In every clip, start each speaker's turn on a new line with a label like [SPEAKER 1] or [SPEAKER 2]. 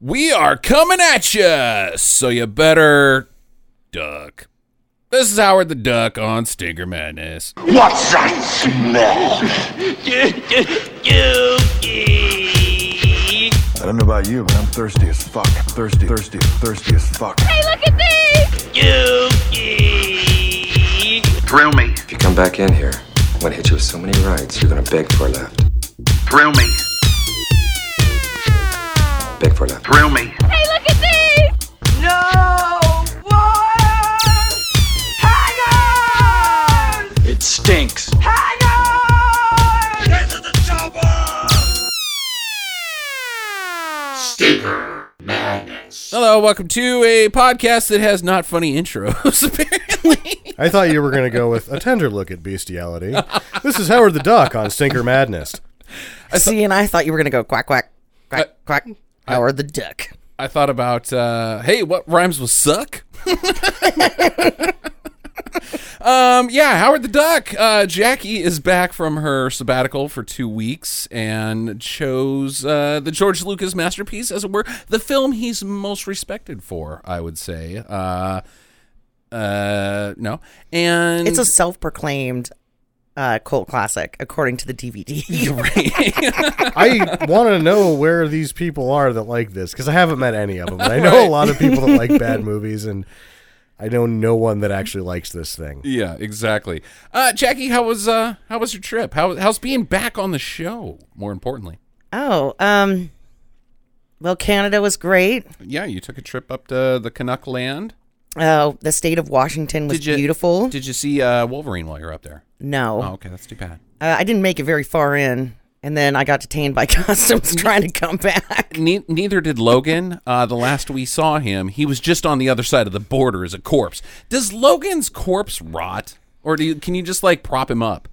[SPEAKER 1] We are coming at you, so you better duck. This is Howard the Duck on Stinger Madness.
[SPEAKER 2] What's that smell?
[SPEAKER 3] I don't know about you, but I'm thirsty as fuck. Thirsty, thirsty, thirsty as fuck.
[SPEAKER 2] Thrill me,
[SPEAKER 4] If you come back in here, I'm gonna hit you with so many rights, you're gonna beg for a left.
[SPEAKER 2] thrill me,
[SPEAKER 4] Beg for a left.
[SPEAKER 2] thrill me.
[SPEAKER 5] Hey, look at these!
[SPEAKER 6] It stinks.
[SPEAKER 1] Hello, welcome to a podcast that has not funny intros, apparently.
[SPEAKER 7] I thought you were going to go with a tender look at bestiality. This is Howard the Duck on Stinker Madness.
[SPEAKER 8] See, and I thought you were gonna go quack quack quack
[SPEAKER 1] I-
[SPEAKER 8] quack. Howard the Duck.
[SPEAKER 1] I thought about, uh, hey, what rhymes with suck? um, yeah, Howard the Duck. Uh, Jackie is back from her sabbatical for two weeks and chose uh, the George Lucas masterpiece, as it were, the film he's most respected for, I would say. Uh, uh, no. And
[SPEAKER 8] It's a self-proclaimed uh, cult classic, according to the DVD.
[SPEAKER 7] I want to know where these people are that like this because I haven't met any of them. And I know a lot of people that like bad movies, and I know no one that actually likes this thing.
[SPEAKER 1] Yeah, exactly. Uh, Jackie, how was uh, how was your trip? How, how's being back on the show? More importantly,
[SPEAKER 8] oh, um, well, Canada was great.
[SPEAKER 1] yeah, you took a trip up to the Canuck land.
[SPEAKER 8] Oh, the state of Washington was beautiful.
[SPEAKER 1] Did you see uh, Wolverine while you're up there?
[SPEAKER 8] no,
[SPEAKER 1] Oh, okay, that's too bad.
[SPEAKER 8] uh, I didn't make it very far in, and then I got detained by customs trying to come back.
[SPEAKER 1] Ne- neither did Logan. Uh, the last we saw him, he was just on the other side of the border as a corpse. Does Logan's corpse rot, or do you, can you just like prop him up?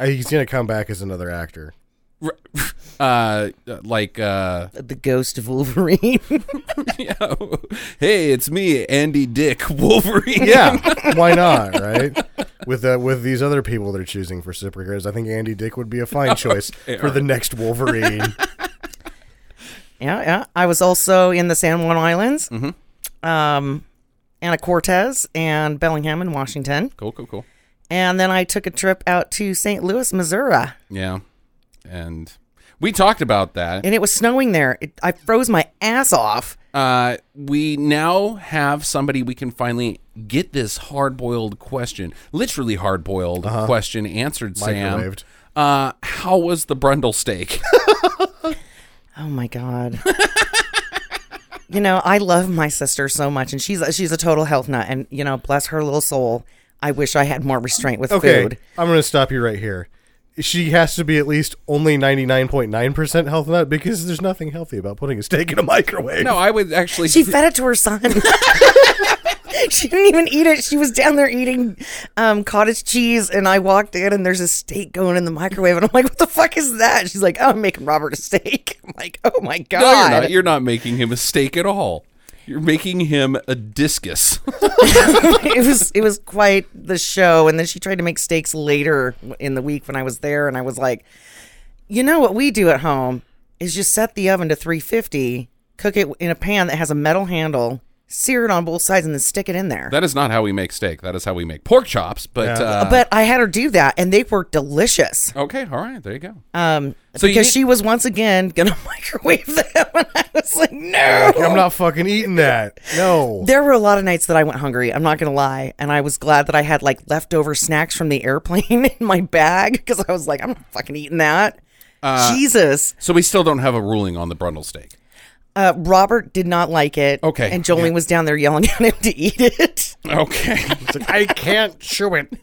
[SPEAKER 7] I, he's going to come back as another actor.
[SPEAKER 1] R- Uh, like uh,
[SPEAKER 8] The ghost of Wolverine.
[SPEAKER 1] yeah. hey, it's me, Andy Dick Wolverine.
[SPEAKER 7] Yeah, why not, right? With uh, with these other people they're choosing for superheroes, I think Andy Dick would be a fine choice for the next Wolverine.
[SPEAKER 8] yeah, yeah. I was also in the San Juan Islands. Mm-hmm. Um, Ana Cortez and Bellingham in Washington.
[SPEAKER 1] Cool, cool, cool.
[SPEAKER 8] and then I took a trip out to St. Louis, Missouri,
[SPEAKER 1] Yeah. And we talked about that.
[SPEAKER 8] and it was snowing there. It, I froze my ass off.
[SPEAKER 1] Uh, we now have somebody we can finally get this hard boiled question, literally hard boiled question answered, Sam.
[SPEAKER 7] Microwaved.
[SPEAKER 1] Uh, how was the Brundle steak?
[SPEAKER 8] Oh my god. you know, I love my sister so much, and she's she's a total health nut, and you know, bless her little soul. I wish I had more restraint with
[SPEAKER 7] Okay,
[SPEAKER 8] food.
[SPEAKER 7] I'm going to stop you right here. She has to be at least only 99.9% health nut because there's nothing healthy about putting a steak in a microwave.
[SPEAKER 1] no, I would actually.
[SPEAKER 8] She fed it to her son. she didn't even eat it. She was down there eating um, cottage cheese, and I walked in, and there's a steak going in the microwave, and I'm like, "What the fuck is that?" She's like, "Oh, I'm making Robert a steak." I'm like, "Oh my god!"
[SPEAKER 1] no, you're not. You're not making him a steak at all. You're making him a discus.
[SPEAKER 8] it was it was quite the show and then she tried to make steaks later in the week when i was there and i was like you know what we do at home is just set the oven to 350 cook it in a pan that has a metal handle sear it on both sides and then stick it in there
[SPEAKER 1] that is not how we make steak. That is how we make pork chops. But uh,
[SPEAKER 8] but i had her do that and they were delicious
[SPEAKER 1] okay, all right, there you go.
[SPEAKER 8] um
[SPEAKER 1] So you
[SPEAKER 8] because
[SPEAKER 1] need-
[SPEAKER 8] she was once again gonna microwave them and i was like no
[SPEAKER 7] I'm not fucking eating that. No.
[SPEAKER 8] There were a lot of nights that I went hungry. I'm not going to lie. And I was glad that I had like leftover snacks from the airplane in my bag because I was like, I'm not fucking eating that.
[SPEAKER 1] Uh,
[SPEAKER 8] Jesus.
[SPEAKER 1] so we still don't have a ruling on the Brundle steak.
[SPEAKER 8] Uh, Robert did not like it.
[SPEAKER 1] Okay.
[SPEAKER 8] And Jolene
[SPEAKER 1] Yeah.
[SPEAKER 8] was down there yelling at him to eat it.
[SPEAKER 1] Okay.
[SPEAKER 7] It's like, I can't chew it.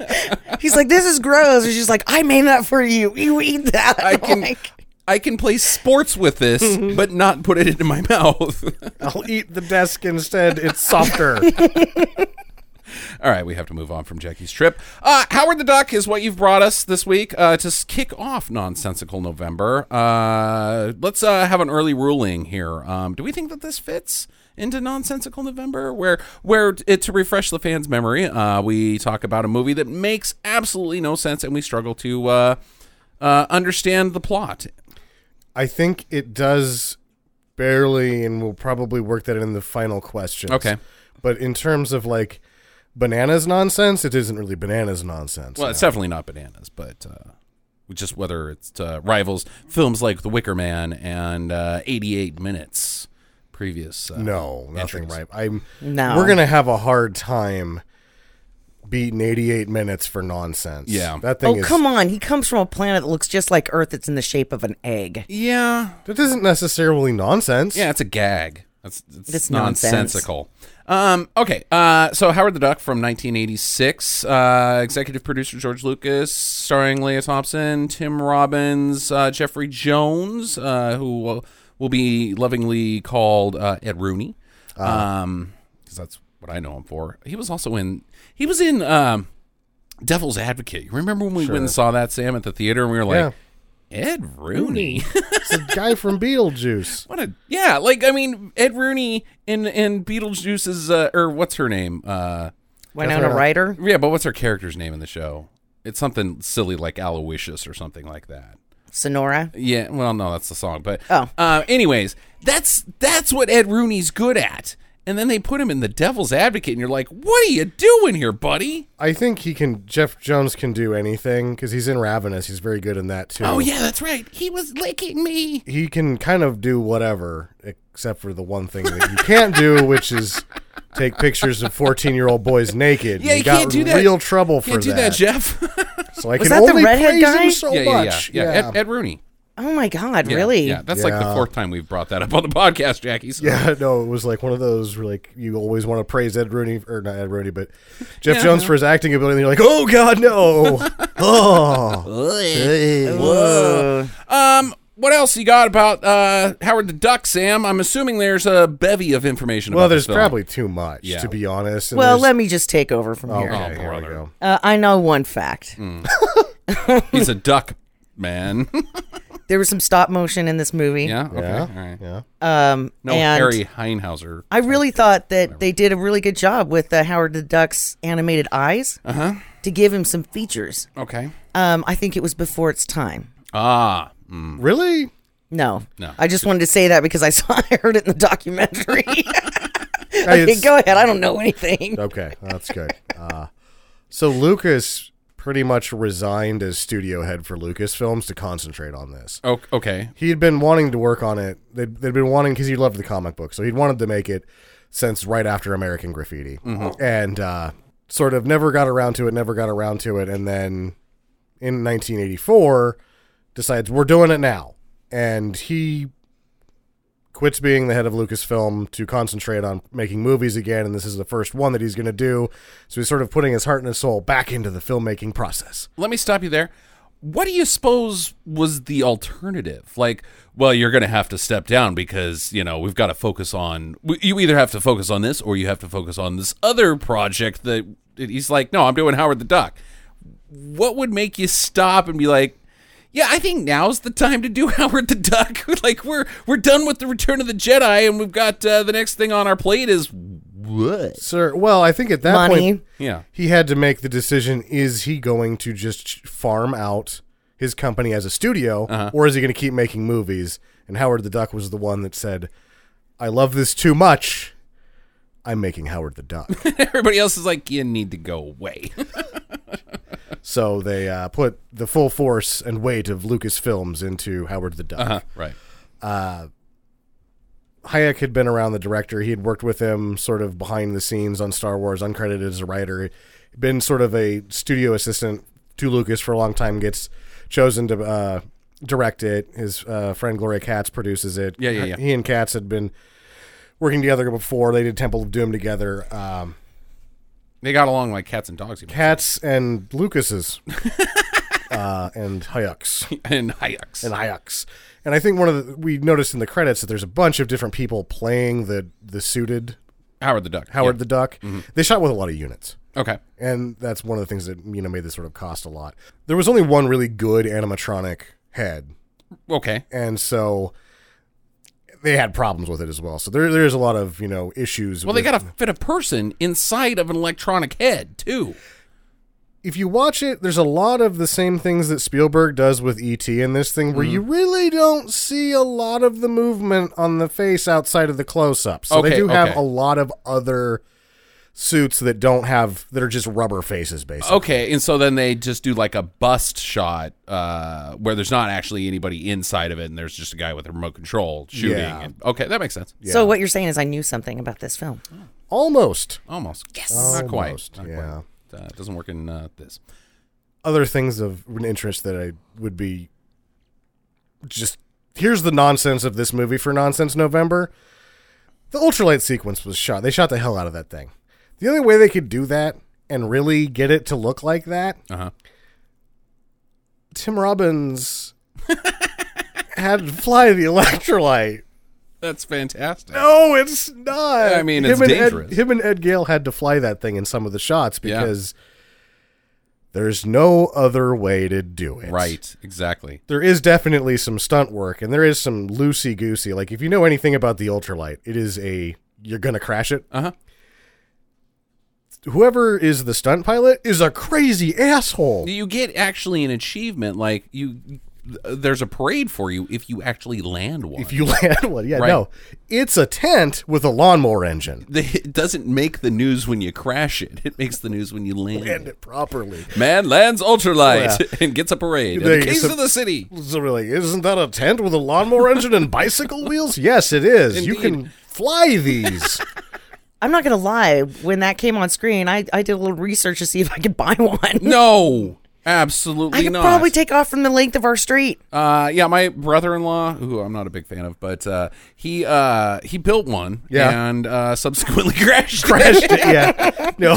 [SPEAKER 8] He's like, this is gross. And she's like, I made that for you. You eat that.
[SPEAKER 1] I
[SPEAKER 8] I'm
[SPEAKER 1] can
[SPEAKER 8] like,
[SPEAKER 1] I can play sports with this,
[SPEAKER 8] Mm-hmm.
[SPEAKER 1] but not put it into my mouth.
[SPEAKER 7] I'll eat the desk instead. It's softer.
[SPEAKER 1] All right, we have to move on from Jackie's trip. Uh, Howard the Duck is what you've brought us this week uh, to s- kick off nonsensical November. Uh, let's uh, have an early ruling here. Um, do we think that this fits into nonsensical November, where where it, to refresh the fans' memory, uh, we talk about a movie that makes absolutely no sense, and we struggle to uh, uh, understand the plot.
[SPEAKER 7] I think it does barely, and we'll probably work that in the final questions.
[SPEAKER 1] Okay.
[SPEAKER 7] But in terms of like bananas nonsense, it isn't really bananas nonsense.
[SPEAKER 1] Well, it's definitely not bananas, but uh, just whether it's uh, rivals films like The Wicker Man and uh, 88 Minutes previous. Uh,
[SPEAKER 7] No, nothing
[SPEAKER 1] entries.
[SPEAKER 7] right. I'm
[SPEAKER 8] No.
[SPEAKER 7] We're gonna have a hard time beating 88 minutes for nonsense.
[SPEAKER 1] Yeah.
[SPEAKER 7] that thing.
[SPEAKER 8] Oh,
[SPEAKER 7] is,
[SPEAKER 8] come on. He comes from a planet that looks just like Earth that's in the shape of an egg.
[SPEAKER 1] Yeah,
[SPEAKER 7] That isn't necessarily nonsense.
[SPEAKER 1] yeah, it's a gag. That's it's,
[SPEAKER 8] It's nonsense.
[SPEAKER 1] nonsensical. Um, okay, uh, so Howard the Duck from 1986, uh, executive producer George Lucas, starring Leah Thompson, Tim Robbins, uh, Jeffrey Jones, uh, who will, will be lovingly called uh, Ed Rooney, because that's what I know him for. He was also in he was in um, Devil's Advocate. You remember when we went and saw that Sam at the theater, and we were like, Ed Rooney.
[SPEAKER 7] it's a guy from Beetlejuice.
[SPEAKER 1] What a yeah, like I mean Ed Rooney in in Beetlejuice's uh, or what's her name? Uh
[SPEAKER 8] Winona
[SPEAKER 7] right.
[SPEAKER 8] Ryder?
[SPEAKER 1] yeah, but what's her character's name in the show? It's something silly like Aloysius or something like that.
[SPEAKER 8] Sonora?
[SPEAKER 1] Yeah, well no, that's the song, but
[SPEAKER 8] Oh.
[SPEAKER 1] uh anyways, that's that's what Ed Rooney's good at. And then they put him in the Devil's Advocate and you're like, "What are you doing here, buddy?"
[SPEAKER 7] I think he can. Jeff Jones can do anything because he's in Ravenous. He's very good in that too.
[SPEAKER 1] Oh yeah, that's right. He was licking me.
[SPEAKER 7] he can kind of do whatever except for the one thing that you can't do, which is take pictures of fourteen-year-old boys naked.
[SPEAKER 1] Yeah, you
[SPEAKER 7] got
[SPEAKER 1] can't do that.
[SPEAKER 7] Real trouble for
[SPEAKER 1] Can't do that, Jeff.
[SPEAKER 7] So I
[SPEAKER 8] Was
[SPEAKER 7] can
[SPEAKER 8] that the
[SPEAKER 7] only
[SPEAKER 8] redhead
[SPEAKER 7] praise
[SPEAKER 8] guy?
[SPEAKER 7] him so
[SPEAKER 1] yeah, yeah, yeah,
[SPEAKER 7] much.
[SPEAKER 1] yeah. Ed, Ed Rooney.
[SPEAKER 8] Oh my God,
[SPEAKER 1] Yeah,
[SPEAKER 8] really?
[SPEAKER 1] Yeah, that's like the
[SPEAKER 7] Yeah.
[SPEAKER 1] fourth time we've brought that up on the podcast, Jackie. So
[SPEAKER 7] Yeah, no, it was like one of those where like you always want to praise Ed Rooney or not Ed Rooney, but Jeff
[SPEAKER 1] Yeah.
[SPEAKER 7] Jones for his acting ability. And you're like, oh god, no. oh, Hey.
[SPEAKER 1] Um, what else you got about uh, Howard the Duck, Sam? I'm assuming there's a bevy of information.
[SPEAKER 7] Well,
[SPEAKER 1] about this
[SPEAKER 7] there's
[SPEAKER 1] film.
[SPEAKER 7] probably too much
[SPEAKER 1] Yeah.
[SPEAKER 7] to be honest. and
[SPEAKER 8] Well,
[SPEAKER 7] there's-
[SPEAKER 8] let me just take over from here.
[SPEAKER 7] okay,
[SPEAKER 1] Oh,
[SPEAKER 7] here we
[SPEAKER 1] brother.
[SPEAKER 7] go.
[SPEAKER 8] Uh, I know one fact.
[SPEAKER 1] he's a duck man.
[SPEAKER 8] There was some stop motion in this movie.
[SPEAKER 1] yeah. Okay.
[SPEAKER 7] Yeah,
[SPEAKER 1] All right.
[SPEAKER 7] yeah.
[SPEAKER 8] Um,
[SPEAKER 1] No,
[SPEAKER 8] and
[SPEAKER 1] Harry Heinhauser.
[SPEAKER 8] I really thought that they did a really good job with uh, Howard the Duck's animated eyes
[SPEAKER 1] Uh-huh.
[SPEAKER 8] to give him some features.
[SPEAKER 1] Okay.
[SPEAKER 8] Um, I think it was before its time.
[SPEAKER 1] Ah.
[SPEAKER 7] Really?
[SPEAKER 8] No,
[SPEAKER 1] No.
[SPEAKER 8] I just wanted to say that because I saw I heard it in the documentary.
[SPEAKER 7] Hey,
[SPEAKER 8] Okay,
[SPEAKER 7] it's-
[SPEAKER 8] go ahead. I don't know anything.
[SPEAKER 7] okay, that's good. Uh, so Lucas pretty much resigned as studio head for Lucasfilms to concentrate on this.
[SPEAKER 1] Oh, okay.
[SPEAKER 7] he had been wanting to work on it. They'd, they'd been wanting because he loved the comic book, so he'd wanted to make it since right after American Graffiti, and uh, sort of never got around to it. Never got around to it, and then in 1984 decides we're doing it now, and he quits being the head of Lucasfilm to concentrate on making movies again, and this is the first one that he's going to do. So he's sort of putting his heart and his soul back into the filmmaking process.
[SPEAKER 1] Let me stop you there. What do you suppose was the alternative? Like, well, you're going to have to step down because, you know, we've got to focus on, w- you either have to focus on this or you have to focus on this other project that he's like, no, I'm doing Howard the Duck. What would make you stop and be like, yeah, I think now's the time to do Howard the Duck. like we're we're done with the Return of the Jedi, and we've got uh, the next thing on our plate is what?
[SPEAKER 7] Sir, well, I think at that
[SPEAKER 8] Money.
[SPEAKER 7] point,
[SPEAKER 1] Yeah.
[SPEAKER 7] he had to make the decision: is he going to just farm out his company as a studio, or is he going to keep making movies? And Howard the Duck was the one that said, "I love this too much. I'm making Howard the Duck."
[SPEAKER 1] Everybody else is like, you need to go away.
[SPEAKER 7] so they uh, put the full force and weight of Lucasfilms into Howard the Duck.
[SPEAKER 1] right.
[SPEAKER 7] Hayek had been around the director. He had worked with him sort of behind the scenes on Star Wars, uncredited as a writer. Been sort of a studio assistant to Lucas for a long time. Gets chosen to uh, direct it. His uh, friend Gloria Katz produces it.
[SPEAKER 1] Yeah, yeah, yeah.
[SPEAKER 7] He and Katz had been working together before. They did Temple of Doom together. Um,
[SPEAKER 1] They got along like cats and dogs. you might
[SPEAKER 7] Katz and Lucas's uh, and Hayek's.
[SPEAKER 1] and Hayek's.
[SPEAKER 7] and Ajax. And I think one of the we noticed in the credits that there's a bunch of different people playing the the suited
[SPEAKER 1] Howard the Duck.
[SPEAKER 7] Howard the Duck.
[SPEAKER 1] Mm-hmm.
[SPEAKER 7] They shot with a lot of units.
[SPEAKER 1] the Okay.
[SPEAKER 7] And that's one of the things that you know made this sort of cost a lot. There was only one really good animatronic head,
[SPEAKER 1] Okay.
[SPEAKER 7] and so they had problems with it as well. So there there's a lot of, you know, issues
[SPEAKER 1] Well, they
[SPEAKER 7] with-
[SPEAKER 1] got to fit a person inside of an electronic head, too.
[SPEAKER 7] if you watch it, there's a lot of the same things that Spielberg does with ET in this thing, where
[SPEAKER 1] Mm-hmm.
[SPEAKER 7] you really don't see a lot of the movement on the face outside of the close-up. So
[SPEAKER 1] Okay,
[SPEAKER 7] they do have
[SPEAKER 1] okay.
[SPEAKER 7] a lot of other suits that don't have that are just rubber faces, basically.
[SPEAKER 1] Okay, and so then they just do like a bust shot uh, where there's not actually anybody inside of it, and there's just a guy with a remote control shooting.
[SPEAKER 7] Yeah.
[SPEAKER 1] And, okay, that makes sense.
[SPEAKER 8] So what you're saying is I knew something about this film.
[SPEAKER 1] Oh.
[SPEAKER 7] Almost.
[SPEAKER 1] Almost. Yes. Not quite.
[SPEAKER 7] Almost,
[SPEAKER 1] Not
[SPEAKER 7] yeah.
[SPEAKER 1] quite. Uh, it doesn't work in uh, this.
[SPEAKER 7] Other things of interest that I would be just here's the nonsense of this movie for nonsense November. The ultralight sequence was shot. They shot the hell out of that thing. The only way they could do that and really get it to look like that,
[SPEAKER 1] Uh-huh.
[SPEAKER 7] Tim Robbins had to fly the electrolyte.
[SPEAKER 1] That's fantastic.
[SPEAKER 7] No, it's not.
[SPEAKER 1] I mean,
[SPEAKER 7] him
[SPEAKER 1] it's
[SPEAKER 7] and
[SPEAKER 1] dangerous.
[SPEAKER 7] Ed, him and Ed Gale had to fly that thing in some of the shots
[SPEAKER 1] Yeah.
[SPEAKER 7] because there's no other way to do it.
[SPEAKER 1] Right. Exactly.
[SPEAKER 7] There is definitely some stunt work, and there is some loosey goosey. Like if you know anything about the ultralight, it is a you're gonna crash it.
[SPEAKER 1] Uh huh.
[SPEAKER 7] Whoever is the stunt pilot is a crazy asshole.
[SPEAKER 1] You get actually an achievement. Like you, th- there's a parade for you if you actually land one.
[SPEAKER 7] If you land one, yeah,
[SPEAKER 1] Right.
[SPEAKER 7] no, it's a tent with a lawnmower engine.
[SPEAKER 1] The- it doesn't make the news when you crash it. It makes the news when you land.
[SPEAKER 7] Land it properly.
[SPEAKER 1] Man lands ultralight
[SPEAKER 7] Yeah.
[SPEAKER 1] and gets a parade.
[SPEAKER 7] There
[SPEAKER 1] And the
[SPEAKER 7] you go.
[SPEAKER 1] keys
[SPEAKER 7] So-
[SPEAKER 1] of the city.
[SPEAKER 7] So we're like, isn't that a tent with a lawnmower engine and bicycle wheels? Yes, it is. You
[SPEAKER 1] Indeed.
[SPEAKER 7] can fly these.
[SPEAKER 8] I'm not gonna lie. When that came on screen, I, I did a little research to see if I could buy one.
[SPEAKER 1] No, absolutely
[SPEAKER 8] I could
[SPEAKER 1] not.
[SPEAKER 8] probably take off from the length of our street.
[SPEAKER 1] Uh, yeah, my brother-in-law, who I'm not a big fan of, but uh, he uh, he built one,
[SPEAKER 7] Yeah.
[SPEAKER 1] and uh, subsequently crashed.
[SPEAKER 7] Crashed it, yeah. No.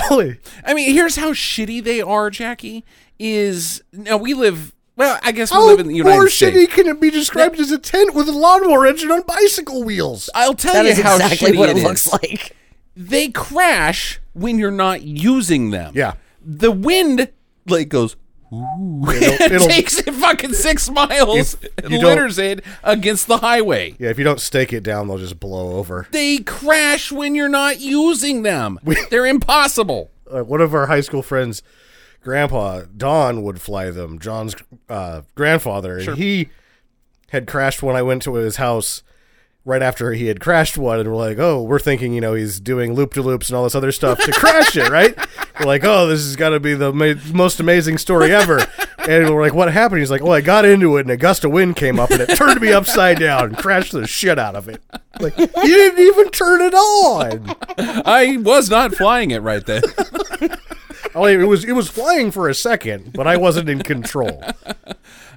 [SPEAKER 1] I mean, here's how shitty they are, Jackie. Is now we live. Well, I guess we
[SPEAKER 7] How
[SPEAKER 1] live
[SPEAKER 8] Oh,
[SPEAKER 1] in the United
[SPEAKER 7] more
[SPEAKER 1] States.
[SPEAKER 7] shitty can it be described as a tent with a lawnmower engine on bicycle wheels?
[SPEAKER 1] I'll tell
[SPEAKER 8] That
[SPEAKER 1] you
[SPEAKER 8] is
[SPEAKER 1] how
[SPEAKER 8] exactly
[SPEAKER 1] shitty
[SPEAKER 8] what
[SPEAKER 1] it
[SPEAKER 8] it,
[SPEAKER 1] is.
[SPEAKER 8] looks like.
[SPEAKER 1] They crash when you're not using them.
[SPEAKER 7] Yeah.
[SPEAKER 1] the wind like goes. Ooh. it
[SPEAKER 7] it'll-
[SPEAKER 1] takes it fucking six miles.
[SPEAKER 7] If
[SPEAKER 1] and
[SPEAKER 7] you don't-
[SPEAKER 1] litters it against the highway.
[SPEAKER 7] Yeah, if you don't stake it down, they'll just blow over.
[SPEAKER 1] they crash when you're not using them. They're impossible.
[SPEAKER 7] Uh, one of our high school friends, Grandpa Don, would fly them. John's uh, grandfather, and he had crashed one. I went to his house right after he had crashed one, and we're like, "Oh, we're thinking, you know, he's doing loop de loops and all this other stuff to crash it, right?" We're like, "Oh, this has got to be the ma- most amazing story ever." And we're like, "What happened?" He's like, "Well, I got into it, and a gust of wind came up, and it turned me upside down and crashed the shit out of it. Like, you didn't even turn it on."
[SPEAKER 1] I was not flying it right then.
[SPEAKER 7] Oh, it was it was flying for a second, but I wasn't in control.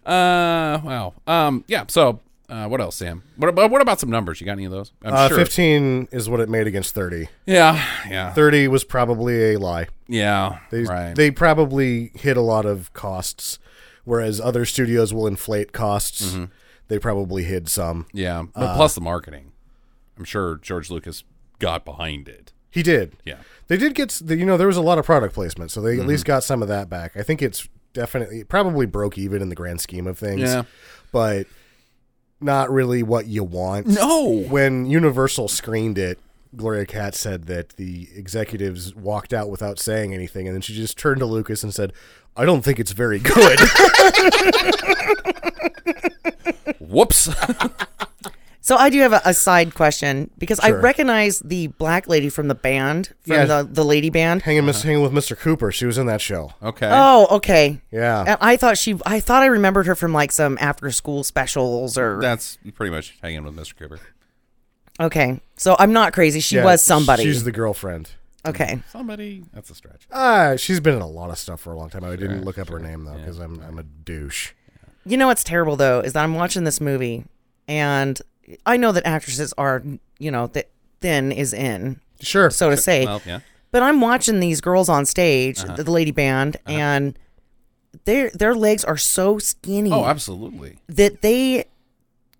[SPEAKER 1] Uh, wow. Um, yeah. So, uh, what else, Sam? What about what about some numbers? You got any of those? I'm
[SPEAKER 7] Uh,
[SPEAKER 1] sure.
[SPEAKER 7] Fifteen is what it made against thirty.
[SPEAKER 1] Yeah. Yeah.
[SPEAKER 7] Thirty was probably a lie.
[SPEAKER 1] yeah.
[SPEAKER 7] They
[SPEAKER 1] right.
[SPEAKER 7] they probably hit a lot of costs, whereas other studios will inflate costs.
[SPEAKER 1] Mm-hmm.
[SPEAKER 7] They probably hid some.
[SPEAKER 1] yeah. But
[SPEAKER 7] uh,
[SPEAKER 1] plus the marketing. I'm sure George Lucas got behind it.
[SPEAKER 7] He did.
[SPEAKER 1] Yeah. Mm-hmm.
[SPEAKER 7] They did get s- the- you know there was a lot of product placement, so they at least got some of that back. I think it's definitely it probably broke even in the grand scheme of things.
[SPEAKER 1] Yeah.
[SPEAKER 7] But not really what you want.
[SPEAKER 1] No.
[SPEAKER 7] when Universal screened it, Gloria Cat said that the executives walked out without saying anything, and then she just turned to Lucas and said, "I don't think it's very good."
[SPEAKER 1] Whoops.
[SPEAKER 8] So I do have a, a side question because I
[SPEAKER 7] Sure.
[SPEAKER 8] recognize the black lady from the band, from
[SPEAKER 7] Yeah.
[SPEAKER 8] the, the lady band.
[SPEAKER 7] hanging, Miss, hanging with Mr. Cooper, she was in that show.
[SPEAKER 1] okay.
[SPEAKER 8] Oh, okay.
[SPEAKER 7] Yeah.
[SPEAKER 8] And I thought she I thought I remembered her from like some after school specials or
[SPEAKER 1] That's pretty much hanging with Mr. Cooper.
[SPEAKER 8] Okay. So I'm not crazy. She
[SPEAKER 7] Yeah,
[SPEAKER 8] was somebody.
[SPEAKER 7] She's the girlfriend.
[SPEAKER 8] okay.
[SPEAKER 1] Somebody. That's a stretch.
[SPEAKER 7] Ah, she's been in a lot of stuff for a long time. I didn't look up her name though because I'm I'm a douche.
[SPEAKER 8] You know what's terrible though is that I'm watching this movie and I know that actresses are, you know, that thin is in,
[SPEAKER 7] Sure. Uh-huh.
[SPEAKER 8] so to say.
[SPEAKER 1] Well, yeah.
[SPEAKER 8] But I'm watching these girls on stage, the, the lady band, and their their legs are so skinny
[SPEAKER 1] Oh, absolutely.
[SPEAKER 8] that they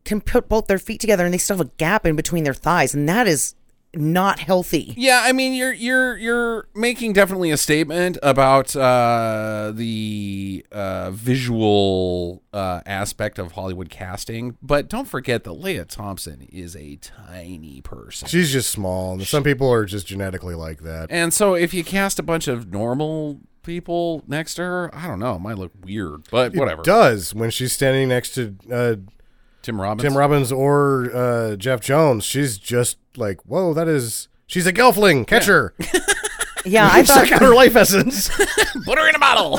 [SPEAKER 8] can put both their feet together and they still have a gap in between their thighs, and that is not healthy.
[SPEAKER 1] Yeah, I mean, you're you're you're making definitely a statement about uh, the uh, visual uh, aspect of Hollywood casting, but don't forget that Leah Thompson is a tiny person,
[SPEAKER 7] she's
[SPEAKER 1] Eh,
[SPEAKER 7] just small. and Some people are just genetically like that.
[SPEAKER 1] and so if you cast a bunch of normal people next to her. I don't know. It might look weird, but whatever.
[SPEAKER 7] Does when she's standing next to uh,
[SPEAKER 1] Tim Robbins.
[SPEAKER 7] Tim Robbins or uh, Jeff Jones, she's just like, whoa, that is. She's a gelfling. Catch her.
[SPEAKER 8] Yeah, I thought
[SPEAKER 7] Suck out her life essence.
[SPEAKER 1] Put her in a bottle.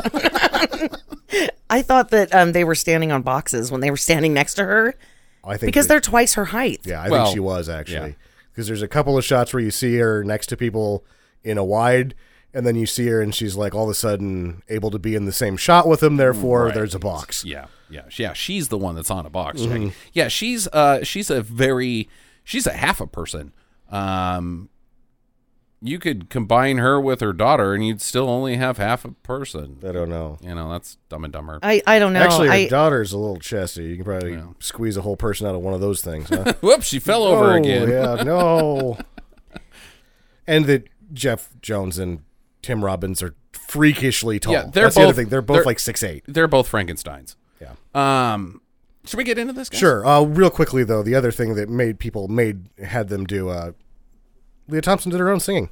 [SPEAKER 8] I thought that um, they were standing on boxes when they were standing next to her
[SPEAKER 7] I think
[SPEAKER 8] because
[SPEAKER 7] that-
[SPEAKER 8] they're twice her height.
[SPEAKER 7] Yeah, I
[SPEAKER 1] Well,
[SPEAKER 7] think she was actually.
[SPEAKER 1] yeah.
[SPEAKER 7] Because there's a couple of shots where you see her next to people in a wide, and then you see her and she's like all of a sudden able to be in the same shot with them. Therefore, there's a box.
[SPEAKER 1] Yeah, yeah, yeah. She's the one that's on a box. Jackie.
[SPEAKER 7] Mm-hmm.
[SPEAKER 1] Yeah, she's uh, she's a very, she's a half a person. Um, you could combine her with her daughter, and you'd still only have half a person.
[SPEAKER 7] I don't know.
[SPEAKER 1] You know, that's Dumb and Dumber.
[SPEAKER 7] Uh,
[SPEAKER 8] I, I don't know.
[SPEAKER 7] actually, her
[SPEAKER 8] I,
[SPEAKER 7] daughter's a little chesty. You can probably squeeze a whole person out of one of those things. Huh?
[SPEAKER 1] Whoops, she fell over
[SPEAKER 7] oh,
[SPEAKER 1] again.
[SPEAKER 7] yeah, no. and that Jeff Jones and Tim Robbins are freakishly tall.
[SPEAKER 1] Yeah, they're
[SPEAKER 7] That's the other
[SPEAKER 1] both-
[SPEAKER 7] thing. They're both
[SPEAKER 1] they're-
[SPEAKER 7] like six eight.
[SPEAKER 1] They're both Frankenstein's.
[SPEAKER 7] Yeah.
[SPEAKER 1] Um, should we get into this? guys?
[SPEAKER 7] Sure. Uh, real quickly though, the other thing that made people made had them do uh, Leah Thompson did her own singing.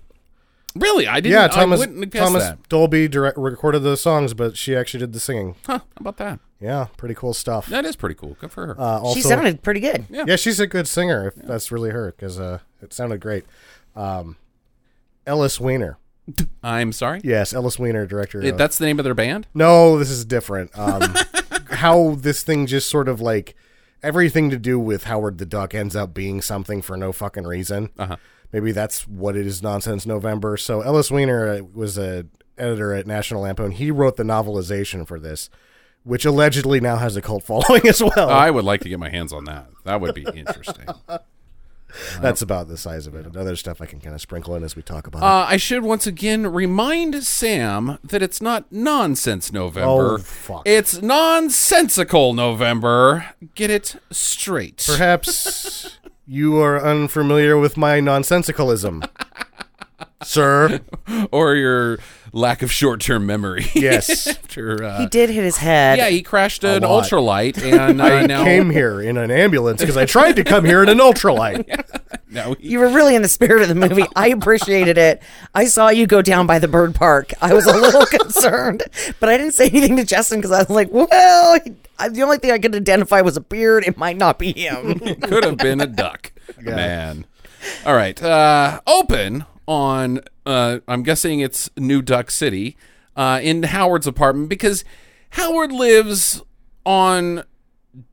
[SPEAKER 1] Really, I didn't.
[SPEAKER 7] Yeah, Thomas
[SPEAKER 1] I wouldn't have guessed
[SPEAKER 7] Thomas
[SPEAKER 1] that.
[SPEAKER 7] Dolby direct, recorded the songs, but she actually did the singing.
[SPEAKER 1] Huh? How about that?
[SPEAKER 7] Yeah, pretty cool stuff.
[SPEAKER 1] That is pretty cool. Good for her.
[SPEAKER 7] Uh, also,
[SPEAKER 8] she sounded pretty good.
[SPEAKER 7] yeah, she's a good singer. If that's really her, because uh, it sounded great. Um, Ellis Weiner.
[SPEAKER 1] I'm sorry.
[SPEAKER 7] Yes, Ellis Weiner, director.
[SPEAKER 1] It-
[SPEAKER 7] of-
[SPEAKER 1] that's the name of their band.
[SPEAKER 7] No, this is different. Um, how this thing just sort of like everything to do with Howard the Duck ends up being something for no fucking reason.
[SPEAKER 1] Uh-huh.
[SPEAKER 7] Maybe that's what it is. Nonsense November. So Ellis Weiner uh, was a editor at National Lampoon. He wrote the novelization for this, which allegedly now has a cult following as well.
[SPEAKER 1] I would like to get my hands on that. That would be interesting.
[SPEAKER 7] that's about the size of it. And other stuff I can kind of sprinkle in as we talk about
[SPEAKER 1] Uh, I should once again remind Sam that it's not nonsense November.
[SPEAKER 7] Oh, fuck.
[SPEAKER 1] It's nonsensical November. Get it straight.
[SPEAKER 7] it. Perhaps you are unfamiliar with my nonsensicalism, sir.
[SPEAKER 1] Or your lack of short term memory.
[SPEAKER 7] Yes.
[SPEAKER 1] After, uh,
[SPEAKER 8] He did hit his head.
[SPEAKER 1] yeah, he crashed an
[SPEAKER 7] lot.
[SPEAKER 1] ultralight and uh, now,
[SPEAKER 7] came here in an ambulance because I tried to come here in an ultralight.
[SPEAKER 1] now he-
[SPEAKER 8] you were really in the spirit of the movie. I appreciated it. I saw you go down by the bird park. I was a little concerned, but I didn't say anything to Justin because I was like, well, I, the only thing I could identify was a beard. It might not be him.
[SPEAKER 1] could have been a duck. Man. All right. Uh, open on, uh, I'm guessing it's New Duck City uh, in Howard's apartment because Howard lives on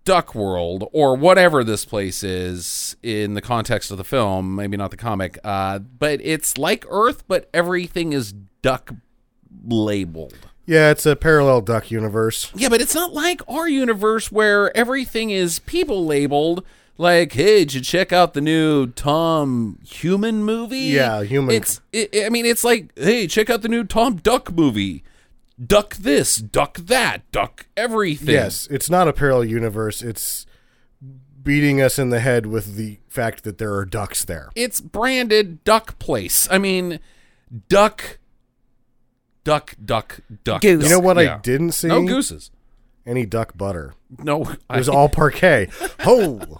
[SPEAKER 1] Duck World or whatever this place is in the context of the film, maybe not the comic, uh, but it's like Earth, but everything is duck labeled.
[SPEAKER 7] Yeah, it's a parallel duck universe.
[SPEAKER 1] Yeah, but it's not like our universe where everything is people labeled. Like, hey, did you check out the new Tom Human movie?
[SPEAKER 7] Yeah, Human.
[SPEAKER 1] It's, it, I mean, it's like, hey, check out the new Tom Duck movie. Duck this, duck that, duck everything.
[SPEAKER 7] Yes, it's not a parallel universe. It's beating us in the head with the fact that there are ducks there.
[SPEAKER 1] it's branded Duck Place. I mean, duck, duck, duck, duck.
[SPEAKER 8] Goose.
[SPEAKER 1] duck.
[SPEAKER 7] You know what
[SPEAKER 1] Yeah.
[SPEAKER 7] I didn't see?
[SPEAKER 1] No gooses.
[SPEAKER 7] Any duck butter.
[SPEAKER 1] No,
[SPEAKER 7] It
[SPEAKER 1] I,
[SPEAKER 7] was all parquet. Ho!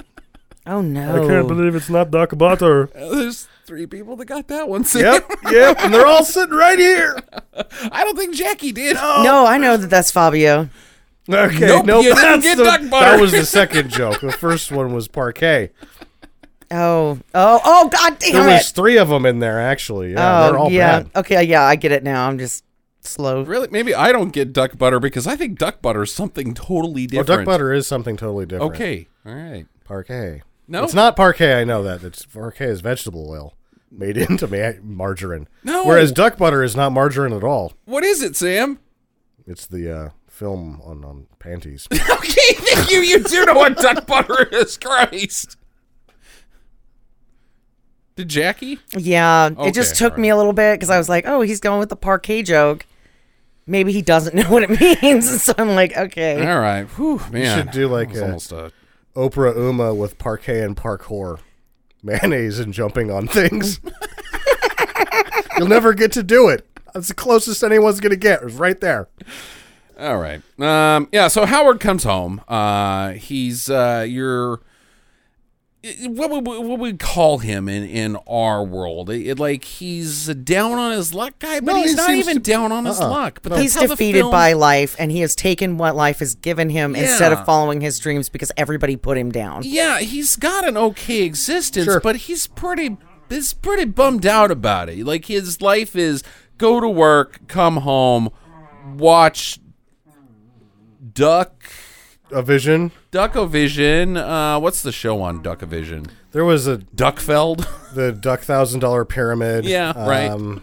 [SPEAKER 8] Oh no!
[SPEAKER 7] believe it's not duck butter.
[SPEAKER 1] there's three people that got that one.
[SPEAKER 7] yep, yep, and they're all sitting right here.
[SPEAKER 1] I don't think Jackie did.
[SPEAKER 8] no, I know that that's Fabio.
[SPEAKER 7] Okay,
[SPEAKER 1] Nope,
[SPEAKER 7] nope,
[SPEAKER 1] you didn't
[SPEAKER 7] that's
[SPEAKER 1] get
[SPEAKER 7] the-
[SPEAKER 1] duck butter.
[SPEAKER 7] That was the second joke. The first one was parquet.
[SPEAKER 8] Oh, oh, oh! God damn
[SPEAKER 7] There
[SPEAKER 8] it!
[SPEAKER 7] was three of them in there actually. Yeah, they're
[SPEAKER 8] oh,
[SPEAKER 7] all
[SPEAKER 8] yeah.
[SPEAKER 7] bad.
[SPEAKER 8] Okay, yeah, I get it now. I'm just slow.
[SPEAKER 1] Really? Maybe I don't get duck butter because I think duck butter is something totally
[SPEAKER 7] Well,
[SPEAKER 1] different.
[SPEAKER 7] Oh, duck butter is something totally different.
[SPEAKER 1] Okay. All right.
[SPEAKER 7] Parquet.
[SPEAKER 1] No.
[SPEAKER 7] It's not parquet, I know that. It's parquet is vegetable oil made into ma- margarine.
[SPEAKER 1] No.
[SPEAKER 7] Whereas duck butter is not margarine at all.
[SPEAKER 1] What is it, Sam?
[SPEAKER 7] It's the uh, film on, on panties.
[SPEAKER 1] okay, thank you. You do know what duck butter is, Christ. Did Jackie?
[SPEAKER 8] Yeah,
[SPEAKER 1] Okay,
[SPEAKER 8] it just took
[SPEAKER 1] alright.
[SPEAKER 8] me a little bit because I was like, oh, he's going with the parquet joke. Maybe he doesn't know what it means, and so I'm like, okay.
[SPEAKER 1] All right. Whew, man.
[SPEAKER 7] should do
[SPEAKER 1] That
[SPEAKER 7] like
[SPEAKER 1] was
[SPEAKER 7] a-
[SPEAKER 1] almost uh, a.
[SPEAKER 7] Oprah Uma with parquet and parkour. Mayonnaise and jumping on things. You'll never get to do it. That's the closest anyone's going to get. It's right there.
[SPEAKER 1] All right. Um, yeah. So Howard comes home. Uh, he's uh, your what would we, what would we call him in in our world? It, it- like he's a down on his luck guy, but
[SPEAKER 7] No,
[SPEAKER 1] he's
[SPEAKER 7] he
[SPEAKER 1] not
[SPEAKER 7] seems
[SPEAKER 1] even
[SPEAKER 7] to- uh-uh.
[SPEAKER 1] down on his luck. But that's
[SPEAKER 8] He's
[SPEAKER 1] how the
[SPEAKER 8] defeated
[SPEAKER 1] film-
[SPEAKER 8] by life, and he has taken what life has given him instead
[SPEAKER 1] Yeah.
[SPEAKER 8] of following his dreams because everybody put him down.
[SPEAKER 1] Yeah, he's got an okay existence,
[SPEAKER 7] Sure.
[SPEAKER 1] but he's pretty is pretty bummed out about it. Like his life is go to work, come home, watch Duck
[SPEAKER 7] A vision.
[SPEAKER 1] Duckovision. Uh, what's the show on Duckovision?
[SPEAKER 7] There was a
[SPEAKER 1] Duckfeld.
[SPEAKER 7] the duck thousand dollar pyramid.
[SPEAKER 1] Yeah, right.
[SPEAKER 7] right.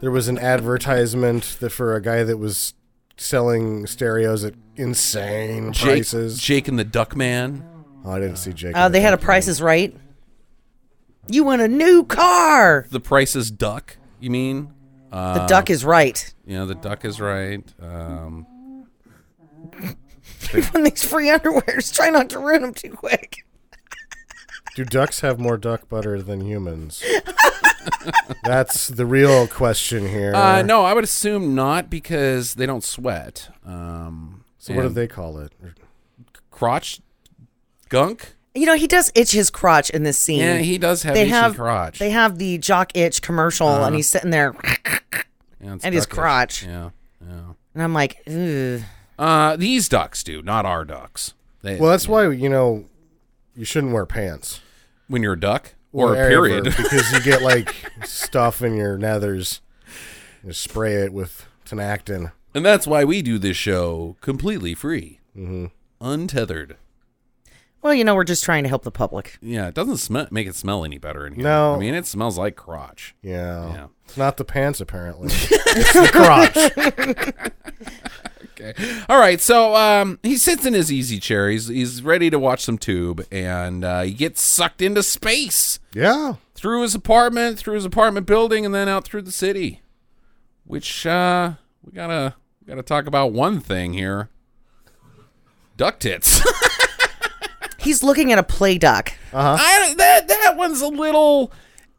[SPEAKER 7] There was an advertisement that for a guy that was selling stereos at insane
[SPEAKER 1] Jake,
[SPEAKER 7] prices.
[SPEAKER 1] Jake and the Duckman.
[SPEAKER 7] Oh, I didn't see Jake.
[SPEAKER 8] Uh,
[SPEAKER 7] in
[SPEAKER 8] they
[SPEAKER 7] the
[SPEAKER 8] had a
[SPEAKER 7] duck.
[SPEAKER 8] Price is Right. You want a new car?
[SPEAKER 1] The Price is Duck. You mean? Uh.
[SPEAKER 8] The duck is right.
[SPEAKER 1] You know, the duck is right. Um,
[SPEAKER 8] From these free underwears, try not to ruin them too quick.
[SPEAKER 7] Do ducks have more duck butter than humans? That's the real question here.
[SPEAKER 1] uh, no, I would assume not because they don't sweat. Um,
[SPEAKER 7] So what do
[SPEAKER 1] and
[SPEAKER 7] they call it?
[SPEAKER 1] Crotch gunk.
[SPEAKER 8] You know, he does itch his crotch in this scene.
[SPEAKER 1] Yeah, he does have
[SPEAKER 8] they
[SPEAKER 1] itchy
[SPEAKER 8] have
[SPEAKER 1] crotch.
[SPEAKER 8] they have the jock itch commercial, and he's sitting there,
[SPEAKER 1] Yeah, it's
[SPEAKER 8] and his
[SPEAKER 1] duckish.
[SPEAKER 8] crotch.
[SPEAKER 1] Yeah.
[SPEAKER 8] and I'm like, Ugh.
[SPEAKER 1] Uh, these ducks do, not our ducks. They,
[SPEAKER 7] Well, that's why you know you shouldn't wear pants
[SPEAKER 1] when you're a duck or, a
[SPEAKER 7] air
[SPEAKER 1] period.
[SPEAKER 7] verb, because you get like stuff in your nethers. You spray it with tenactin.
[SPEAKER 1] and that's why we do this show completely free, mm-hmm. untethered.
[SPEAKER 8] well, you know, we're just trying to help the public.
[SPEAKER 1] Yeah, it doesn't sm- make it smell any better in here.
[SPEAKER 7] No.
[SPEAKER 1] I mean it smells like crotch.
[SPEAKER 7] Yeah.
[SPEAKER 1] Yeah.
[SPEAKER 7] It's not the pants apparently. it's the crotch.
[SPEAKER 1] All right, so um, he sits in his easy chair. He's he's ready to watch some tube, and uh, he gets sucked into space
[SPEAKER 7] Yeah.
[SPEAKER 1] through his apartment, through his apartment building, and then out through the city. Which uh, we gotta we gotta talk about one thing here: duck tits.
[SPEAKER 8] He's looking at a play duck.
[SPEAKER 1] I don't- that that one's a little.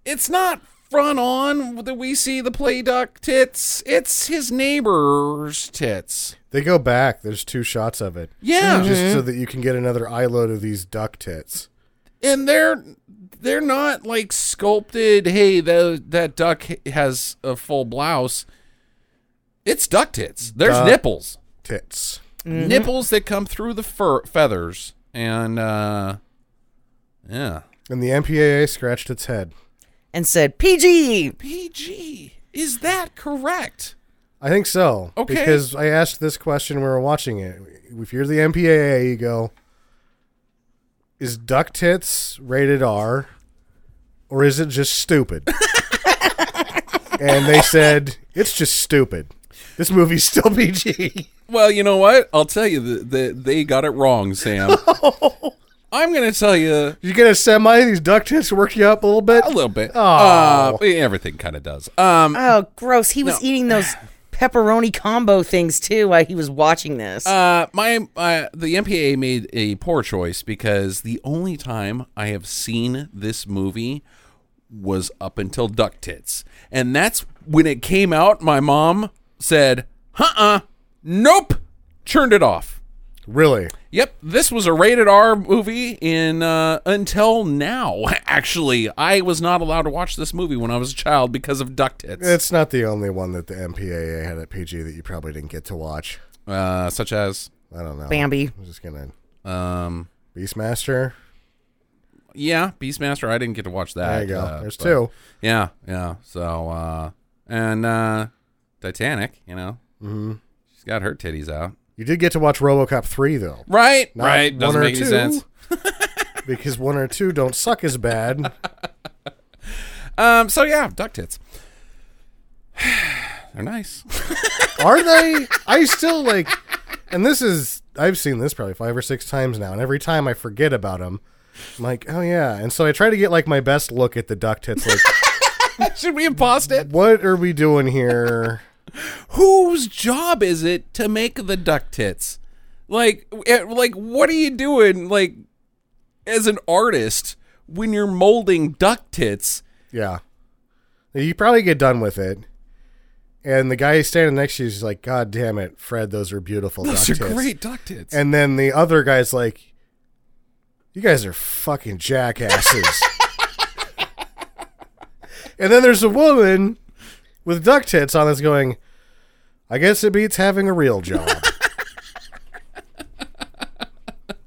[SPEAKER 1] It's not front on that we see the play duck tits. It's his neighbor's tits.
[SPEAKER 7] They go back. There's two shots of it.
[SPEAKER 1] Yeah.
[SPEAKER 7] Just so that you can get another eye load of these duck tits.
[SPEAKER 1] and they're they're not like sculpted. Hey, the, that duck has a full blouse. It's duck tits. There's
[SPEAKER 7] Duck.
[SPEAKER 1] nipples,
[SPEAKER 7] Tits.
[SPEAKER 1] nipples that come through the fur feathers, and uh, yeah,
[SPEAKER 7] And the MPAA scratched its head.
[SPEAKER 8] And said, PG.
[SPEAKER 1] PG. Is that correct?
[SPEAKER 7] I think so.
[SPEAKER 1] Okay.
[SPEAKER 7] Because I asked this question when we were watching it. If you're the MPAA, you go, is duck tits rated R or is it just stupid? and they said, it's just stupid. This movie's still PG.
[SPEAKER 1] Well, you know what? I'll tell you that the, they got it wrong, Sam. I'm going to tell you
[SPEAKER 7] Did you get a semi? These duck tits work you up a little bit?
[SPEAKER 1] a little bit. Uh, everything kind of does. Um,
[SPEAKER 8] Oh, gross. He was eating those pepperoni combo things too while he was watching this.
[SPEAKER 1] Uh, my uh, the MPA made a poor choice because the only time I have seen this movie was up until Duck Tits, and that's when it came out. My mom said, "Uh, uh nope," turned it off.
[SPEAKER 7] Really?
[SPEAKER 1] Yep, this was a rated R movie in uh, until now. Actually, I was not allowed to watch this movie when I was a child because of Duck Tits,
[SPEAKER 7] It's not the only one that the MPAA had at PG that you probably didn't get to watch.
[SPEAKER 1] uh, such as
[SPEAKER 7] I don't know.
[SPEAKER 8] Bambi.
[SPEAKER 7] I'm just gonna
[SPEAKER 1] um,
[SPEAKER 7] Beastmaster.
[SPEAKER 1] yeah, Beastmaster. I didn't get to watch that.
[SPEAKER 7] There you go.
[SPEAKER 1] uh,
[SPEAKER 7] There's
[SPEAKER 1] but-
[SPEAKER 7] two.
[SPEAKER 1] Yeah, yeah. So uh and uh Titanic, you know. Mm-hmm. She's got her titties out.
[SPEAKER 7] You did get to watch RoboCop three though,
[SPEAKER 1] Right,
[SPEAKER 7] Not
[SPEAKER 1] right.
[SPEAKER 7] one
[SPEAKER 1] Doesn't
[SPEAKER 7] or
[SPEAKER 1] make
[SPEAKER 7] two.
[SPEAKER 1] any sense.
[SPEAKER 7] because one or two don't suck as bad.
[SPEAKER 1] Um so yeah, duck tits. They're nice.
[SPEAKER 7] Are they? I still like, and this is I've seen this probably five or six times now, and every time I forget about them. I'm like, oh yeah, and so I try to get like my best look at the duck tits. Like,
[SPEAKER 1] Should we impost it?
[SPEAKER 7] what are we doing here?
[SPEAKER 1] Whose job is it to make the duck tits? Like eh, like what are you doing like as an artist when you're molding duck tits?
[SPEAKER 7] Yeah. You probably get done with it. And the guy standing next to you is like, God damn it, Fred, those are beautiful
[SPEAKER 1] Those
[SPEAKER 7] duck
[SPEAKER 1] are
[SPEAKER 7] tits."
[SPEAKER 1] great duck tits.
[SPEAKER 7] And then the other guy's like, You guys are fucking jackasses. and then there's a woman with duck tits on that's going, I guess it beats having a real job.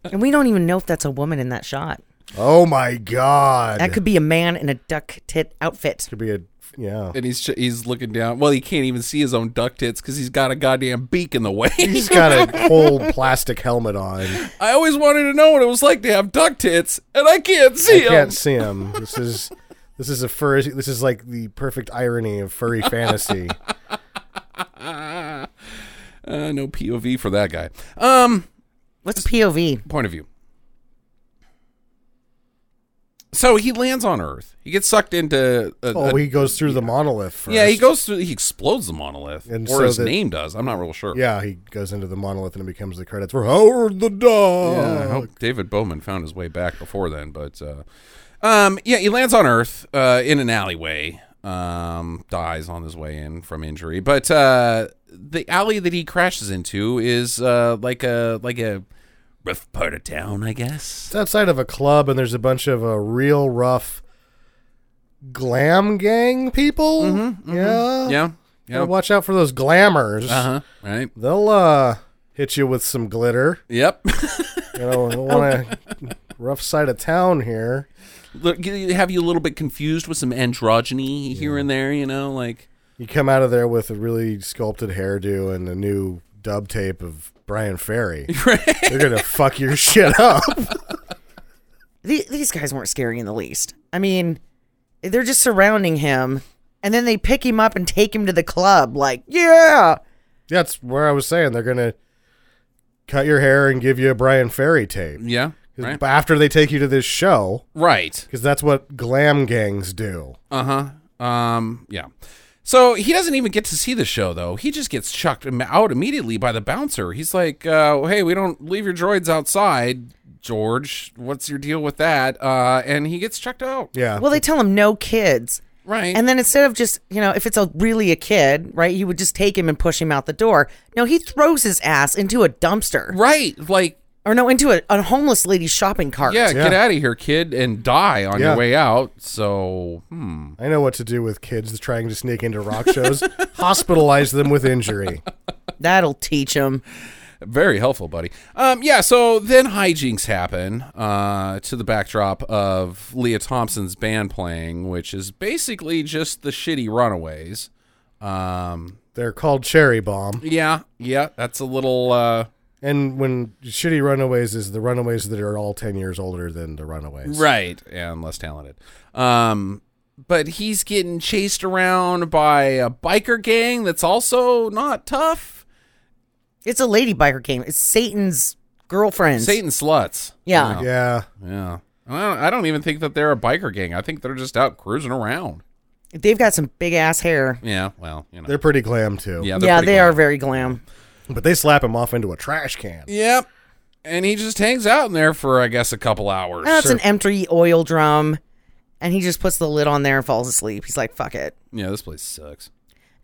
[SPEAKER 8] And we don't even know if that's a woman in that shot.
[SPEAKER 7] oh my God.
[SPEAKER 8] That could be a man in a duck tit outfit.
[SPEAKER 7] could be a. Yeah.
[SPEAKER 1] And he's he's looking down. Well, he can't even see his own duck tits because he's got a goddamn beak in the way.
[SPEAKER 7] He's got a whole plastic helmet on.
[SPEAKER 1] I always wanted to know what it was like to have duck tits, and I can't see
[SPEAKER 7] I
[SPEAKER 1] them.
[SPEAKER 7] can't see him. This is this is a furry. This is like the perfect irony of furry fantasy.
[SPEAKER 1] Uh, no POV for that guy. Um,
[SPEAKER 8] What's POV?
[SPEAKER 1] point of view. So he lands on Earth. He gets sucked into. A,
[SPEAKER 7] Oh,
[SPEAKER 1] a-
[SPEAKER 7] he goes through the monolith. First.
[SPEAKER 1] yeah, he goes through. He explodes the monolith,
[SPEAKER 7] And
[SPEAKER 1] or
[SPEAKER 7] so
[SPEAKER 1] his
[SPEAKER 7] that-
[SPEAKER 1] name does. I'm not real sure.
[SPEAKER 7] Yeah, he goes into the monolith and it becomes the credits for Howard the Dog.
[SPEAKER 1] Yeah, I hope David Bowman found his way back before then, but uh, um, yeah, he lands on Earth uh, in an alleyway, um, dies on his way in from injury. But uh, the alley that he crashes into is uh, like a like a rough part of town, I guess.
[SPEAKER 7] It's outside of a club and there's a bunch of uh, real rough glam gang people.
[SPEAKER 1] Mm-hmm, Yeah,
[SPEAKER 7] Yeah.
[SPEAKER 1] yeah,
[SPEAKER 7] Gotta watch out for those glammers.
[SPEAKER 1] uh huh, right,
[SPEAKER 7] They'll uh, hit you with some glitter.
[SPEAKER 1] yep.
[SPEAKER 7] You know, don't want to rough side of town here.
[SPEAKER 1] Look, Have you a little bit confused with some androgyny here and there? You know, like
[SPEAKER 7] You come out of there with a really sculpted hairdo and a new dub tape of Brian Ferry. They're gonna fuck your shit up.
[SPEAKER 8] The- These guys weren't scary in the least. I mean, they're just surrounding him, and then they pick him up and take him to the club. Like, yeah,
[SPEAKER 7] That's where I was saying they're gonna cut your hair and give you a Brian Ferry tape.
[SPEAKER 1] yeah,
[SPEAKER 7] 'Cause
[SPEAKER 1] right,
[SPEAKER 7] After they take you to this show,
[SPEAKER 1] right.
[SPEAKER 7] because that's what glam gangs do.
[SPEAKER 1] Uh huh. Um. Yeah. So he doesn't even get to see the show though. He just gets chucked im- out immediately by the bouncer. He's like, uh, "Hey, we don't leave your droids outside, George. What's your deal with that?" Uh, and he gets chucked out.
[SPEAKER 7] Yeah.
[SPEAKER 8] Well, they tell him no kids.
[SPEAKER 1] Right.
[SPEAKER 8] And then instead of just, you know, if it's a really a kid, right, you would just take him and push him out the door. No, he throws his ass into a dumpster.
[SPEAKER 1] right. Like,
[SPEAKER 8] Or no, into a, a homeless lady's shopping cart.
[SPEAKER 1] yeah, get
[SPEAKER 7] Yeah.
[SPEAKER 1] out of here, kid, and die on
[SPEAKER 7] Yeah.
[SPEAKER 1] your way out. So, hmm.
[SPEAKER 7] I know what to do with kids trying to sneak into rock shows. Hospitalize them with injury.
[SPEAKER 8] That'll teach him.
[SPEAKER 1] Very helpful, buddy. Um, yeah, so then hijinks happen uh, to the backdrop of Leah Thompson's band playing, which is basically just the shitty Runaways. Um,
[SPEAKER 7] They're called Cherry Bomb.
[SPEAKER 1] yeah, yeah, that's a little. Uh,
[SPEAKER 7] And when shitty runaways is the runaways that are all 10 years older than the runaways.
[SPEAKER 1] Right. And less talented. Um, but he's getting chased around by a biker gang that's also not tough.
[SPEAKER 8] It's a lady biker game. It's Satan's girlfriend.
[SPEAKER 1] Satan sluts.
[SPEAKER 8] Yeah.
[SPEAKER 7] Yeah.
[SPEAKER 1] Yeah. I don't, I don't even think that they're a biker gang. I think they're just out cruising around.
[SPEAKER 8] They've got some big ass hair.
[SPEAKER 1] Yeah, well, you know.
[SPEAKER 7] They're pretty glam too.
[SPEAKER 1] yeah,
[SPEAKER 8] yeah,
[SPEAKER 1] pretty
[SPEAKER 8] they
[SPEAKER 1] glam.
[SPEAKER 8] are very glam.
[SPEAKER 7] But they slap him off into a trash can.
[SPEAKER 1] Yep. And he just hangs out in there for, I guess, a couple hours.
[SPEAKER 8] That's an empty oil drum. And he just puts the lid on there and falls asleep. He's like, fuck it.
[SPEAKER 1] yeah, this place sucks.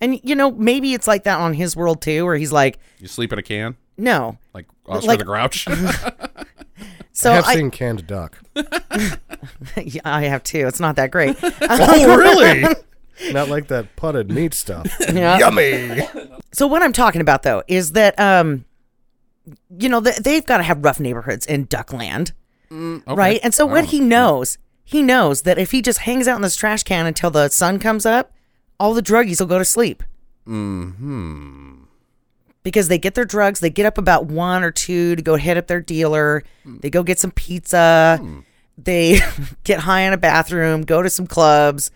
[SPEAKER 8] And, you know, maybe it's like that on his world too, where he's like,
[SPEAKER 1] You sleep in a can,
[SPEAKER 8] no.
[SPEAKER 1] like Oscar
[SPEAKER 8] Like-
[SPEAKER 1] the Grouch.
[SPEAKER 8] So
[SPEAKER 7] I have
[SPEAKER 8] I,
[SPEAKER 7] seen canned duck.
[SPEAKER 8] Yeah, I have too. It's not that great.
[SPEAKER 7] oh, really? Not like that putted meat stuff. Yummy.
[SPEAKER 8] so what I'm talking about though is that um, you know, th- they've got to have rough neighborhoods in Duckland, right? And so what he knows, he knows that if he just hangs out in this trash can until the sun comes up, all the druggies will go to sleep. Hmm. Because they get their drugs, they get up about one or two to go hit up their dealer. They go get some pizza. They get high in a bathroom, go to some clubs,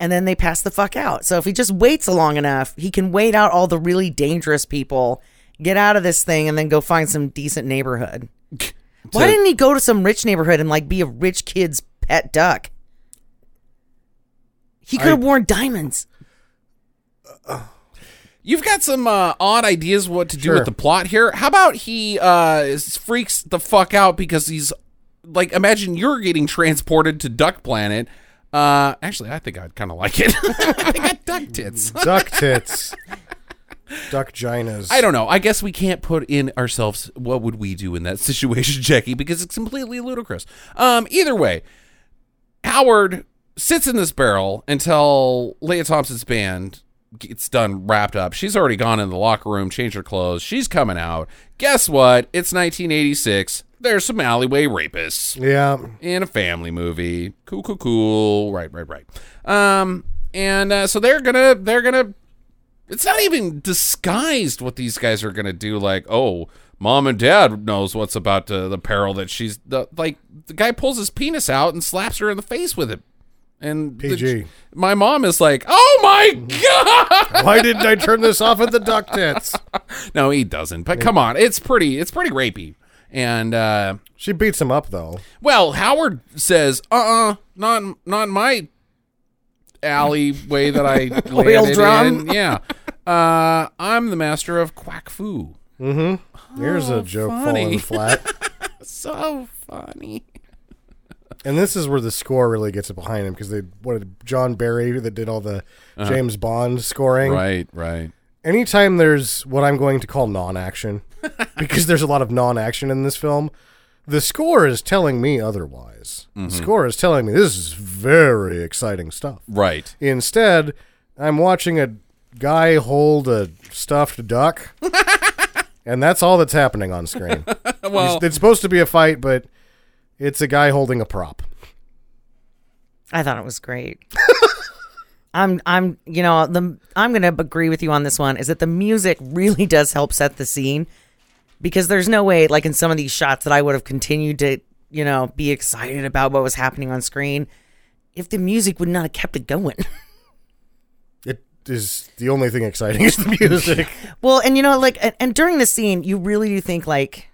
[SPEAKER 8] and then they pass the fuck out. So if he just waits long enough, he can wait out all the really dangerous people, get out of this thing, and then go find some decent neighborhood. Why didn't he go to some rich neighborhood and like be a rich kid's pet duck? He could have worn diamonds.
[SPEAKER 1] You've got some uh, odd ideas what to do
[SPEAKER 7] Sure.
[SPEAKER 1] with the plot here. How about he uh, is- freaks the fuck out because he's like, imagine you're getting transported to Duck Planet. Uh, actually, I think I'd kind of like it. I think I got duck tits.
[SPEAKER 7] duck tits. Duck ginas.
[SPEAKER 1] I don't know. I guess we can't put in ourselves what would we do in that situation, Jackie, because it's completely ludicrous. Um, either way, Howard sits in this barrel until Leah Thompson's band gets done wrapped up. She's already gone in the locker room, changed her clothes. She's coming out. Guess what? It's 1986. There's some alleyway rapists
[SPEAKER 7] Yeah.
[SPEAKER 1] in a family movie. Cool, cool, cool. Right, right, right. Um, and uh, so they're gonna they're gonna. It's not even disguised what these guys are gonna do. Like, oh, mom and dad knows what's about to, the peril that she's the, like. The guy pulls his penis out and slaps her in the face with it. And the-
[SPEAKER 7] PG.
[SPEAKER 1] my mom is like, "Oh my god!"
[SPEAKER 7] Why didn't I turn this off at the duck tits?
[SPEAKER 1] No, he doesn't. But come on, it's pretty. It's pretty rapey. And uh,
[SPEAKER 7] She beats him up though.
[SPEAKER 1] Well, Howard says, "Uh, uh not in- not in my alleyway that I landed
[SPEAKER 8] drum.
[SPEAKER 1] in. Yeah, uh, I'm the master of quack foo.
[SPEAKER 7] Here's a joke
[SPEAKER 1] funny.
[SPEAKER 7] falling flat.
[SPEAKER 1] So funny.
[SPEAKER 7] and this is where the score really gets it behind him because they what John Barry that did all the James Bond scoring.
[SPEAKER 1] Right, right.
[SPEAKER 7] anytime there's what I'm going to call non-action, because there's a lot of non-action in this film, the score is telling me otherwise. The score is telling me this is very exciting stuff.
[SPEAKER 1] Right.
[SPEAKER 7] Instead, I'm watching a guy hold a stuffed duck, and that's all that's happening on screen.
[SPEAKER 1] Well,
[SPEAKER 7] it's supposed to be a fight, but it's a guy holding a prop.
[SPEAKER 8] I thought it was great. I'm I'm you know the I'm going to agree with you on this one is that the music really does help set the scene because there's no way like in some of these shots that I would have continued to you know be excited about what was happening on screen if the music would not have kept it going.
[SPEAKER 7] It is the only thing exciting is the music.
[SPEAKER 8] well, and you know like and, and during the scene you really do think like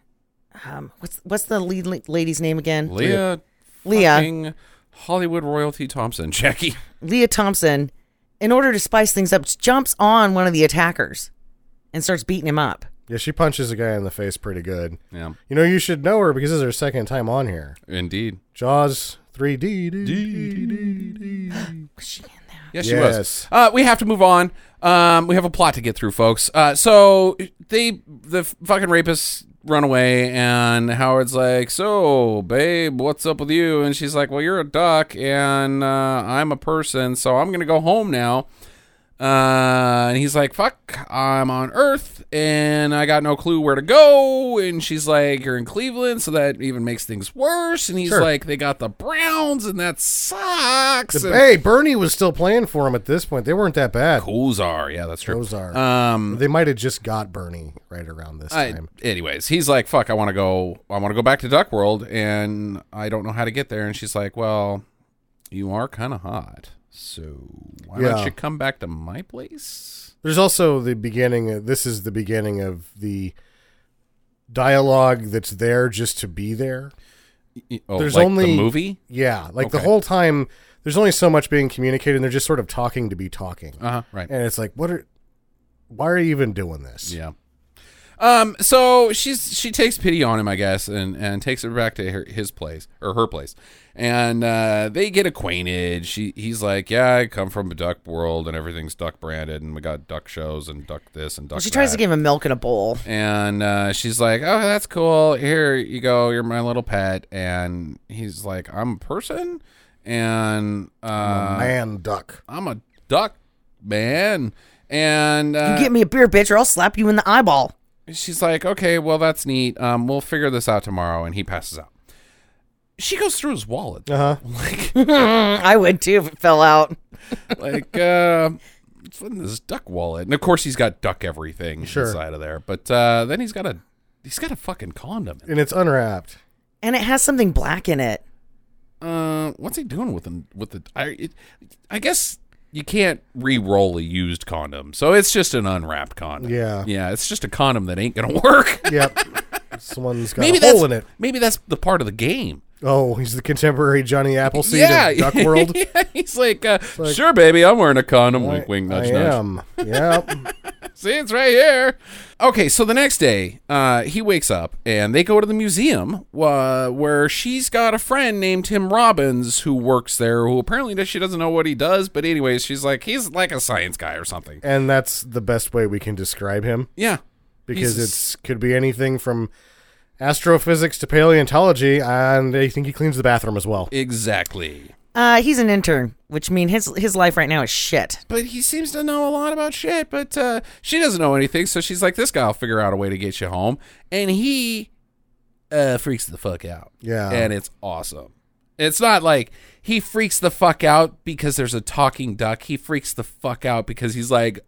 [SPEAKER 8] um what's what's the lead la- lady's name again?
[SPEAKER 1] Leah,
[SPEAKER 8] Leah.
[SPEAKER 1] fucking Hollywood royalty Thompson, Jackie.
[SPEAKER 8] Leah Thompson, in order to spice things up, jumps on one of the attackers and starts beating him up.
[SPEAKER 7] yeah, she punches a guy in the face pretty good.
[SPEAKER 1] Yeah,
[SPEAKER 7] You know, you should know her because this is her second time on here.
[SPEAKER 1] indeed.
[SPEAKER 7] Jaws 3D.
[SPEAKER 8] Was she in there?
[SPEAKER 1] Yes, she was.
[SPEAKER 7] Yes.
[SPEAKER 1] Uh, we have to move on. Um, we have a plot to get through, folks. Uh, so they, the fucking rapists run away, and Howard's like, "So, babe, what's up with you?" And she's like, "Well, you're a duck, and uh, I'm a person, so I'm gonna go home now." Uh, and he's like, "Fuck, I'm on Earth, and I got no clue where to go." And she's like, "You're in Cleveland, so that even makes things worse." And he's
[SPEAKER 7] Sure.
[SPEAKER 1] like, "They got the Browns, and that sucks." And-
[SPEAKER 7] Hey, Bernie was still playing for him at this point. They weren't that bad.
[SPEAKER 1] Ozar. Yeah, that's true.
[SPEAKER 7] Those are.
[SPEAKER 1] Um,
[SPEAKER 7] they might have just got Bernie right around this
[SPEAKER 1] I,
[SPEAKER 7] time.
[SPEAKER 1] anyways, he's like, "Fuck, I want to go. I want to go back to Duck World, and I don't know how to get there." And she's like, "Well, you are kind of hot, so why
[SPEAKER 7] Yeah.
[SPEAKER 1] don't you come back to my place?"
[SPEAKER 7] There's also the beginning. Of, this is the beginning of the dialogue that's there just to be there.
[SPEAKER 1] Y- Oh,
[SPEAKER 7] There's
[SPEAKER 1] like
[SPEAKER 7] only
[SPEAKER 1] the movie.
[SPEAKER 7] Yeah, like the
[SPEAKER 1] Okay.
[SPEAKER 7] whole time. There's only so much being communicated. and They're just sort of talking to be talking,
[SPEAKER 1] Uh huh. Right.
[SPEAKER 7] and it's like, what are? Why are you even doing this?
[SPEAKER 1] Yeah. Um. So she's she takes pity on him, I guess, and and takes her back to her, his place or her place, and uh, they get acquainted. She he's like, yeah, I come from a duck world, and everything's duck branded, and we got duck shows and duck this and duck.
[SPEAKER 8] Well, she tries to
[SPEAKER 1] that."
[SPEAKER 8] give him milk in a bowl.
[SPEAKER 1] And uh, she's like, oh, that's cool. Here you go. You're my little pet. And he's like, I'm a person, and uh,
[SPEAKER 7] Man, duck.
[SPEAKER 1] I'm a duck man. And uh,
[SPEAKER 8] You get me a beer, bitch, or I'll slap you in the eyeball.
[SPEAKER 1] she's like, okay, well, that's neat. Um, we'll figure this out tomorrow. And he passes out. She goes through his wallet.
[SPEAKER 7] Uh huh.
[SPEAKER 8] Mm, I would too if it fell out.
[SPEAKER 1] Like, uh, it's in this duck wallet. And of course, he's got duck everything
[SPEAKER 7] Sure.
[SPEAKER 1] inside of there. But uh, then he's got a he's got a fucking condom. In
[SPEAKER 7] And it's unwrapped.
[SPEAKER 8] And it has something black in it.
[SPEAKER 1] Uh, what's he doing with the with the? I it, I guess you can't re-roll a used condom, so it's just an unwrapped condom.
[SPEAKER 7] Yeah.
[SPEAKER 1] yeah, it's just a condom that ain't gonna work.
[SPEAKER 7] Yep. Someone's got
[SPEAKER 1] maybe
[SPEAKER 7] a
[SPEAKER 1] that's
[SPEAKER 7] hole in it.
[SPEAKER 1] maybe that's the part of the game.
[SPEAKER 7] Oh, he's the contemporary Johnny Appleseed
[SPEAKER 1] yeah,
[SPEAKER 7] of Duck World.
[SPEAKER 1] Yeah, he's like, uh, sure, baby, I'm wearing a condom. wink, wink, nudge,
[SPEAKER 7] I
[SPEAKER 1] nudge.
[SPEAKER 7] am. Yep.
[SPEAKER 1] See, it's right here. Okay, so the next day, uh, he wakes up and they go to the museum uh, where she's got a friend named Tim Robbins who works there, who apparently does, she doesn't know what he does, but anyways, she's like, he's like a science guy or something.
[SPEAKER 7] and that's the best way we can describe him
[SPEAKER 1] Yeah.
[SPEAKER 7] because
[SPEAKER 1] He's-
[SPEAKER 7] it's could be anything from astrophysics to paleontology, and I think he cleans the bathroom as well.
[SPEAKER 1] Exactly.
[SPEAKER 8] Uh, he's an intern, which means his his life right now is shit.
[SPEAKER 1] But he seems to know a lot about shit, but uh, she doesn't know anything, so she's like, this guy will figure out a way to get you home. And he uh, freaks the fuck out.
[SPEAKER 7] Yeah.
[SPEAKER 1] And it's awesome. It's not like he freaks the fuck out because there's a talking duck. He freaks the fuck out because he's like,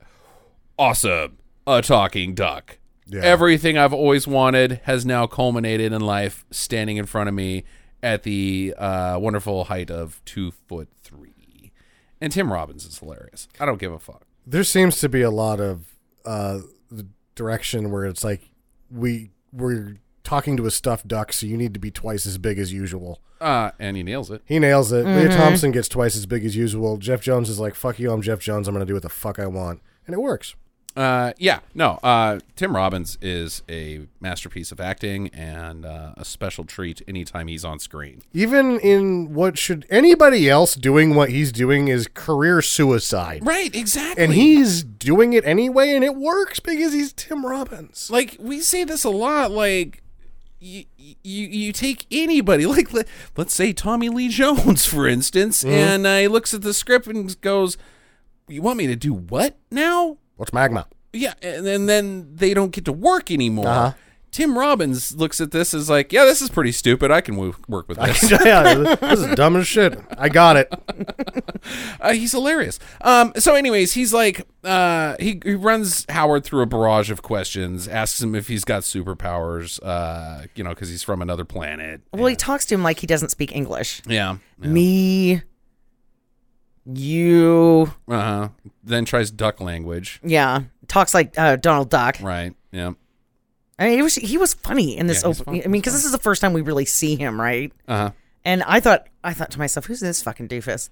[SPEAKER 1] awesome, a talking duck.
[SPEAKER 7] Yeah.
[SPEAKER 1] Everything I've always wanted has now culminated in life standing in front of me at the uh, wonderful height of two foot three. And Tim Robbins is hilarious. I don't give a fuck.
[SPEAKER 7] There seems to be a lot of uh, the direction where it's like we we're talking to a stuffed duck, so you need to be twice as big as usual.
[SPEAKER 1] Uh, and he nails it.
[SPEAKER 7] He nails it. Leah
[SPEAKER 1] Mm-hmm.
[SPEAKER 7] Thompson gets twice as big as usual. Jeff Jones is like, "Fuck you, I'm Jeff Jones. I'm gonna do what the fuck I want," and it works.
[SPEAKER 1] Uh, yeah, no. Uh, Tim Robbins is a masterpiece of acting and uh, a special treat anytime he's on screen.
[SPEAKER 7] Even in what should anybody else doing what he's doing is career suicide.
[SPEAKER 1] Right, exactly.
[SPEAKER 7] And he's doing it anyway, and it works because he's Tim Robbins.
[SPEAKER 1] like we say this a lot like you, you you take anybody like let, let's say Tommy Lee Jones for instance and uh, he looks at the script and goes you want me to do what now
[SPEAKER 7] What's magma?
[SPEAKER 1] yeah and, then then they don't get to work anymore
[SPEAKER 7] Uh-huh.
[SPEAKER 1] Tim Robbins looks at this as like yeah this is pretty stupid I can wo- work with this
[SPEAKER 7] yeah, this is dumb as shit. I got it.
[SPEAKER 1] Uh, he's hilarious. Um, so, anyways, he's like, uh, he, he runs Howard through a barrage of questions, asks him if he's got superpowers, uh, you know, because he's from another planet.
[SPEAKER 8] Well, he talks to him like he doesn't speak English.
[SPEAKER 1] Yeah.
[SPEAKER 8] Me, you,
[SPEAKER 1] Uh huh. Then tries duck language.
[SPEAKER 8] yeah, talks like uh, Donald Duck.
[SPEAKER 1] Right. Yeah.
[SPEAKER 8] I mean, it was he was funny in this
[SPEAKER 1] Yeah, he's
[SPEAKER 8] open.
[SPEAKER 1] fun.
[SPEAKER 8] I mean, because this is the first time we really see him, right?
[SPEAKER 1] Uh
[SPEAKER 8] And I thought, I thought to myself, who's this fucking doofus?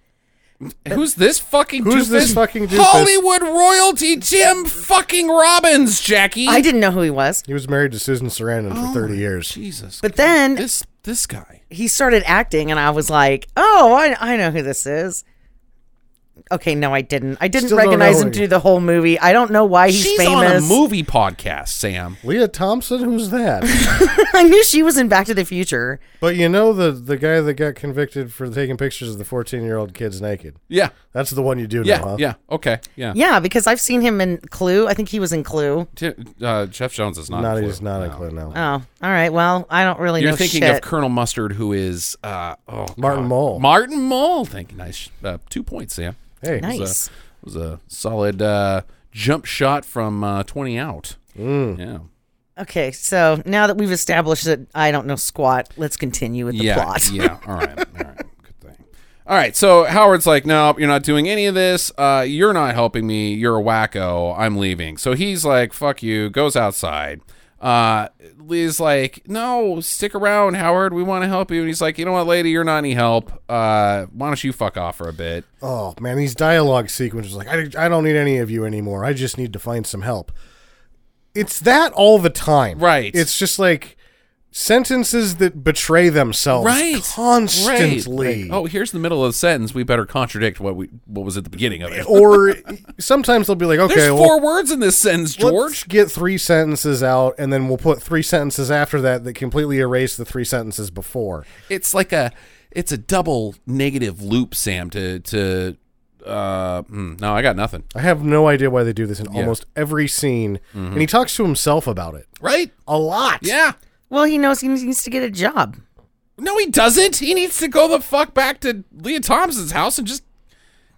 [SPEAKER 1] huh. Who's this fucking?
[SPEAKER 7] Who's
[SPEAKER 1] doofus?
[SPEAKER 7] this fucking doofus?
[SPEAKER 1] Hollywood royalty Tim fucking Robbins, Jackie.
[SPEAKER 8] I didn't know who he was,
[SPEAKER 7] He was married to Susan Sarandon
[SPEAKER 1] Oh,
[SPEAKER 7] for 30 years.
[SPEAKER 1] Jesus.
[SPEAKER 8] but then
[SPEAKER 1] this this guy.
[SPEAKER 8] he started acting, and I was like, oh, I, I know who this is. Okay, no, I didn't. I didn't
[SPEAKER 7] Still don't
[SPEAKER 8] recognize
[SPEAKER 7] know
[SPEAKER 8] him
[SPEAKER 7] who he-
[SPEAKER 8] through the whole movie. I don't know why he's
[SPEAKER 1] She's on a
[SPEAKER 8] famous.
[SPEAKER 1] movie podcast, Sam.
[SPEAKER 7] Leah Thompson, who's that?
[SPEAKER 8] I knew she was in Back to the Future.
[SPEAKER 7] but you know the the guy that got convicted for taking pictures of the 14 year old kids naked.
[SPEAKER 1] Yeah.
[SPEAKER 7] That's the one you do
[SPEAKER 1] Yeah.
[SPEAKER 7] know, huh?
[SPEAKER 1] Yeah. Okay. Yeah.
[SPEAKER 8] Yeah, because I've seen him in Clue. I think he was in Clue.
[SPEAKER 1] Ti- Uh, Jeff Jones is not.
[SPEAKER 7] Not
[SPEAKER 1] a
[SPEAKER 7] he's
[SPEAKER 1] clue.
[SPEAKER 7] not
[SPEAKER 1] No.
[SPEAKER 7] a clue now.
[SPEAKER 8] Oh, all right. Well, I don't really
[SPEAKER 1] You're
[SPEAKER 8] know
[SPEAKER 1] thinking
[SPEAKER 8] shit.
[SPEAKER 1] of Colonel Mustard, who is uh, oh,
[SPEAKER 7] Martin
[SPEAKER 1] God.
[SPEAKER 7] Mull.
[SPEAKER 1] Martin Mull. Thank you. Nice. Uh, two points, Sam.
[SPEAKER 7] hey,
[SPEAKER 1] It was a-
[SPEAKER 8] nice.
[SPEAKER 1] it was a solid uh, jump shot from uh, 20 out.
[SPEAKER 7] Mm.
[SPEAKER 1] Yeah.
[SPEAKER 8] Okay, so now that we've established that I don't know squat, let's continue with the
[SPEAKER 1] yeah.
[SPEAKER 8] plot.
[SPEAKER 1] yeah. All right. All right. Good thing. All right. So Howard's like, no, you're not doing any of this. Uh, you're not helping me. You're a wacko. I'm leaving. So he's like, fuck you. Goes outside. Uh, Lee's like, no, stick around, Howard. We want to help you. And he's like, you know what, lady, you're not any help. Uh, why don't you fuck off for a bit?
[SPEAKER 7] Oh man, these dialogue sequences like I, I don't need any of you anymore. I just need to find some help. It's that all the time.
[SPEAKER 1] Right.
[SPEAKER 7] It's just like sentences that betray themselves
[SPEAKER 1] Right.
[SPEAKER 7] Oh, constantly.
[SPEAKER 1] Right. Like, oh, here's the middle of the sentence. We better contradict what we what was at the beginning of it.
[SPEAKER 7] or sometimes they'll be like, Oh, okay,
[SPEAKER 1] There's
[SPEAKER 7] well,
[SPEAKER 1] four words in this sentence,
[SPEAKER 7] let's
[SPEAKER 1] George.
[SPEAKER 7] get three sentences out, and then we'll put three sentences after that that completely erase the three sentences before.
[SPEAKER 1] It's like a it's a double negative loop, Sam. To to uh, hmm, no, I got nothing.
[SPEAKER 7] I have no idea why they do this in almost every scene, and he talks to himself about it
[SPEAKER 1] Right?
[SPEAKER 7] a lot.
[SPEAKER 1] Mm-hmm. Yeah.
[SPEAKER 8] Well, he knows he needs to get a job.
[SPEAKER 1] No, he doesn't. He needs to go the fuck back to Leah Thompson's house and just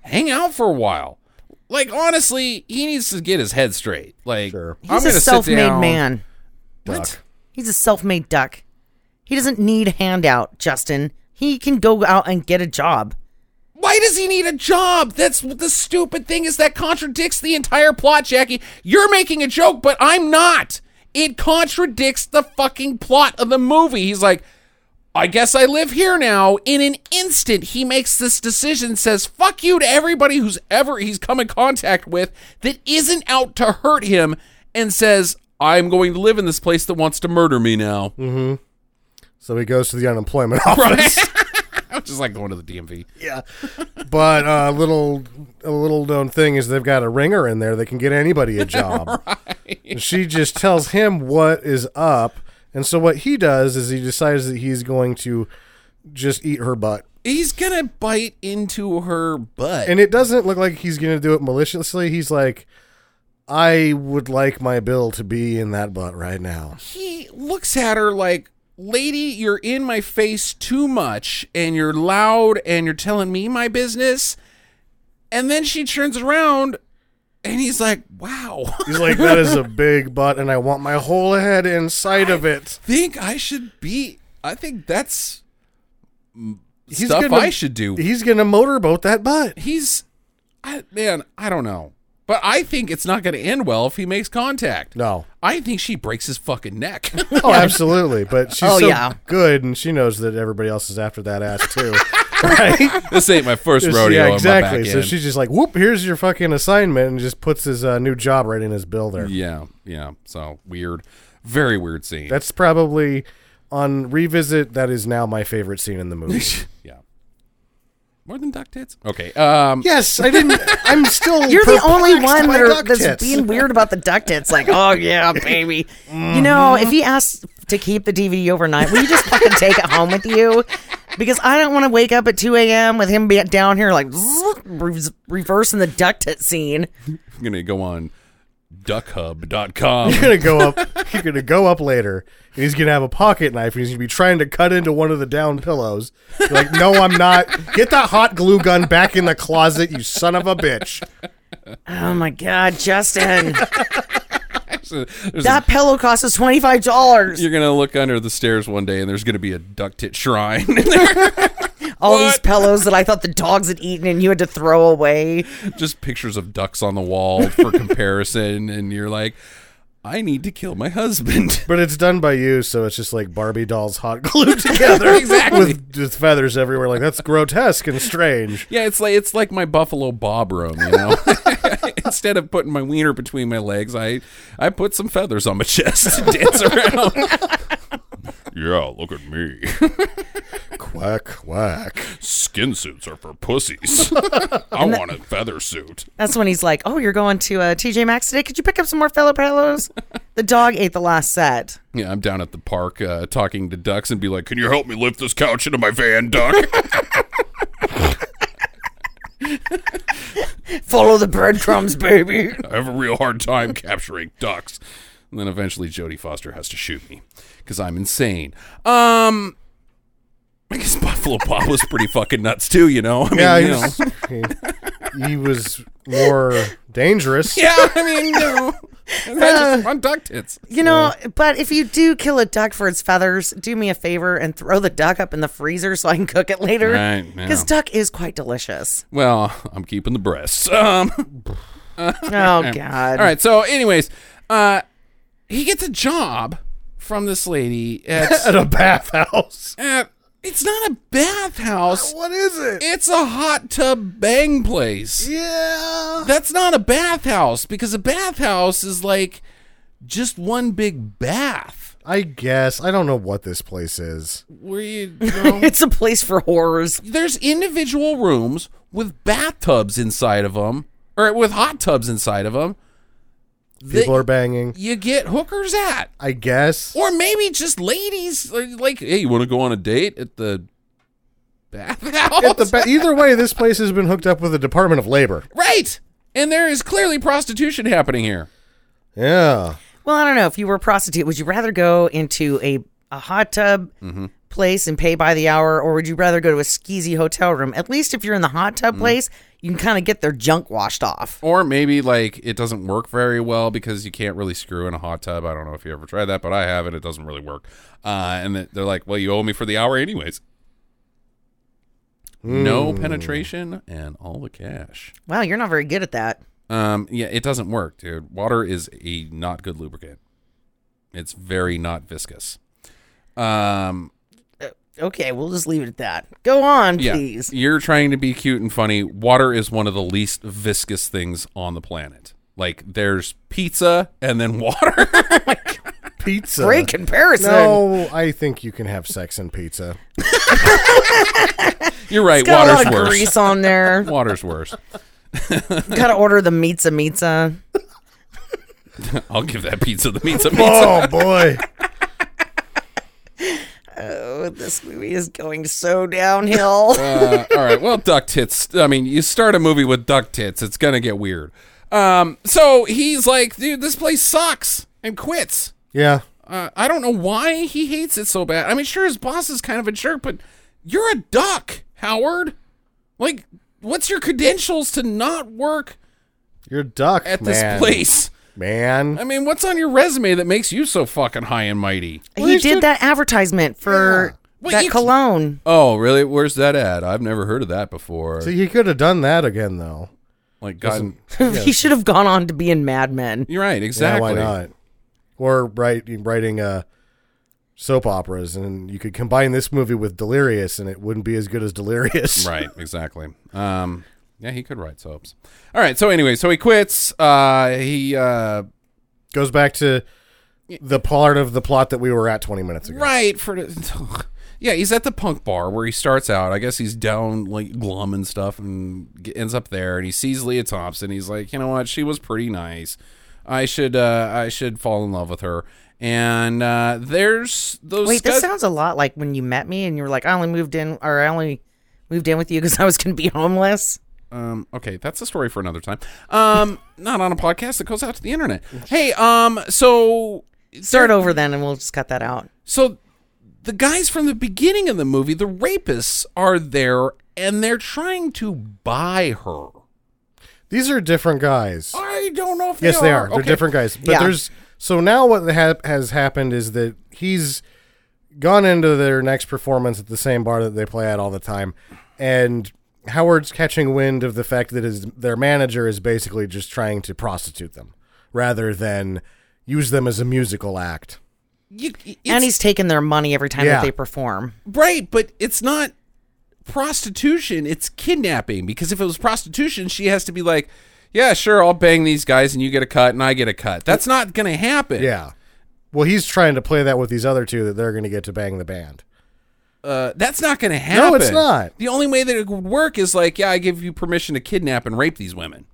[SPEAKER 1] hang out for a while. Like honestly, he needs to get his head straight. Like
[SPEAKER 7] Sure.
[SPEAKER 1] I'm
[SPEAKER 8] He's
[SPEAKER 1] gonna
[SPEAKER 8] a
[SPEAKER 1] sit
[SPEAKER 8] self-made
[SPEAKER 1] down.
[SPEAKER 8] man.
[SPEAKER 1] What?
[SPEAKER 8] He's a self-made duck. He doesn't need a handout, Justin. He can go out and get a job.
[SPEAKER 1] Why does he need a job? That's the stupid thing is that contradicts the entire plot, Jackie. You're making a joke, but I'm not. It contradicts the fucking plot of the movie. He's like, I guess I live here now. In an instant, he makes this decision, says fuck you to everybody who's ever he's come in contact with that isn't out to hurt him, and says, I'm going to live in this place that wants to murder me now.
[SPEAKER 7] So he goes to the unemployment office.
[SPEAKER 1] I was just like going to the DMV.
[SPEAKER 7] Yeah. But a little a little known thing is they've got a ringer in there that can get anybody a job. And She just tells him what is up. And so what he does is he decides that he's going to just eat her butt.
[SPEAKER 1] He's gonna bite into her butt.
[SPEAKER 7] And it doesn't look like he's going to do it maliciously. He's like I would like my bill to be in that butt right now.
[SPEAKER 1] he looks at her like, Lady, you're in my face too much, and you're loud, and you're telling me my business. And then she turns around, and he's like, Wow,
[SPEAKER 7] He's like that is a big butt and I want my whole head inside of it.
[SPEAKER 1] think I should be. I think that's m-
[SPEAKER 7] He's
[SPEAKER 1] stuff
[SPEAKER 7] gonna-
[SPEAKER 1] I should do.
[SPEAKER 7] He's going to motorboat that butt.
[SPEAKER 1] He's, I, man, I don't know. But I think it's not going to end well if he makes contact.
[SPEAKER 7] No.
[SPEAKER 1] I think she breaks his fucking neck.
[SPEAKER 7] Oh, absolutely. But she's
[SPEAKER 8] Oh,
[SPEAKER 7] so
[SPEAKER 8] yeah.
[SPEAKER 7] good, and she knows that everybody else is after that ass too, right?
[SPEAKER 1] this ain't my first
[SPEAKER 7] Just-
[SPEAKER 1] rodeo.
[SPEAKER 7] yeah,
[SPEAKER 1] on my
[SPEAKER 7] exactly.
[SPEAKER 1] back
[SPEAKER 7] So
[SPEAKER 1] end.
[SPEAKER 7] she's just like, "Whoop! Here's your fucking assignment," and just puts his uh, new job right in his bill there.
[SPEAKER 1] Yeah, yeah. So weird, very weird scene.
[SPEAKER 7] That's probably on revisit. That is now my favorite scene in the movie.
[SPEAKER 1] yeah. More than duck tits. Okay. Um.
[SPEAKER 7] yes, I didn't. I'm still.
[SPEAKER 8] You're the only
[SPEAKER 7] perplexed
[SPEAKER 8] one
[SPEAKER 7] by
[SPEAKER 8] that are,
[SPEAKER 7] duck
[SPEAKER 8] that's
[SPEAKER 7] tits.
[SPEAKER 8] being weird about the duck tits. Like, oh yeah, baby. You know, if he asks to keep the DVD overnight, will you just fucking take it home with you? Because I don't want to wake up at 2 a.m. with him be- down here like zzz, re- reversing the duck tit scene.
[SPEAKER 1] I'm gonna go on duckhub.com.
[SPEAKER 7] You're gonna go up. You're gonna go up later, and he's gonna have a pocket knife, and he's gonna be trying to cut into one of the down pillows. You're like, no, I'm not. Get that hot glue gun back in the closet, you son of a bitch.
[SPEAKER 8] Oh my God, Justin.
[SPEAKER 1] There's a-
[SPEAKER 8] that pillow costs us $25.
[SPEAKER 1] you're gonna look under the stairs one day, and there's gonna be a duck tit shrine. in there.
[SPEAKER 8] All these
[SPEAKER 1] What?
[SPEAKER 8] pillows that I thought the dogs had eaten and you had to throw away.
[SPEAKER 1] Just pictures of ducks on the wall for comparison, and you're like, I need to kill my husband.
[SPEAKER 7] But it's done by you, so it's just like Barbie dolls hot glued together,
[SPEAKER 1] Exactly.
[SPEAKER 7] with, with feathers everywhere. Like that's grotesque and strange.
[SPEAKER 1] Yeah, it's like it's like my Buffalo Bob room, you know. Instead of putting my wiener between my legs, I I put some feathers on my chest to dance around. yeah, look at me.
[SPEAKER 7] Quack quack.
[SPEAKER 1] Skin suits are for pussies. I want a feather suit.
[SPEAKER 8] That's when he's like, "Oh, you're going to uh, TJ Maxx today? Could you pick up some more fellow pillows?" the dog ate the last set.
[SPEAKER 1] Yeah, I'm down at the park uh, talking to ducks and be like, "Can you help me lift this couch into my van, duck?"
[SPEAKER 8] Follow the breadcrumbs, baby.
[SPEAKER 1] I have a real hard time capturing ducks. And then eventually Jodie Foster has to shoot me because I'm insane. Um, I guess Buffalo Bob was pretty fucking nuts too, you know. I mean,
[SPEAKER 7] Yeah,
[SPEAKER 1] you
[SPEAKER 7] he
[SPEAKER 1] know.
[SPEAKER 7] was, he, he was more dangerous.
[SPEAKER 1] yeah. I mean, no. And then
[SPEAKER 7] Uh.
[SPEAKER 1] just on duck tits.
[SPEAKER 8] You know, but if you do kill a duck for its feathers, do me a favor and throw the duck up in the freezer so I can cook it later.
[SPEAKER 1] Right, yeah.
[SPEAKER 8] Because duck is quite delicious.
[SPEAKER 1] Well, I'm keeping the breasts. Um.
[SPEAKER 8] Oh God!
[SPEAKER 1] All right. So, anyways, uh, he gets a job from this lady at.
[SPEAKER 7] At a bathhouse.
[SPEAKER 1] at it's not a bathhouse.
[SPEAKER 7] What is it?
[SPEAKER 1] It's a hot tub bang place.
[SPEAKER 7] Yeah.
[SPEAKER 1] That's not a bathhouse because a bathhouse is like just one big bath
[SPEAKER 7] I guess I don't know what this place is.
[SPEAKER 1] where you, you know,
[SPEAKER 8] It's a place for horrors.
[SPEAKER 1] there's individual rooms with bathtubs inside of them or with hot tubs inside of them.
[SPEAKER 7] People are banging.
[SPEAKER 1] You get hookers at,
[SPEAKER 7] I guess.
[SPEAKER 1] or maybe just ladies like, hey, you want to go on a date at the bathhouse?
[SPEAKER 7] At the ba- either way, this place has been hooked up with the Department of Labor.
[SPEAKER 1] right, and there is clearly prostitution happening here.
[SPEAKER 7] Yeah.
[SPEAKER 8] Well, I don't know. If you were a prostitute, would you rather go into a, a hot tub place and pay by the hour, or would you rather go to a skeezy hotel room? At least if you're in the hot tub place, you can kind of get their junk washed off.
[SPEAKER 1] Or maybe like it doesn't work very well because you can't really screw in a hot tub. I don't know if you ever tried that, but I have and it doesn't really work. Uh, and th- they're like, "Well, you owe me for the hour, anyways." No penetration and all the cash.
[SPEAKER 8] Wow, you're not very good at that.
[SPEAKER 1] Um, yeah, it doesn't work, dude. Water is a not good lubricant. It's very not viscous. Um,
[SPEAKER 8] Okay, we'll just leave it at that. Go on, please.
[SPEAKER 1] You're trying to be cute and funny. Water is one of the least viscous things on the planet. Like there's pizza and then water.
[SPEAKER 8] Oh
[SPEAKER 7] Pizza.
[SPEAKER 8] Great comparison.
[SPEAKER 7] No, I think you can have sex and pizza.
[SPEAKER 1] You're right.
[SPEAKER 8] Got a lot
[SPEAKER 1] Water's
[SPEAKER 8] of
[SPEAKER 1] worse.
[SPEAKER 8] grease on there.
[SPEAKER 1] Water's worse.
[SPEAKER 8] Gotta order the pizza pizza.
[SPEAKER 1] I'll give that pizza the pizza pizza.
[SPEAKER 7] Oh boy.
[SPEAKER 8] Oh, this movie is going so downhill.
[SPEAKER 1] Uh, all right. Well, duck tits. I mean, you start a movie with duck tits, it's gonna get weird. Um, so he's like, dude, this place sucks, and quits.
[SPEAKER 7] Yeah.
[SPEAKER 1] Uh, I don't know why he hates it so bad. I mean, sure, his boss is kind of a jerk, but you're a duck, Howard. Like, what's your credentials to not work
[SPEAKER 7] You're a duck
[SPEAKER 1] at
[SPEAKER 7] man.
[SPEAKER 1] this place?
[SPEAKER 7] Man.
[SPEAKER 1] I mean, what's on your resume that makes you so fucking high and mighty?
[SPEAKER 8] he did that advertisement for
[SPEAKER 1] Well,
[SPEAKER 8] that
[SPEAKER 1] you-
[SPEAKER 8] cologne.
[SPEAKER 1] Oh, really? Where's that at? I've never heard of that before.
[SPEAKER 7] See, he could have done that again though.
[SPEAKER 1] like, gotten.
[SPEAKER 8] he should have gone on to be in Mad Men.
[SPEAKER 1] You're right. Exactly.
[SPEAKER 7] Yeah, why not? Or write writing uh, soap operas, and you could combine this movie with Delirious, and it wouldn't be as good as Delirious.
[SPEAKER 1] Right, exactly. Um, yeah, he could write soaps. All right, so anyway, so he quits. Uh, he uh,
[SPEAKER 7] Goes back to the part of the plot that we were at 20 minutes ago.
[SPEAKER 1] right for yeah, he's at the punk bar where he starts out. I guess he's down like glum and stuff, and g- ends up there. And he sees Leah Thompson. He's like, you know what? She was pretty nice. I should uh, I should fall in love with her. And uh, there's those.
[SPEAKER 8] Wait, this
[SPEAKER 1] scu-
[SPEAKER 8] sounds a lot like when you met me and you were like, I only moved in, or I only moved in with you because I was going to be homeless.
[SPEAKER 1] Um, okay, that's a story for another time. Um, not on a podcast that goes out to the internet. Hey, um, so
[SPEAKER 8] Start over then and we'll just cut that out.
[SPEAKER 1] So the guys from the beginning of the movie, the rapists, are there and they're trying to buy her.
[SPEAKER 7] These are different guys.
[SPEAKER 1] I don't know if
[SPEAKER 7] yes, they are.
[SPEAKER 1] Okay.
[SPEAKER 7] They're different guys. But
[SPEAKER 8] Yeah.
[SPEAKER 7] there's so now what ha- has happened is that he's gone into their next performance at the same bar that they play at all the time, and Howard's catching wind of the fact that his their manager is basically just trying to prostitute them rather than use them as a musical act.
[SPEAKER 1] You- it's-
[SPEAKER 8] and he's taking their money every time
[SPEAKER 7] Yeah.
[SPEAKER 8] that they perform.
[SPEAKER 1] right, but it's not prostitution; it's kidnapping. Because if it was prostitution, she has to be like, "Yeah, sure, I'll bang these guys, and you get a cut, and I get a cut." That's not going to happen.
[SPEAKER 7] Yeah. Well, he's trying to play that with these other two that they're going to get to bang the band.
[SPEAKER 1] Uh, that's not going to happen.
[SPEAKER 7] it's not.
[SPEAKER 1] The only way that it would work is like, "Yeah, I give you permission to kidnap and rape these women."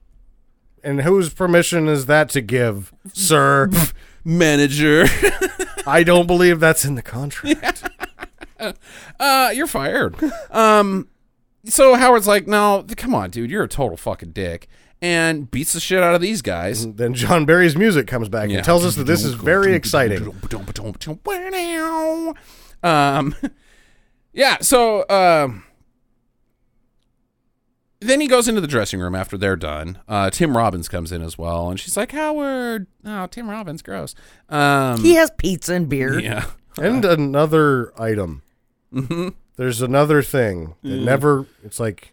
[SPEAKER 7] And whose permission is that to give, sir?
[SPEAKER 1] Manager.
[SPEAKER 7] I don't believe that's in the contract.
[SPEAKER 1] uh, you're fired. um, so Howard's like, no, th- come on, dude, you're a total fucking dick, and beats the shit out of these guys.
[SPEAKER 7] Then John Barry's music comes back
[SPEAKER 1] Yeah.
[SPEAKER 7] and tells us that this is very exciting.
[SPEAKER 1] Um, yeah. So um, then he goes into the dressing room after they're done. Uh, Tim Robbins comes in as well, and she's like, Howard, oh, Tim Robbins, gross. Um,
[SPEAKER 8] He has pizza and beer.
[SPEAKER 1] yeah.
[SPEAKER 7] And another item. There's another thing. It never. It's like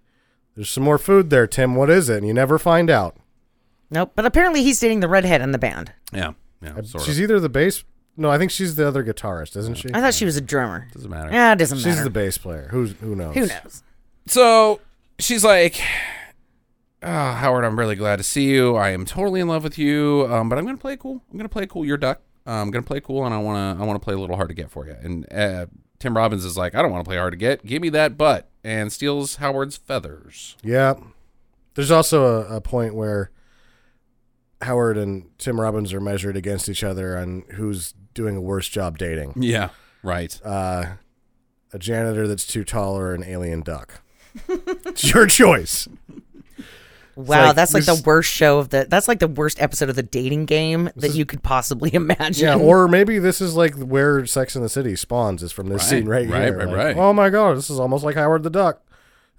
[SPEAKER 7] there's some more food there, Tim. What is it? And you never find out.
[SPEAKER 8] Nope. But apparently he's dating the redhead in the band.
[SPEAKER 1] Yeah. Yeah. Sort
[SPEAKER 7] She's
[SPEAKER 1] of.
[SPEAKER 7] either the bass. No, I think she's the other guitarist, isn't she?
[SPEAKER 8] I thought she was a drummer.
[SPEAKER 1] Doesn't matter.
[SPEAKER 8] Yeah, it doesn't
[SPEAKER 7] She's
[SPEAKER 8] matter.
[SPEAKER 7] the bass player. Who's who knows?
[SPEAKER 8] Who knows?
[SPEAKER 1] so she's like oh, howard i'm really glad to see you i am totally in love with you um, but i'm gonna play it cool i'm gonna play it cool you're duck uh, i'm gonna play it cool and i want to i want to play a little hard to get for you and uh, tim robbins is like i don't want to play hard to get give me that butt and steals howard's feathers
[SPEAKER 7] Yeah. There's also a, a point where Howard and Tim Robbins are measured against each other on who's doing a worse job dating.
[SPEAKER 1] yeah right
[SPEAKER 7] uh, a janitor that's too tall or an alien duck. it's your choice.
[SPEAKER 8] Wow,
[SPEAKER 7] like
[SPEAKER 8] that's like the
[SPEAKER 7] this-
[SPEAKER 8] worst show of the. That's like the worst episode of the dating game that you could possibly imagine.
[SPEAKER 7] Yeah, or maybe this is like where Sex in the City spawns is from this
[SPEAKER 1] Right,
[SPEAKER 7] scene right,
[SPEAKER 1] right,
[SPEAKER 7] here.
[SPEAKER 1] right,
[SPEAKER 7] Like,
[SPEAKER 1] right.
[SPEAKER 7] Oh my god, this is almost like Howard the Duck.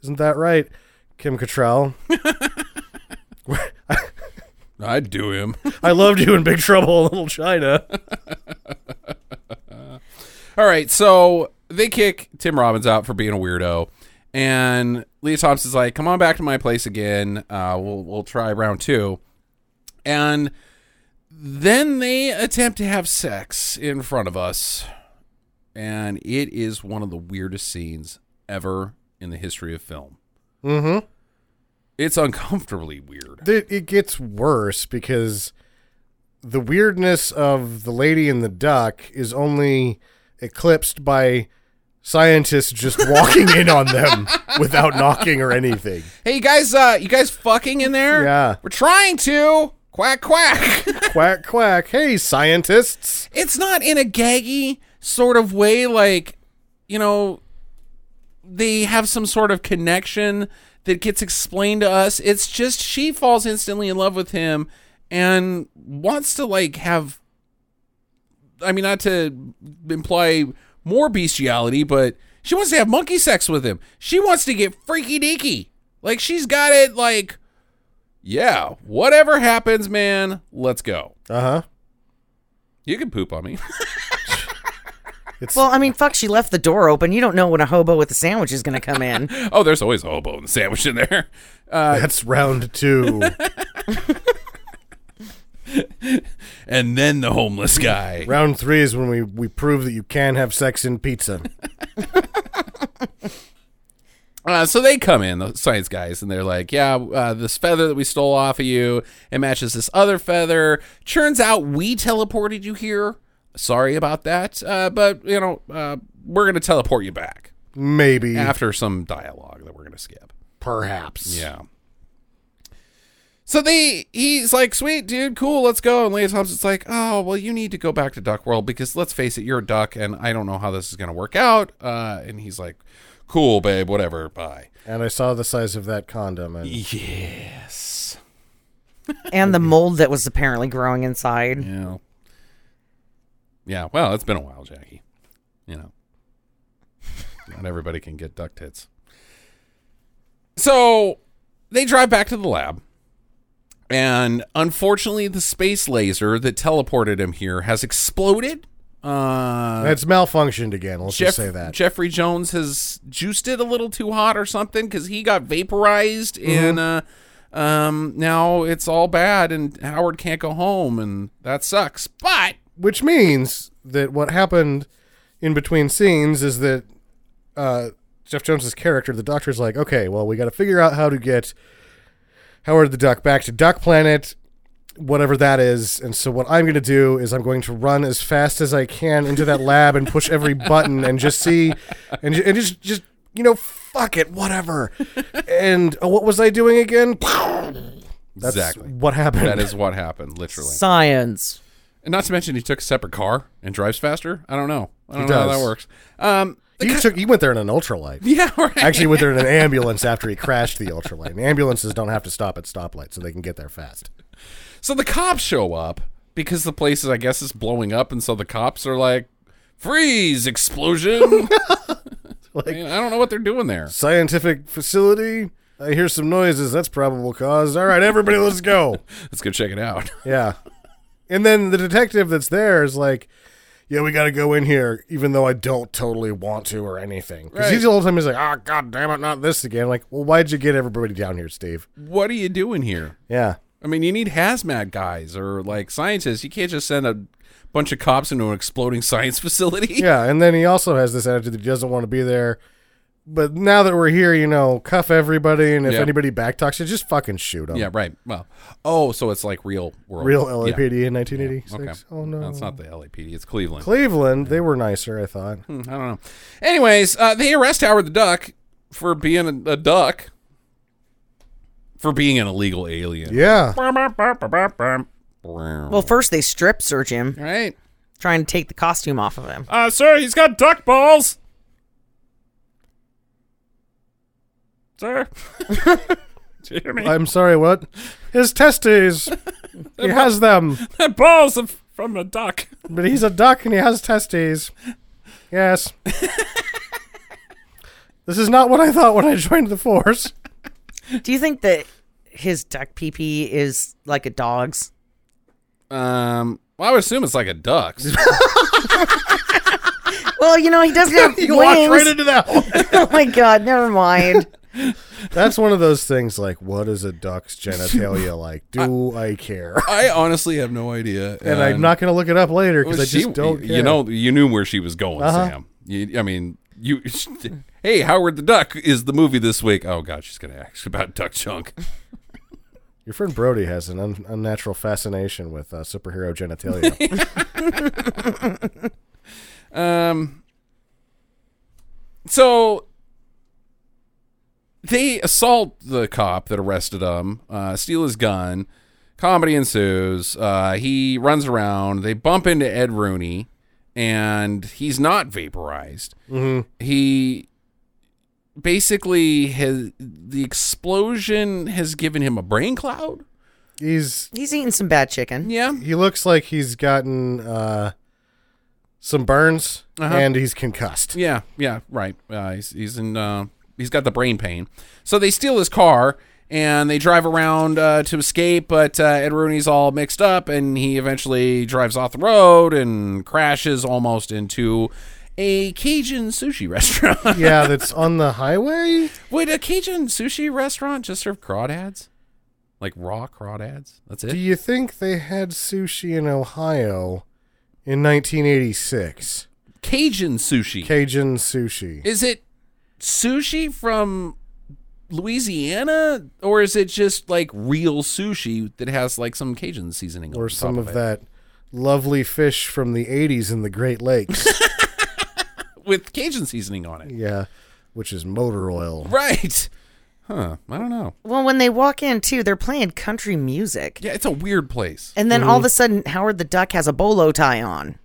[SPEAKER 7] Isn't that right, Kim Cattrall?
[SPEAKER 1] i'd do him
[SPEAKER 7] I loved you in Big Trouble in Little China.
[SPEAKER 1] All right, so they kick Tim Robbins out for being a weirdo, and Leah Thompson's like, "Come on back to my place again. Uh, we'll we'll try round two. and then they attempt to have sex in front of us, and it is one of the weirdest scenes ever in the history of film.
[SPEAKER 7] Mm-hmm.
[SPEAKER 1] It's uncomfortably weird.
[SPEAKER 7] It, it gets worse because the weirdness of the lady and the duck is only eclipsed by scientists just walking in on them without knocking or anything.
[SPEAKER 1] Hey, you guys, uh, you guys fucking in there?
[SPEAKER 7] Yeah.
[SPEAKER 1] We're trying to. Quack, quack.
[SPEAKER 7] Quack quack. Hey, scientists.
[SPEAKER 1] it's not in a gaggy sort of way like you know they have some sort of connection that gets explained to us it's just she falls instantly in love with him and wants to like have i mean not to imply more bestiality but she wants to have monkey sex with him she wants to get freaky deaky like she's got it like yeah whatever happens man let's go
[SPEAKER 7] Uh huh.
[SPEAKER 1] you can poop on me
[SPEAKER 8] Well, I mean, fuck, she left the door open. You don't know when a hobo with a sandwich is going to come in.
[SPEAKER 1] Oh, there's always a hobo and sandwich in there. Uh,
[SPEAKER 7] That's round two.
[SPEAKER 1] and then the homeless guy.
[SPEAKER 7] round three is when we, we prove that you can have sex in pizza.
[SPEAKER 1] Uh, so they come in, the science guys, and they're like, yeah, uh, this feather that we stole off of you, it matches this other feather. Turns out we teleported you here. Sorry about that. Uh, but, you know, uh, we're going to teleport you back
[SPEAKER 7] Maybe.
[SPEAKER 1] after some dialogue that we're going to skip.
[SPEAKER 7] Perhaps.
[SPEAKER 1] Yeah. So they he's like, sweet dude, cool, let's go. And Leah Thompson's like, oh well, you need to go back to Duck World because let's face it, you're a duck, and I don't know how this is gonna work out. Uh, and he's like, cool, babe, whatever, bye.
[SPEAKER 7] And I saw the size of that condom. And
[SPEAKER 1] Yes.
[SPEAKER 8] and the mold that was apparently growing inside.
[SPEAKER 1] Yeah. Yeah. Well, it's been a while, Jackie. You know, not everybody can get duck tits. So they drive back to the lab, and unfortunately, the space laser that teleported him here has exploded. Uh,
[SPEAKER 7] it's malfunctioned again. Let's
[SPEAKER 1] Jeff-
[SPEAKER 7] just say that.
[SPEAKER 1] Jeffrey Jones has juiced it a little too hot or something because he got vaporized and
[SPEAKER 7] Mm-hmm.
[SPEAKER 1] uh, um, now it's all bad and Howard can't go home and that sucks. But
[SPEAKER 7] Which means that what happened in between scenes is that uh, Jeff Jones's character, the doctor's like, okay, well, we got to figure out how to get Howard the Duck back to Duck Planet, whatever that is. And so what I'm going to do is I'm going to run as fast as I can into that lab and push every button and just see, and, ju- and just just you know, fuck it, whatever. And oh, what was I doing again? That's
[SPEAKER 1] exactly
[SPEAKER 7] what happened.
[SPEAKER 1] that is what happened, literally.
[SPEAKER 8] Science.
[SPEAKER 1] And not to mention he took a separate car and drives faster. I don't know. I don't
[SPEAKER 7] He
[SPEAKER 1] know how
[SPEAKER 7] does.
[SPEAKER 1] that works. Um,
[SPEAKER 7] he took. He went there in an ultralight.
[SPEAKER 1] yeah, right.
[SPEAKER 7] Actually, went there in an ambulance after he crashed the ultralight. And ambulances don't have to stop at stoplights, so they can get there fast.
[SPEAKER 1] So the cops show up because the place is, I guess, is blowing up, and so the cops are like, "Freeze! Explosion!" I, mean, I don't know what they're doing there.
[SPEAKER 7] Scientific facility. I hear some noises. That's probable cause. All right, everybody, let's go.
[SPEAKER 1] Let's go check it out.
[SPEAKER 7] Yeah. And then the detective that's there is like, yeah, we got to go in here, even though I don't totally want to or anything. Because he's the whole time he's like, oh, god damn it, not this again. Like, well, why'd you get everybody down here, Steve?
[SPEAKER 1] what are you doing here?
[SPEAKER 7] Yeah.
[SPEAKER 1] I mean, you need hazmat guys or like scientists. You can't just send a bunch of cops into an exploding science facility.
[SPEAKER 7] Yeah. And then he also has this attitude that he doesn't want to be there. But now that we're here, you know, cuff everybody. And if
[SPEAKER 1] Yeah.
[SPEAKER 7] anybody back talks, you, just fucking shoot them.
[SPEAKER 1] Yeah, right. Well, oh, so it's like real world.
[SPEAKER 7] Real
[SPEAKER 1] Yeah.
[SPEAKER 7] LAPD in
[SPEAKER 1] Okay.
[SPEAKER 7] 1986. Oh, no.
[SPEAKER 1] That's not Hmm. the LAPD. It's Cleveland.
[SPEAKER 7] Cleveland, they were nicer, I thought.
[SPEAKER 1] I don't know. Anyways, uh, they arrest Howard the Duck for being a, a duck, for being an illegal alien.
[SPEAKER 7] Yeah.
[SPEAKER 1] All
[SPEAKER 8] Well, first they strip search him,
[SPEAKER 1] right.
[SPEAKER 8] trying to take the costume off of him.
[SPEAKER 1] Uh, sir, he's got duck balls. Sir. Do you hear me?
[SPEAKER 7] I'm sorry, what? His testes. he has them.
[SPEAKER 1] The balls of, from a duck.
[SPEAKER 7] But he's a duck and he has testes. Yes. this is not what I thought when I joined the force.
[SPEAKER 8] Do you think that his duck pee pee is like a dog's?
[SPEAKER 1] Um, well, I would assume it's like a duck.
[SPEAKER 8] Well, you know, he doesn't have
[SPEAKER 7] You walked
[SPEAKER 8] wings.
[SPEAKER 7] right into that one.
[SPEAKER 8] oh my god, never mind.
[SPEAKER 7] That's one of those things like, what is a duck's genitalia like? Do I, care?
[SPEAKER 1] I honestly have no idea.
[SPEAKER 7] And I'm not going to look it up later because
[SPEAKER 1] Well,
[SPEAKER 7] I
[SPEAKER 1] she-
[SPEAKER 7] just don't
[SPEAKER 1] y-
[SPEAKER 7] care.
[SPEAKER 1] You know, you knew where she was going,
[SPEAKER 7] Uh-huh.
[SPEAKER 1] Sam. You, I mean, you. hey, Howard the Duck is the movie this week. Oh God, she's gonna ask about Duck Chunk.
[SPEAKER 7] your friend Brody has an un- unnatural fascination with uh, superhero genitalia.
[SPEAKER 1] Um. So they assault the cop that arrested him, uh, steal his gun. Comedy ensues. Uh, he runs around. They bump into Ed Rooney, and he's not vaporized. He basically has the explosion has given him a brain cloud.
[SPEAKER 7] He's
[SPEAKER 8] He's eating some bad chicken.
[SPEAKER 1] Yeah,
[SPEAKER 7] he looks like he's gotten uh, some burns and he's concussed.
[SPEAKER 1] Uh-huh. Yeah, yeah, right. Uh, he's he's in uh, he's got the brain pain. So they steal his car and they drive around uh, to escape, but uh, Ed Rooney's all mixed up, and he eventually drives off the road and crashes almost into a Cajun sushi restaurant.
[SPEAKER 7] yeah, that's on the highway.
[SPEAKER 1] Would a Cajun sushi restaurant just serve crawdads? Like raw crawdads? That's
[SPEAKER 7] Do
[SPEAKER 1] it.
[SPEAKER 7] you think they had sushi in Ohio in 1986?
[SPEAKER 1] Cajun sushi.
[SPEAKER 7] Cajun sushi.
[SPEAKER 1] Is it sushi from Louisiana, or is it just like real sushi that has like some Cajun seasoning on
[SPEAKER 7] Or
[SPEAKER 1] top
[SPEAKER 7] some of
[SPEAKER 1] it?
[SPEAKER 7] that lovely fish from the 80s in the Great Lakes.
[SPEAKER 1] with Cajun seasoning on it?
[SPEAKER 7] yeah, which is motor oil.
[SPEAKER 1] Right? Huh? I don't know.
[SPEAKER 8] Well, when they walk in too, they're playing country music.
[SPEAKER 1] Yeah, Mm. it's a weird place.
[SPEAKER 8] And then all of a sudden Howard the Duck has a bolo tie on.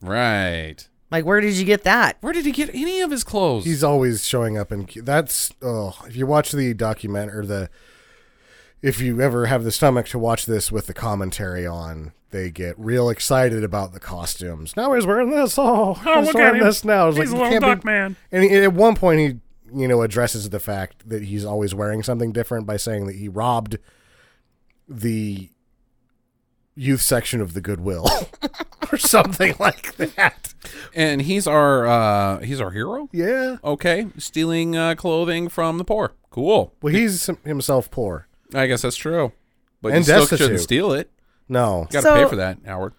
[SPEAKER 1] Right?
[SPEAKER 8] Like where did you get that?
[SPEAKER 1] Where did he get any of his clothes?
[SPEAKER 7] He's always showing up in. That's. Oh, if you watch the document or the. If you ever have the stomach to watch this with the commentary on, they get real excited about the costumes. Now he's wearing this. Oh, he's
[SPEAKER 5] look at
[SPEAKER 7] wearing
[SPEAKER 5] him.
[SPEAKER 7] this now. It's
[SPEAKER 5] He's
[SPEAKER 7] like,
[SPEAKER 5] a
[SPEAKER 7] you
[SPEAKER 5] little
[SPEAKER 7] can't
[SPEAKER 5] duck
[SPEAKER 7] be-
[SPEAKER 5] man.
[SPEAKER 7] And he, at one point, he you know addresses the fact that he's always wearing something different by saying that he robbed the youth section of the Goodwill or something like that.
[SPEAKER 1] and he's our uh, he's our hero.
[SPEAKER 7] Yeah.
[SPEAKER 1] Okay, stealing uh, clothing from the poor. Cool.
[SPEAKER 7] Well, he's himself poor.
[SPEAKER 1] I guess that's true. But you
[SPEAKER 7] And
[SPEAKER 1] still
[SPEAKER 7] destitute.
[SPEAKER 1] shouldn't steal it.
[SPEAKER 7] No.
[SPEAKER 1] You got to
[SPEAKER 8] So-
[SPEAKER 1] pay for that, Howard.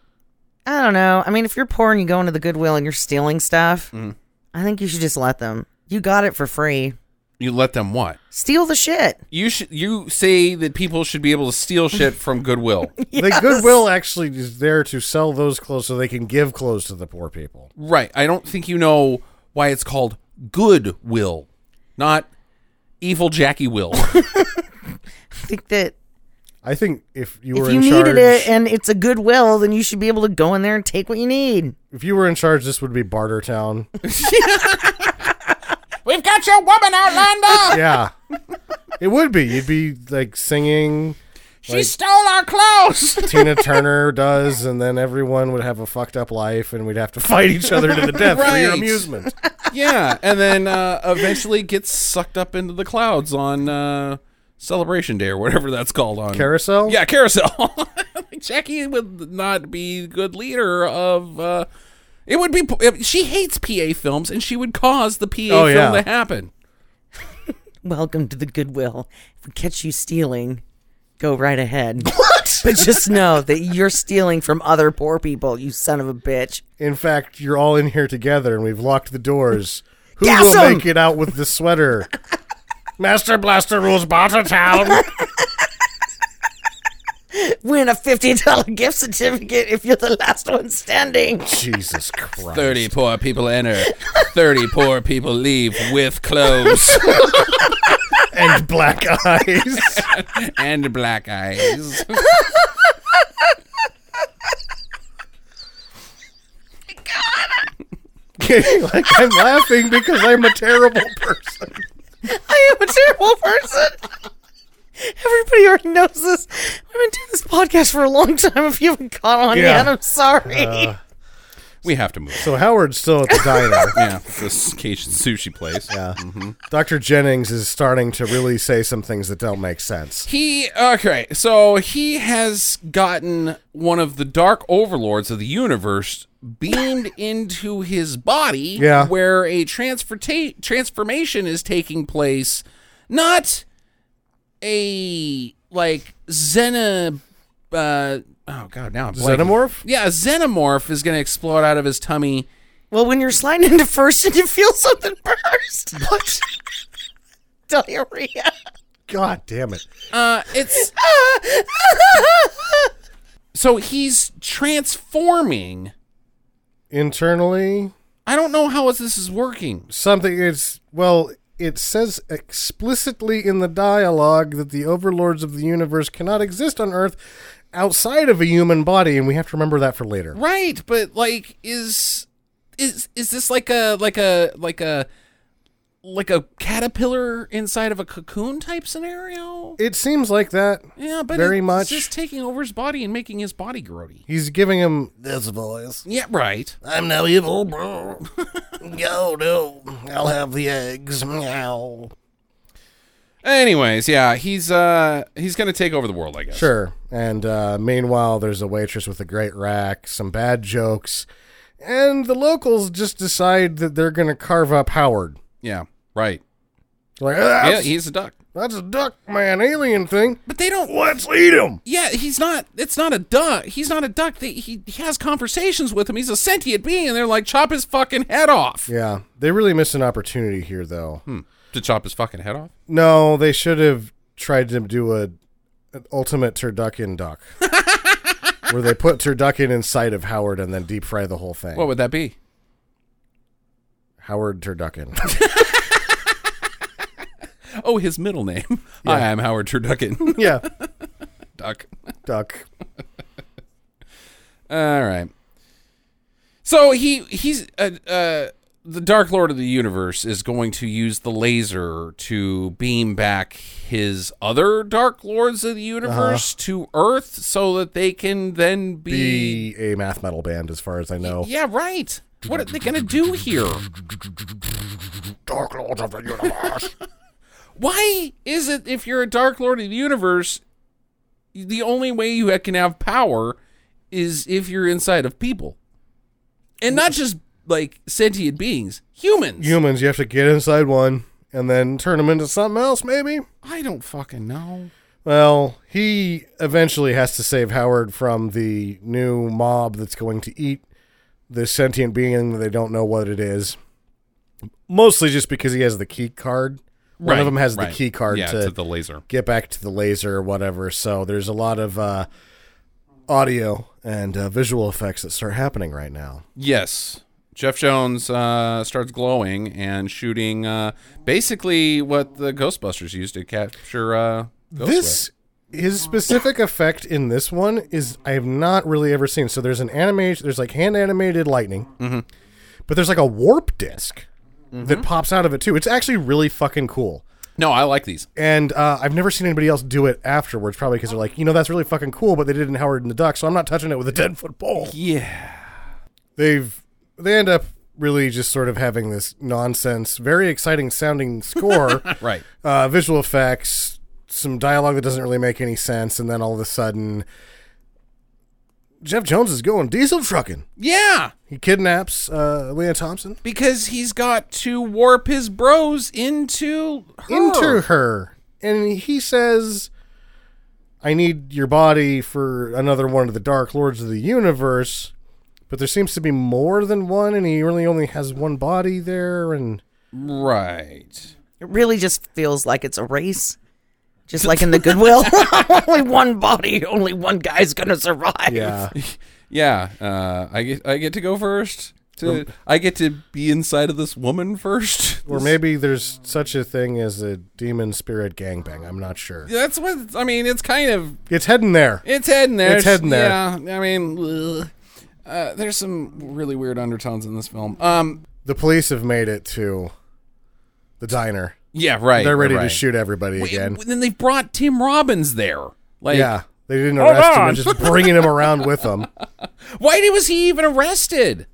[SPEAKER 8] I don't know. I mean, if you're poor and you go into the Goodwill and you're stealing stuff,
[SPEAKER 1] Mm.
[SPEAKER 8] I think you should just let them. You got it for free.
[SPEAKER 1] You let them what?
[SPEAKER 8] Steal the shit.
[SPEAKER 1] You should you say that people should be able to steal shit from Goodwill.
[SPEAKER 7] The Goodwill actually is there to sell those clothes so they can give clothes to the poor people.
[SPEAKER 1] right. I don't think you know why it's called Goodwill, not Evil Jackie Will.
[SPEAKER 8] I think that
[SPEAKER 7] I think if you were
[SPEAKER 8] if you
[SPEAKER 7] in
[SPEAKER 8] needed
[SPEAKER 7] charge,
[SPEAKER 8] it and it's a Goodwill, then you should be able to go in there and take what you need.
[SPEAKER 7] if you were in charge, this would be Barter Town.
[SPEAKER 1] We've got your woman, Outlander.
[SPEAKER 7] yeah, it would be. You'd be like singing
[SPEAKER 1] She stole our clothes.
[SPEAKER 7] Tina Turner does, and then everyone would have a fucked up life, and we'd have to fight each other to the death for your
[SPEAKER 1] Right.
[SPEAKER 7] amusement.
[SPEAKER 1] yeah, and then uh, eventually gets sucked up into the clouds on uh, Celebration Day or whatever that's called on
[SPEAKER 7] Carousel.
[SPEAKER 1] Yeah, carousel. Jackie would not be good leader of. Uh, it would be. She hates PA films, and she would cause the PA
[SPEAKER 7] Oh,
[SPEAKER 1] film
[SPEAKER 7] yeah.
[SPEAKER 1] to happen.
[SPEAKER 8] Welcome to the Goodwill. If we catch you stealing, go right ahead. What? But just know that you're stealing from other poor people, you son of a bitch.
[SPEAKER 7] In fact, you're all in here together, and we've locked the doors. Who
[SPEAKER 8] Gas
[SPEAKER 7] will
[SPEAKER 8] 'em!
[SPEAKER 7] make it out with the sweater?
[SPEAKER 5] Master Blaster rules Barter Town.
[SPEAKER 8] Win a $50 gift certificate if you're the last one standing.
[SPEAKER 7] Jesus Christ!
[SPEAKER 1] 30 poor people enter, 30 poor people leave with clothes
[SPEAKER 7] and black eyes.
[SPEAKER 1] and black eyes.
[SPEAKER 7] like I'm laughing because I'm a terrible person.
[SPEAKER 8] I am a terrible person. Everybody already knows this. I've been doing this podcast for a long time. If you haven't caught on
[SPEAKER 7] Yeah. Uh,
[SPEAKER 8] yet, I'm sorry.
[SPEAKER 1] We have to move.
[SPEAKER 7] So Howard's still at the diner.
[SPEAKER 1] Yeah, this Cajun sushi place. Yeah.
[SPEAKER 7] Dr. Jennings is starting to really say some things that don't make sense.
[SPEAKER 1] He okay, so he has gotten one of the dark overlords of the universe beamed into his body
[SPEAKER 7] Yeah.
[SPEAKER 1] where a transferta- transformation is taking place not a like Xena. Uh, oh god, now I'm blanking.
[SPEAKER 7] Xenomorph?
[SPEAKER 1] Yeah, a xenomorph is going to explode out of his tummy.
[SPEAKER 8] Well, when you're sliding into first and you feel something burst. What? Diarrhea.
[SPEAKER 7] God damn it.
[SPEAKER 1] Uh, it's so he's transforming.
[SPEAKER 7] Internally,
[SPEAKER 1] I don't know how this is working.
[SPEAKER 7] something it's well it says explicitly in the dialogue that the overlords of the universe cannot exist on earth outside of a human body and we have to remember that for later
[SPEAKER 1] Right, but like is is is this like a like a like a like a caterpillar inside of a cocoon type scenario?
[SPEAKER 7] it seems like that
[SPEAKER 1] Yeah, but
[SPEAKER 7] very
[SPEAKER 1] it's
[SPEAKER 7] much
[SPEAKER 1] just taking over his body and making his body grody.
[SPEAKER 7] he's giving him this voice
[SPEAKER 1] Yeah, right.
[SPEAKER 7] i'm no evil bro go no i'll have the eggs meow
[SPEAKER 1] Anyways, yeah, he's uh he's gonna take over the world, I guess.
[SPEAKER 7] Sure. And uh, meanwhile, there's a waitress with a great rack, some bad jokes, and the locals just decide that they're going to carve up Howard.
[SPEAKER 1] Yeah, right.
[SPEAKER 7] Like, "Ah, that's,
[SPEAKER 1] yeah, he's a duck.
[SPEAKER 7] that's a duck man alien thing.
[SPEAKER 1] But they don't.
[SPEAKER 7] Let's eat him.
[SPEAKER 1] Yeah, he's not. It's not a duck. He's not a duck. They, he, he has conversations with him. He's a sentient being, and they're like, chop his fucking head off.
[SPEAKER 7] Yeah, they really missed an opportunity here, though.
[SPEAKER 1] To chop his fucking head off?
[SPEAKER 7] No, they should have tried to do a an ultimate turducken duck, where they put turducken inside of Howard and then deep fry the whole thing.
[SPEAKER 1] What would that be?
[SPEAKER 7] Howard turducken.
[SPEAKER 1] Oh, his middle name. Hi, I'm Howard Turducken.
[SPEAKER 7] yeah,
[SPEAKER 1] duck.
[SPEAKER 7] duck.
[SPEAKER 1] All right. So he he's uh, uh, the Dark Lord of the Universe is going to use the laser to beam back his other Dark Lords of the Universe to Earth, so that they can then be.
[SPEAKER 7] be a math metal band, as far as I know.
[SPEAKER 1] Yeah, right. What are they gonna do here?
[SPEAKER 7] Dark Lords of the Universe.
[SPEAKER 1] Why is it if you're a Dark Lord of the Universe, the only way you can have power is if you're inside of people, and not just like sentient beings, humans.
[SPEAKER 7] Humans, you have to get inside one and then turn them into something else, maybe.
[SPEAKER 1] I don't fucking know.
[SPEAKER 7] Well, he eventually has to save Howard from the new mob that's going to eat this sentient being that they don't know what it is. Mostly just because he has the key card. One of them has the key card
[SPEAKER 1] yeah,
[SPEAKER 7] to,
[SPEAKER 1] the laser.
[SPEAKER 7] get back to the laser or whatever. So there's a lot of uh, audio and uh, visual effects that start happening right now.
[SPEAKER 1] Yes. Jeff Jones uh, starts glowing and shooting uh, basically what the Ghostbusters used to capture uh, Ghost
[SPEAKER 7] this his specific effect in this one is I have not really ever seen. So there's an animation, there's like hand animated lightning, but there's like a warp disk that pops out of it too. It's actually really fucking cool,
[SPEAKER 1] with. No, I like these.
[SPEAKER 7] and uh, I've never seen anybody else do it afterwards. Probably because they're like, you know, that's really fucking cool, but they did it in Howard and the Duck, so I'm not touching it with a ten foot pole.
[SPEAKER 1] Yeah.
[SPEAKER 7] They've they end up really just sort of having this nonsense, very exciting sounding score,
[SPEAKER 1] Right.
[SPEAKER 7] uh, visual effects, some dialogue that doesn't really make any sense, and then all of a sudden, Jeff Jones is going diesel trucking.
[SPEAKER 1] Yeah.
[SPEAKER 7] He kidnaps uh, Leah Thompson
[SPEAKER 1] because he's got to warp his bros into her.
[SPEAKER 7] into her, and he says, "I need your body for another one of the Dark Lords of the Universe." But there seems to be more than one, and he really only has one body there, and.
[SPEAKER 1] right.
[SPEAKER 8] It really just feels like it's a race. Just like in the Goodwill. only one body, only one guy's going to survive.
[SPEAKER 7] Yeah,
[SPEAKER 1] Yeah, uh, I get I get to go first. To I get to be inside of this woman first.
[SPEAKER 7] or maybe there's such a thing as a demon spirit gangbang. I'm not sure.
[SPEAKER 1] That's what I mean. It's kind of
[SPEAKER 7] It's heading there.
[SPEAKER 1] it's heading there.
[SPEAKER 7] It's heading there.
[SPEAKER 1] Yeah, I mean, ugh. uh, there's some really weird undertones in this film. Um,
[SPEAKER 7] The police have made it to the diner.
[SPEAKER 1] yeah, right.
[SPEAKER 7] They're ready
[SPEAKER 1] right.
[SPEAKER 7] to shoot everybody again.
[SPEAKER 1] Then they brought Tim Robbins there. Like,
[SPEAKER 7] yeah, they didn't arrest him. They're just bringing him around with them.
[SPEAKER 1] Why did- was he even arrested?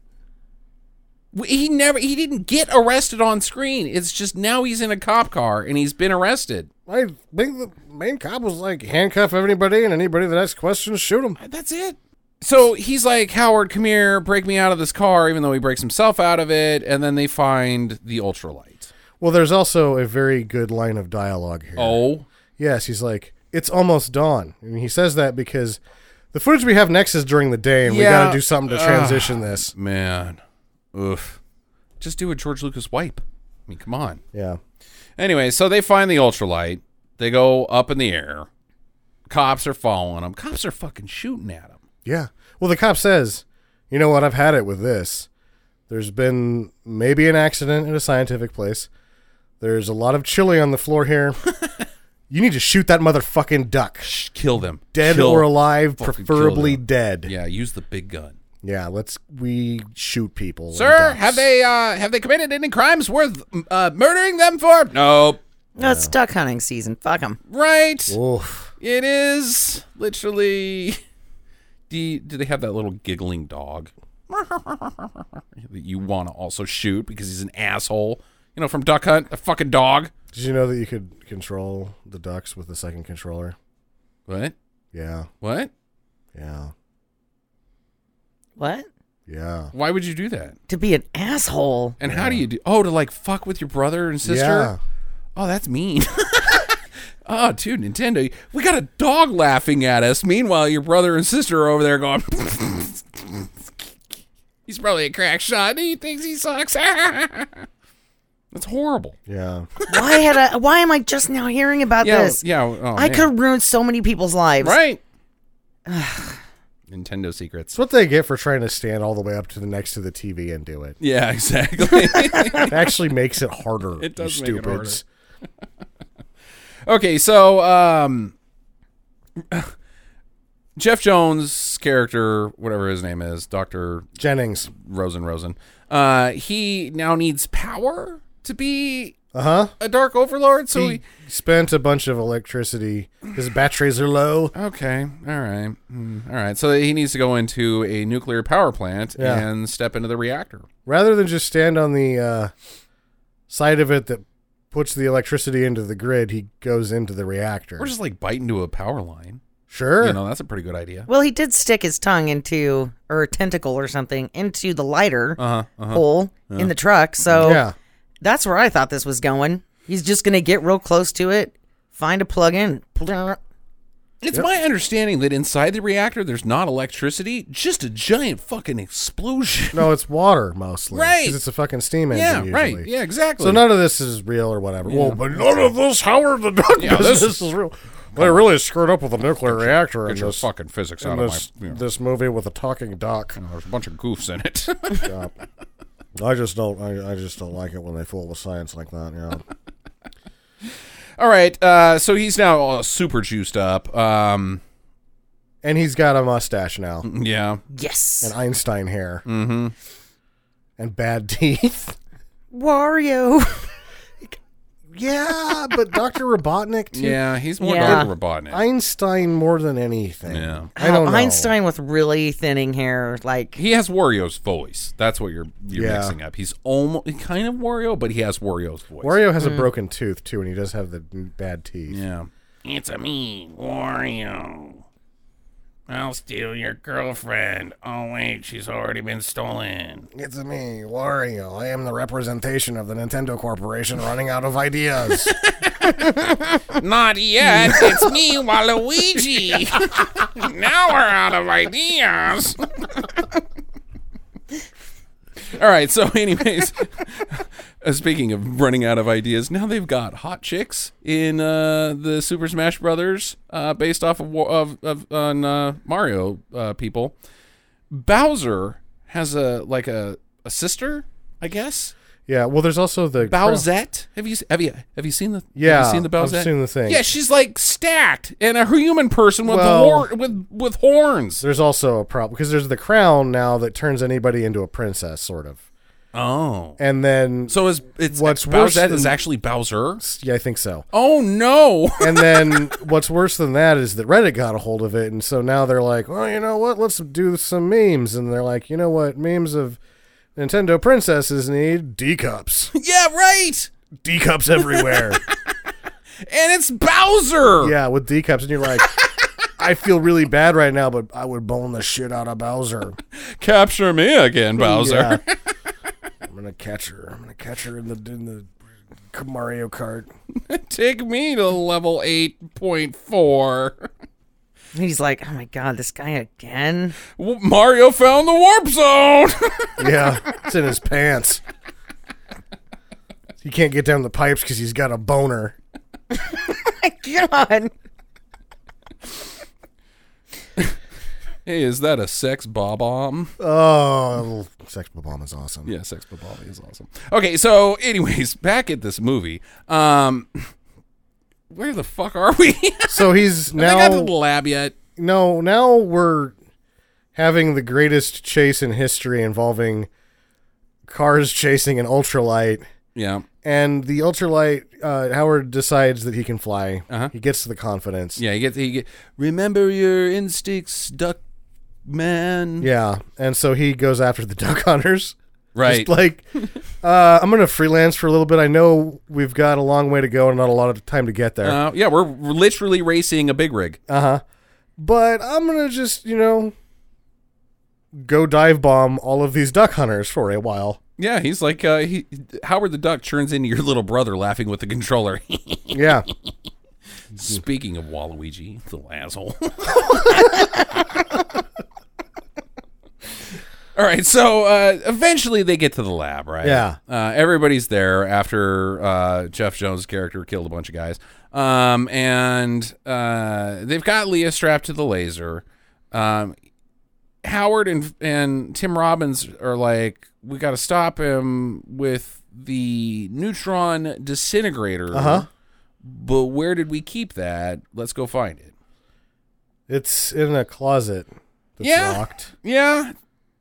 [SPEAKER 1] W- He never. He didn't get arrested on screen. It's just now he's in a cop car and he's been arrested.
[SPEAKER 7] I think the main cop was like, handcuff everybody, and anybody that asks questions, shoot them.
[SPEAKER 1] That's it. So he's like, Howard, come here, break me out of this car. Even though he breaks himself out of it, and then they find the ultralight.
[SPEAKER 7] Well, there's also a very good line of dialogue here.
[SPEAKER 1] Oh,
[SPEAKER 7] Yes, he's like, it's almost dawn. And he says that because the footage we have next is during the day, and we
[SPEAKER 1] Yeah.
[SPEAKER 7] got to do something to transition this.
[SPEAKER 1] man. Oof. Just do a George Lucas wipe. I mean, come on.
[SPEAKER 7] Yeah.
[SPEAKER 1] Anyway, so they find the ultralight. They go up in the air. Cops are following them. Cops are fucking shooting at them.
[SPEAKER 7] Yeah. Well, the cop says, you know what? I've had it with this. There's been maybe an accident at a scientific place. There's a lot of chili on the floor here. you need to shoot that motherfucking duck.
[SPEAKER 1] Shh, kill them.
[SPEAKER 7] Dead
[SPEAKER 1] Kill-
[SPEAKER 7] or alive,
[SPEAKER 1] Fucking kill
[SPEAKER 7] preferably
[SPEAKER 1] them.
[SPEAKER 7] dead.
[SPEAKER 1] Yeah, use the big gun.
[SPEAKER 7] Yeah, let's we shoot people. and
[SPEAKER 1] Sir,
[SPEAKER 7] ducks.
[SPEAKER 1] have they uh, have they committed any crimes worth uh, murdering them for? Nope.
[SPEAKER 8] No, it's duck hunting season. Fuck them.
[SPEAKER 1] Right.
[SPEAKER 7] Oof.
[SPEAKER 1] It is literally. Do, you- do they have that little giggling dog that you want to also shoot because he's an asshole? You know, from Duck Hunt, a fucking dog.
[SPEAKER 7] Did you know that you could control the ducks with the second controller?
[SPEAKER 1] What?
[SPEAKER 7] Yeah,
[SPEAKER 1] What?
[SPEAKER 7] yeah,
[SPEAKER 8] What?
[SPEAKER 7] yeah.
[SPEAKER 1] Why would you do that?
[SPEAKER 8] To be an asshole.
[SPEAKER 1] And how do you do? Oh, to like fuck with your brother and sister.
[SPEAKER 7] Yeah.
[SPEAKER 1] Oh, that's mean. oh, dude, Nintendo, we got a dog laughing at us. Meanwhile, your brother and sister are over there going. he's probably a crack shot. He thinks he sucks. that's horrible.
[SPEAKER 7] Yeah.
[SPEAKER 8] Why had I? Why am I just now hearing about
[SPEAKER 1] Yeah,
[SPEAKER 8] this?
[SPEAKER 1] yeah. oh,
[SPEAKER 8] I
[SPEAKER 1] man.
[SPEAKER 8] could have ruined so many people's lives.
[SPEAKER 1] Right. Nintendo secrets.
[SPEAKER 7] It's what they get for trying to stand all the way up to the next to the TV and do it.
[SPEAKER 1] Yeah, exactly.
[SPEAKER 7] It actually makes it harder.
[SPEAKER 1] It does make
[SPEAKER 7] you
[SPEAKER 1] it harder.
[SPEAKER 7] stupids.
[SPEAKER 1] Okay, so um Jeff Jones' character, whatever his name is, Dr.
[SPEAKER 7] Jennings.
[SPEAKER 1] Rosen Rosen, uh, he now needs power to be
[SPEAKER 7] Uh huh.
[SPEAKER 1] a dark overlord. So
[SPEAKER 7] He
[SPEAKER 1] he,
[SPEAKER 7] spent a bunch of electricity. His batteries are low.
[SPEAKER 1] Okay, all right. Mm, All right. So he needs to go into a nuclear power plant
[SPEAKER 7] Yeah.
[SPEAKER 1] and step into the reactor.
[SPEAKER 7] Rather than just stand on the uh, side of it that puts the electricity into the grid, he goes into the reactor.
[SPEAKER 1] Or just like bite into a power line.
[SPEAKER 7] sure.
[SPEAKER 1] You know, that's a pretty good idea.
[SPEAKER 8] Well, he did stick his tongue into, or a tentacle or something, into the lighter
[SPEAKER 1] Uh-huh,
[SPEAKER 8] hole in the truck. So
[SPEAKER 7] yeah.
[SPEAKER 8] that's where I thought this was going. He's just going to get real close to it, find a plug in.
[SPEAKER 1] It's my understanding that inside the reactor there's not electricity, just a giant fucking explosion.
[SPEAKER 7] No, it's water mostly. 'cause
[SPEAKER 1] Right.
[SPEAKER 7] It's a fucking steam engine.
[SPEAKER 1] yeah,
[SPEAKER 7] usually.
[SPEAKER 1] right. Yeah, exactly.
[SPEAKER 7] So none of this is real or whatever. Well, but none of this Howard the Duck
[SPEAKER 1] Yeah, this
[SPEAKER 7] business is real. They really screwed up with a nuclear reactor in
[SPEAKER 1] Get your
[SPEAKER 7] this,
[SPEAKER 1] fucking physics
[SPEAKER 7] in
[SPEAKER 1] out
[SPEAKER 7] this,
[SPEAKER 1] of my. You know,
[SPEAKER 7] this movie with a talking duck.
[SPEAKER 1] there's a bunch of goofs in it.
[SPEAKER 7] I just don't. I, I just don't like it when they fool with science like that. You know.
[SPEAKER 1] All right, uh, so he's now all super juiced up. Um,
[SPEAKER 7] and he's got a mustache now, and
[SPEAKER 1] yeah,
[SPEAKER 8] Yes.
[SPEAKER 7] Einstein hair, mm-hmm. and bad teeth.
[SPEAKER 8] Wario.
[SPEAKER 7] yeah, but Doctor Robotnik too.
[SPEAKER 1] yeah, he's more
[SPEAKER 8] Yeah.
[SPEAKER 1] Dr. Robotnik.
[SPEAKER 7] Einstein more than anything.
[SPEAKER 1] Yeah.
[SPEAKER 7] I don't know.
[SPEAKER 8] Einstein with really thinning hair. Like,
[SPEAKER 1] he has Wario's voice. That's what you're you're
[SPEAKER 7] Yeah.
[SPEAKER 1] mixing up. He's almost kind of Wario, but he has Wario's voice.
[SPEAKER 7] Wario has a broken tooth too, and he does have the bad teeth.
[SPEAKER 1] Yeah.
[SPEAKER 5] It's a me, Wario. I'll steal your girlfriend. Oh wait, she's already been stolen.
[SPEAKER 7] It's me, Wario. I am the representation of the Nintendo Corporation running out of ideas.
[SPEAKER 5] Not yet. It's me, Waluigi. now we're out of ideas.
[SPEAKER 1] All right. So, anyways, uh, speaking of running out of ideas, now they've got hot chicks in uh, the Super Smash Brothers, uh, based off of wa- of, of on uh, Mario uh, people. Bowser has a like a, a sister, I guess.
[SPEAKER 7] yeah, well, there's also the
[SPEAKER 1] Bowsette. Have you have you have you seen the Have
[SPEAKER 7] Yeah,
[SPEAKER 1] you seen the
[SPEAKER 7] I've
[SPEAKER 1] Bowsette?
[SPEAKER 7] seen the thing.
[SPEAKER 1] Yeah, she's like stacked and a human person with
[SPEAKER 7] Well-
[SPEAKER 1] hor- with with horns.
[SPEAKER 7] There's also a problem because there's the crown now that turns anybody into a princess, sort of.
[SPEAKER 1] Oh,
[SPEAKER 7] And then,
[SPEAKER 1] so is it's
[SPEAKER 7] What's worse
[SPEAKER 1] Bowsette is
[SPEAKER 7] than-
[SPEAKER 1] actually Bowser.
[SPEAKER 7] yeah, I think so.
[SPEAKER 1] Oh no.
[SPEAKER 7] And then, what's worse than that is that Reddit got a hold of it, and so now they're like, well, you know what? Let's do some memes, and they're like, you know what? Memes of Nintendo princesses need D cups,
[SPEAKER 1] Yeah, right.
[SPEAKER 7] D cups everywhere.
[SPEAKER 1] And it's Bowser.
[SPEAKER 7] Yeah, with D cups, and you're like, I feel really bad right now, but I would bone the shit out of Bowser.
[SPEAKER 1] Capture me again, Bowser.
[SPEAKER 7] Yeah. I'm gonna catch her. I'm gonna catch her in the in the Mario Kart.
[SPEAKER 1] Take me to level 8.4.
[SPEAKER 8] And he's like, oh my god, this guy again.
[SPEAKER 1] W- Mario found the warp zone.
[SPEAKER 7] Yeah, it's in his pants. He can't get down the pipes because he's got a boner.
[SPEAKER 8] God.
[SPEAKER 1] hey, is that a sex bob bomb?
[SPEAKER 7] Oh, sex bomb is awesome.
[SPEAKER 1] Yeah, Sex Babali is awesome. Okay, so anyways, back at this movie. Um where the fuck are we? Have
[SPEAKER 7] So he's
[SPEAKER 1] they got to the
[SPEAKER 7] now
[SPEAKER 1] lab yet?
[SPEAKER 7] no now we're having the greatest chase in history involving cars chasing an ultralight.
[SPEAKER 1] Yeah.
[SPEAKER 7] And the ultralight, uh, Howard decides that he can fly.
[SPEAKER 1] Uh-huh.
[SPEAKER 7] He gets to the confidence.
[SPEAKER 1] Yeah, you get he get remember your instincts, duck man.
[SPEAKER 7] Yeah, and so he goes after the duck hunters.
[SPEAKER 1] Right.
[SPEAKER 7] Just like, uh, I'm gonna freelance for a little bit. I know we've got a long way to go and not a lot of time to get there,
[SPEAKER 1] uh, yeah, we're we're literally racing a big rig.
[SPEAKER 7] but I'm gonna just, you know, go dive bomb all of these duck hunters for a while.
[SPEAKER 1] Yeah, he's like uh, he, Howard the Duck turns into your little brother laughing with the controller.
[SPEAKER 7] Yeah,
[SPEAKER 1] Speaking of Waluigi, the asshole. All right, so uh, eventually they get to the lab, right?
[SPEAKER 7] Yeah.
[SPEAKER 1] Uh, everybody's there after uh, Jeff Jones' character killed a bunch of guys, um, and uh, they've got Leah strapped to the laser. Um, Howard and and Tim Robbins are like, we got to stop him with the neutron disintegrator. Uh huh but where did we keep that? Let's go find it.
[SPEAKER 7] it's in a closet that's
[SPEAKER 1] Yeah.
[SPEAKER 7] locked.
[SPEAKER 1] Yeah.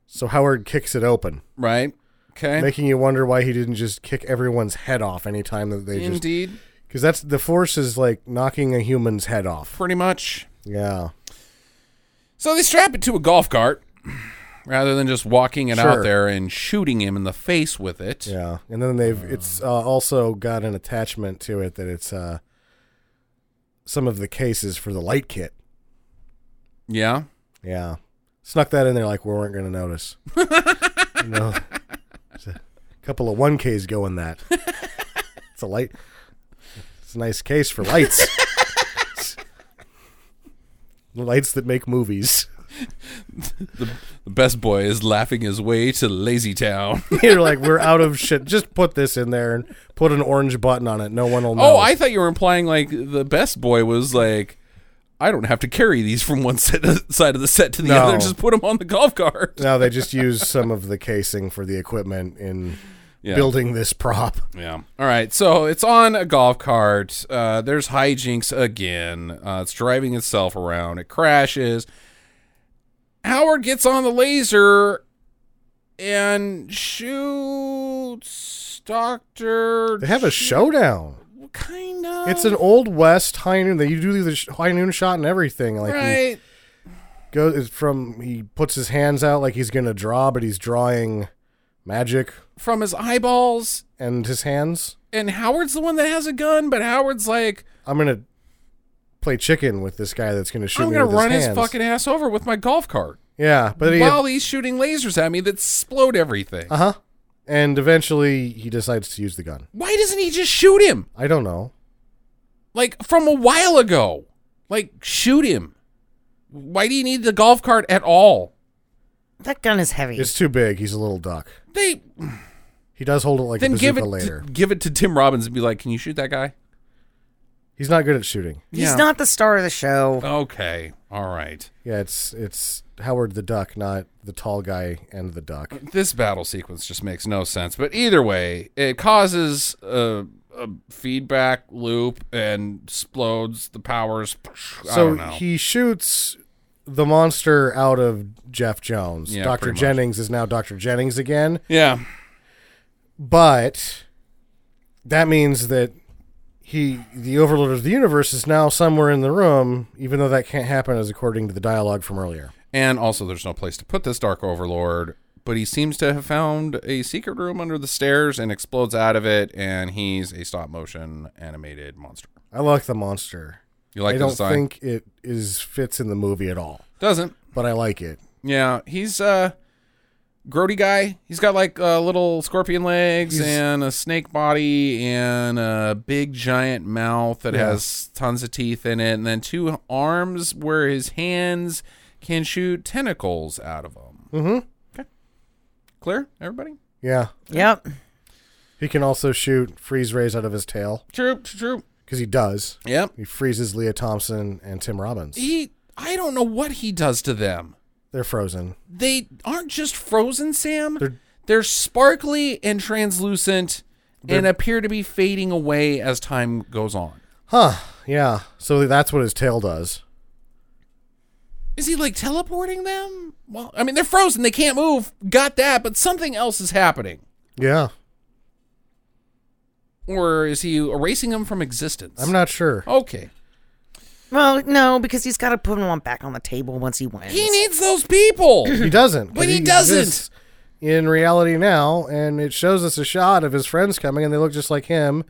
[SPEAKER 7] So Howard kicks it open,
[SPEAKER 1] Right. Okay.
[SPEAKER 7] making you wonder why he didn't just kick everyone's head off anytime that they just
[SPEAKER 1] Indeed.
[SPEAKER 7] because that's the force is like knocking a human's head off.
[SPEAKER 1] Pretty much.
[SPEAKER 7] Yeah.
[SPEAKER 1] So they strap it to a golf cart rather than just walking it out
[SPEAKER 7] Sure.
[SPEAKER 1] there and shooting him in the face with it.
[SPEAKER 7] Yeah, and then they've it's uh, also got an attachment to it that it's uh, some of the cases for the light kit.
[SPEAKER 1] Yeah.
[SPEAKER 7] Yeah, snuck that in there like we weren't going to notice. you know, There's a couple of one Ks go in that. It's a light. It's a nice case for lights. lights that make movies.
[SPEAKER 1] The best boy is laughing his way to Lazy Town. Oh,
[SPEAKER 7] You're like, we're out of shit. Just put this in there and put an orange button on it. No one will know.
[SPEAKER 1] oh, I thought you were implying like the best boy was like, I don't have to carry these from one set side of the set to the
[SPEAKER 7] No.
[SPEAKER 1] other. Just put them on the golf cart.
[SPEAKER 7] No, they just use some of the casing for the equipment in
[SPEAKER 1] Yeah.
[SPEAKER 7] building this prop.
[SPEAKER 1] Yeah. All right. So it's on a golf cart. Uh, there's hijinks again. Uh, it's driving itself around. It crashes. Howard gets on the laser and shoots Doctor.
[SPEAKER 7] They have a showdown.
[SPEAKER 1] kind of.
[SPEAKER 7] It's an old west high noon. They you do the sh- high noon shot and everything. Like he
[SPEAKER 1] right.
[SPEAKER 7] goes it's from he puts his hands out like he's gonna draw, but he's drawing magic
[SPEAKER 1] From his eyeballs,
[SPEAKER 7] and his hands.
[SPEAKER 1] and Howard's the one that has a gun, but Howard's like,
[SPEAKER 7] I'm gonna play chicken with this guy that's gonna shoot
[SPEAKER 1] I'm
[SPEAKER 7] me
[SPEAKER 1] gonna
[SPEAKER 7] with his
[SPEAKER 1] run his,
[SPEAKER 7] hands.
[SPEAKER 1] fucking ass over with my golf cart
[SPEAKER 7] yeah. But he
[SPEAKER 1] while he's shooting lasers at me that explode everything.
[SPEAKER 7] uh huh. And eventually he decides to use the gun.
[SPEAKER 1] Why doesn't he just shoot him?
[SPEAKER 7] I don't know.
[SPEAKER 1] like from a while ago. Like shoot him. Why do you need the golf cart at all?
[SPEAKER 8] That gun is heavy.
[SPEAKER 7] It's too big. He's a little duck.
[SPEAKER 1] They
[SPEAKER 7] He does hold it like
[SPEAKER 1] then
[SPEAKER 7] a
[SPEAKER 1] give
[SPEAKER 7] bazooka
[SPEAKER 1] it
[SPEAKER 7] later.
[SPEAKER 1] give it to Tim Robbins and be like, "Can you shoot that guy?"
[SPEAKER 7] He's not good at shooting.
[SPEAKER 8] He's not the star of the show.
[SPEAKER 7] Uh,
[SPEAKER 1] Okay. All right.
[SPEAKER 7] Yeah, it's it's Howard the Duck, not the tall guy and the duck.
[SPEAKER 1] This battle sequence just makes no sense, but either way, it causes a, a feedback loop and explodes the powers. I
[SPEAKER 7] So
[SPEAKER 1] don't know.
[SPEAKER 7] he shoots the monster out of Jeff Jones.
[SPEAKER 1] Yeah,
[SPEAKER 7] Dr.
[SPEAKER 1] pretty much.
[SPEAKER 7] Jennings is now Dr. Jennings again,
[SPEAKER 1] yeah.
[SPEAKER 7] but that means that he the overlord of the universe is now somewhere in the room, even though that can't happen as according to the dialogue from earlier.
[SPEAKER 1] And also, there's no place to put this Dark Overlord, but he seems to have found a secret room under the stairs and explodes out of it, and he's a stop motion animated monster.
[SPEAKER 7] I like the monster.
[SPEAKER 1] You like
[SPEAKER 7] I
[SPEAKER 1] the
[SPEAKER 7] don't
[SPEAKER 1] design?
[SPEAKER 7] think it is fits in the movie at all,
[SPEAKER 1] Doesn't.
[SPEAKER 7] but I like it.
[SPEAKER 1] Yeah, he's uh grody guy. He's got like uh, little scorpion legs
[SPEAKER 7] He's-
[SPEAKER 1] and a snake body and a big giant mouth that
[SPEAKER 7] Yeah.
[SPEAKER 1] has tons of teeth in it, and then two arms where his hands can shoot tentacles out of them. Mm-hmm. Okay, clear everybody.
[SPEAKER 7] Yeah.
[SPEAKER 8] Yep.
[SPEAKER 7] He can also shoot freeze rays out of his tail
[SPEAKER 1] True, true.
[SPEAKER 7] because he does.
[SPEAKER 1] Yep.
[SPEAKER 7] He freezes Leah Thompson and Tim Robbins.
[SPEAKER 1] He, I don't know what he does to them.
[SPEAKER 7] They're frozen.
[SPEAKER 1] They aren't just frozen, Sam.
[SPEAKER 7] They're-
[SPEAKER 1] They're, sparkly and translucent and appear to be fading away as time goes on.
[SPEAKER 7] Huh. Yeah. So that's what his tail does.
[SPEAKER 1] Is he like teleporting them? Well, I mean, they're frozen. They can't move. Got that, but something else is happening.
[SPEAKER 7] Yeah.
[SPEAKER 1] Or is he erasing them from existence?
[SPEAKER 7] I'm not sure.
[SPEAKER 1] Okay.
[SPEAKER 8] Well, no, because he's got to put one back on the table once he wins.
[SPEAKER 1] He needs those people.
[SPEAKER 7] He doesn't.
[SPEAKER 1] But he doesn't.
[SPEAKER 7] exists In reality now, and it shows us a shot of his friends coming, and they look just like him.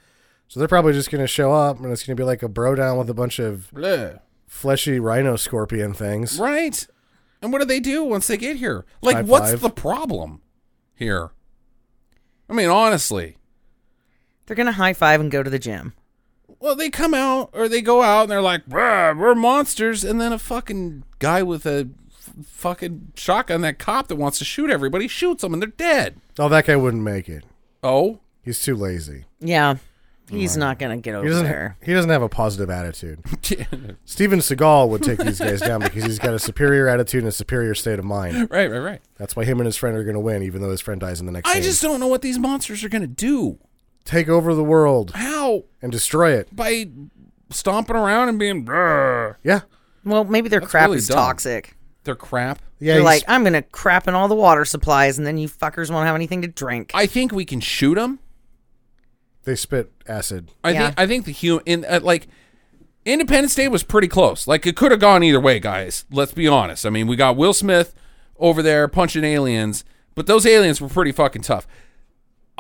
[SPEAKER 7] So they're probably just going to show up, and it's going to be like a bro down with a bunch of
[SPEAKER 1] Bleh.
[SPEAKER 7] fleshy rhino scorpion things.
[SPEAKER 1] Right. And what do they do once they get here? Like,
[SPEAKER 7] High
[SPEAKER 1] what's
[SPEAKER 7] five.
[SPEAKER 1] the problem here? I mean, honestly.
[SPEAKER 8] They're gonna high five and go to the gym.
[SPEAKER 1] Well, they come out or they go out and they're like, "Bruh, we're monsters. And then a fucking guy with a f- fucking shotgun, that cop that wants to shoot everybody, shoots them and they're dead.
[SPEAKER 7] Oh, that guy wouldn't make it.
[SPEAKER 1] Oh,
[SPEAKER 7] He's too lazy.
[SPEAKER 8] Yeah, he's not gonna get
[SPEAKER 7] He
[SPEAKER 8] over
[SPEAKER 7] doesn't.
[SPEAKER 8] there.
[SPEAKER 7] He doesn't have a positive attitude. Steven Seagal would take these guys down because he's got a superior attitude and a superior state of mind.
[SPEAKER 1] right, right, right.
[SPEAKER 7] That's why him and his friend are going to win, even though his friend dies in the next.
[SPEAKER 1] I
[SPEAKER 7] scene.
[SPEAKER 1] just don't know what these monsters are going to do.
[SPEAKER 7] take over the world
[SPEAKER 1] How?
[SPEAKER 7] and destroy it.
[SPEAKER 1] By stomping around and being, "Bruh."
[SPEAKER 7] Yeah,
[SPEAKER 8] Well, maybe their crap
[SPEAKER 1] really
[SPEAKER 8] is
[SPEAKER 1] dumb.
[SPEAKER 8] toxic.
[SPEAKER 1] They're crap.
[SPEAKER 7] yeah.
[SPEAKER 8] They're
[SPEAKER 7] he's-
[SPEAKER 1] "Ah."
[SPEAKER 8] like, I'm gonna crap in all the water supplies, and then you fuckers won't have anything to drink.
[SPEAKER 1] I think we can shoot them.
[SPEAKER 7] they spit acid.
[SPEAKER 1] I
[SPEAKER 8] Yeah.
[SPEAKER 1] think I think the human in uh, like Independence Day was pretty close. Like it could have gone either way, guys. Let's be honest. I mean, we got Will Smith over there punching aliens, but those aliens were pretty fucking tough.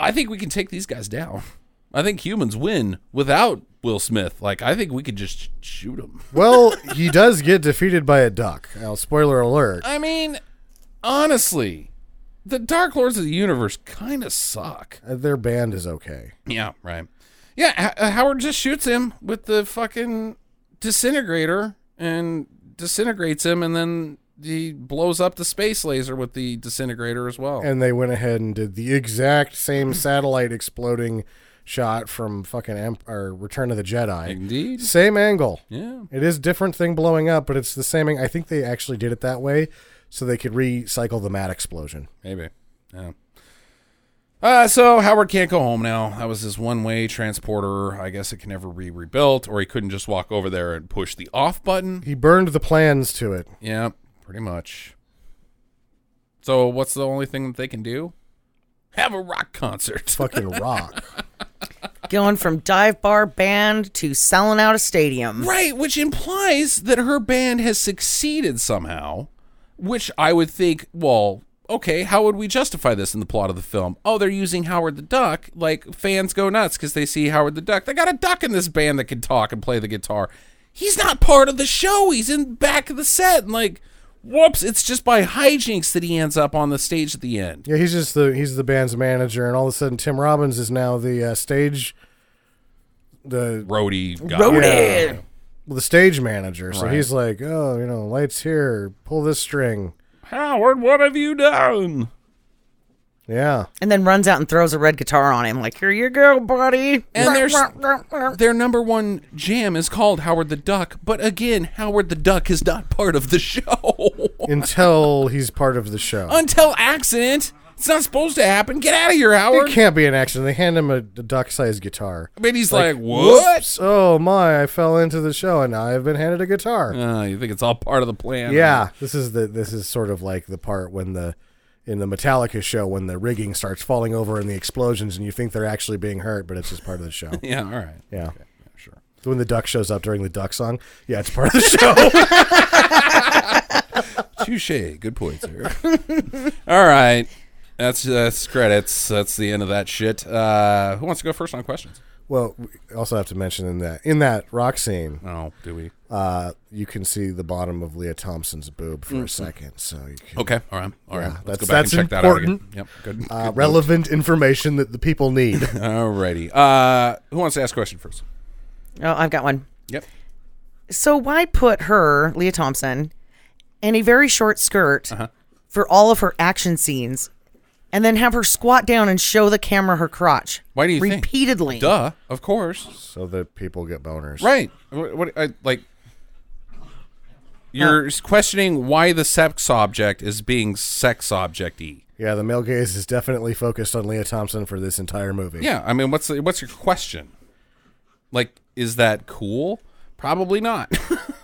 [SPEAKER 1] I think we can take these guys down. I think humans win without Will Smith. Like I think we could just shoot them.
[SPEAKER 7] Well, he does get defeated by a duck. Now, spoiler alert.
[SPEAKER 1] I mean, honestly, the Dark Lords of the Universe kind of suck.
[SPEAKER 7] Uh, Their band is okay.
[SPEAKER 1] Yeah, right. Yeah, H- uh, Howard just shoots him with the fucking disintegrator and disintegrates him, and then he blows up the space laser with the disintegrator as well.
[SPEAKER 7] And they went ahead and did the exact same satellite exploding shot from fucking Emp- or Return of the Jedi.
[SPEAKER 1] Indeed.
[SPEAKER 7] Same angle.
[SPEAKER 1] Yeah.
[SPEAKER 7] It is different thing blowing up, but it's the same. ang- I think they actually did it that way so they could recycle the mad explosion.
[SPEAKER 1] Maybe. Yeah. Uh, so Howard can't go home now. That was his one-way transporter. I guess it can never be rebuilt, or he couldn't just walk over there and push the off button.
[SPEAKER 7] He burned the plans to it.
[SPEAKER 1] Yeah, pretty much. So what's the only thing that they can do? Have a rock concert.
[SPEAKER 7] Fucking rock.
[SPEAKER 8] Going from dive bar band to selling out a stadium.
[SPEAKER 1] Right, which implies that her band has succeeded somehow, which I would think, well, okay, how would we justify this in the plot of the film? Oh, they're using Howard the Duck. Like, fans go nuts because they see Howard the Duck. They got a duck in this band that can talk and play the guitar. He's not part of the show, he's in back of the set. And, like, whoops, it's just by hijinks that he ends up on the stage at the end.
[SPEAKER 7] yeah, he's just the he's the band's manager, and all of a sudden Tim Robbins is now the uh, stage. The
[SPEAKER 1] Roadie guy.
[SPEAKER 8] Roadie.
[SPEAKER 7] well, the stage manager. So he's like, oh, you know, lights here, pull this string.
[SPEAKER 1] Howard, what have you done?
[SPEAKER 7] Yeah.
[SPEAKER 8] And then runs out and throws a red guitar on him, like, here you go, buddy.
[SPEAKER 1] And there's their number one jam is called Howard the Duck, but again, Howard the Duck is not part of the show
[SPEAKER 7] Until he's part of the show.
[SPEAKER 1] until accident. It's not supposed to happen. Get out of here, Howard.
[SPEAKER 7] it can't be an accident. They hand him a, duck sized guitar.
[SPEAKER 1] I mean, he's like, what?
[SPEAKER 7] Whoops. Oh my, I fell into the show and now I've been handed a guitar.
[SPEAKER 1] Uh, you think it's all part of the plan?
[SPEAKER 7] yeah. This is the this is sort of like the part when the in the Metallica show when the rigging starts falling over and the explosions and you think they're actually being hurt, but it's just part of the show.
[SPEAKER 1] Yeah. All right.
[SPEAKER 7] Yeah.
[SPEAKER 1] Sure.
[SPEAKER 7] When the duck shows up during the duck song, yeah, it's part of the show.
[SPEAKER 1] Touche. Good point, sir. all right. That's that's credits. That's the end of that shit. Uh, who wants to go first on questions?
[SPEAKER 7] well, we also have to mention in that in that rock scene,
[SPEAKER 1] Oh, do we?
[SPEAKER 7] uh, you can see the bottom of Leah Thompson's boob
[SPEAKER 1] Mm-hmm.
[SPEAKER 7] for a second. So you can,
[SPEAKER 1] Okay. All right. All right. Let's
[SPEAKER 7] that's-
[SPEAKER 1] go back
[SPEAKER 7] that's
[SPEAKER 1] and check
[SPEAKER 7] important.
[SPEAKER 1] that out. Again. Yep. Good.
[SPEAKER 7] uh, relevant information that the people need.
[SPEAKER 1] All righty. Uh, who wants to ask a question first?
[SPEAKER 8] Oh, I've got one.
[SPEAKER 1] Yep.
[SPEAKER 8] So why put her, Leah Thompson, in a very short skirt
[SPEAKER 1] Uh-huh.
[SPEAKER 8] for all of her action scenes and then have her squat down and show the camera her crotch?
[SPEAKER 1] Why do you think?
[SPEAKER 8] repeatedly?
[SPEAKER 1] Duh. Of course.
[SPEAKER 7] so that people get boners.
[SPEAKER 1] Right. What, what I, like. You're questioning why the sex object is being sex objecty.
[SPEAKER 7] Yeah, the male gaze is definitely focused on Leah Thompson for this entire movie.
[SPEAKER 1] Yeah, I mean, what's the, what's your question? Like, is that cool? Probably not.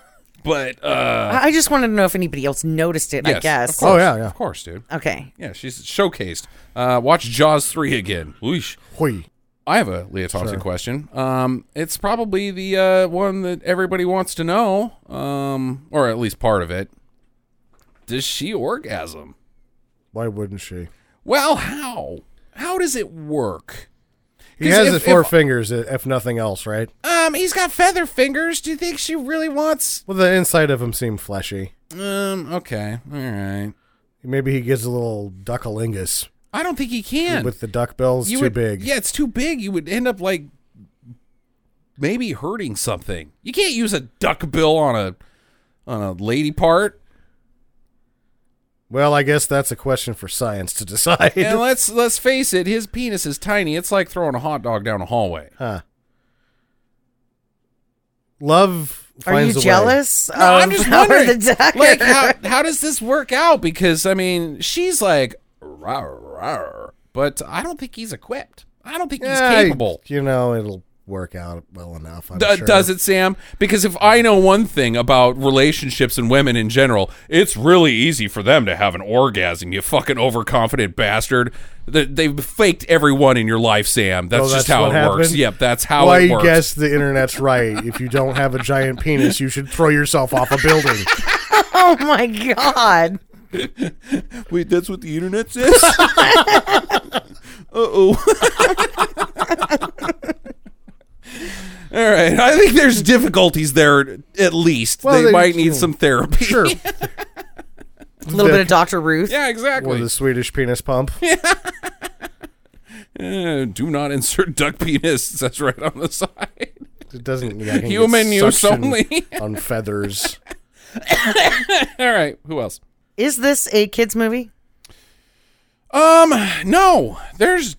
[SPEAKER 1] but uh,
[SPEAKER 8] I I just wanted to know if anybody else noticed it.
[SPEAKER 1] yes,
[SPEAKER 8] I guess.
[SPEAKER 1] Of course,
[SPEAKER 7] Oh, yeah, yeah.
[SPEAKER 1] of course, dude.
[SPEAKER 8] Okay.
[SPEAKER 1] Yeah, she's showcased. Uh, watch Jaws three again. Whoosh.
[SPEAKER 7] Hui.
[SPEAKER 1] I have a Leah Thompson question. Um, it's probably the uh, one that everybody wants to know, um, or at least part of it. Does she orgasm?
[SPEAKER 7] Why wouldn't she?
[SPEAKER 1] Well, how? How does it work?
[SPEAKER 7] He has
[SPEAKER 1] if-
[SPEAKER 7] it four
[SPEAKER 1] if-
[SPEAKER 7] fingers, i- if nothing else, right?
[SPEAKER 1] Um, he's got feather fingers. Do you think she really wants
[SPEAKER 7] Well, the inside of him seemed fleshy.
[SPEAKER 1] Um. Okay. All right.
[SPEAKER 7] Maybe he gives a little duckalingus
[SPEAKER 1] I don't think he can.
[SPEAKER 7] with the duck bells
[SPEAKER 1] You
[SPEAKER 7] too
[SPEAKER 1] would-
[SPEAKER 7] big.
[SPEAKER 1] Yeah, it's too big. You would end up like maybe hurting something. You can't use a duck bill on a on a lady part.
[SPEAKER 7] Well, I guess that's a question for science to decide.
[SPEAKER 1] And let's let's face it, his penis is tiny. It's like throwing a hot dog down a hallway.
[SPEAKER 7] Huh. Love
[SPEAKER 8] Are you
[SPEAKER 7] finds a way.
[SPEAKER 8] jealous?
[SPEAKER 1] No,
[SPEAKER 7] Um,
[SPEAKER 1] I'm
[SPEAKER 8] of
[SPEAKER 1] just
[SPEAKER 8] Howard
[SPEAKER 1] wondering,
[SPEAKER 8] the Duck?
[SPEAKER 1] like, how how does this work out? Because I mean, she's like, rawr, rawr, but I don't think he's equipped. I don't think he's
[SPEAKER 7] Yeah,
[SPEAKER 1] capable.
[SPEAKER 7] You know, it'll work out well enough. I'm
[SPEAKER 1] D-
[SPEAKER 7] sure.
[SPEAKER 1] Does it, Sam? Because if I know one thing about relationships and women in general, it's really easy for them to have an orgasm. You fucking overconfident bastard. Th- They've faked everyone in your life, Sam. That's,
[SPEAKER 7] Oh,
[SPEAKER 1] just how it
[SPEAKER 7] what
[SPEAKER 1] works.
[SPEAKER 7] happened?
[SPEAKER 1] Yep, that's how
[SPEAKER 7] Why
[SPEAKER 1] it works.
[SPEAKER 7] you guess the internet's right. If you don't have a giant penis, you should throw yourself off a building.
[SPEAKER 8] oh my god.
[SPEAKER 1] Wait, that's what the internet says. uh oh. All right, I think there's difficulties there. At least
[SPEAKER 7] Well,
[SPEAKER 1] they,
[SPEAKER 7] they-
[SPEAKER 1] might need some therapy.
[SPEAKER 7] Sure.
[SPEAKER 8] A little bit of Dr. Ruth.
[SPEAKER 1] Yeah, exactly.
[SPEAKER 7] Or the Swedish penis pump.
[SPEAKER 1] Uh, do not insert duck penis. That's right on the side.
[SPEAKER 7] It doesn't yeah, I think
[SPEAKER 1] Human
[SPEAKER 7] it's
[SPEAKER 1] use
[SPEAKER 7] suction
[SPEAKER 1] only.
[SPEAKER 7] on feathers.
[SPEAKER 1] All right. Who else?
[SPEAKER 8] Is this a kids movie?
[SPEAKER 1] Um. No. There's.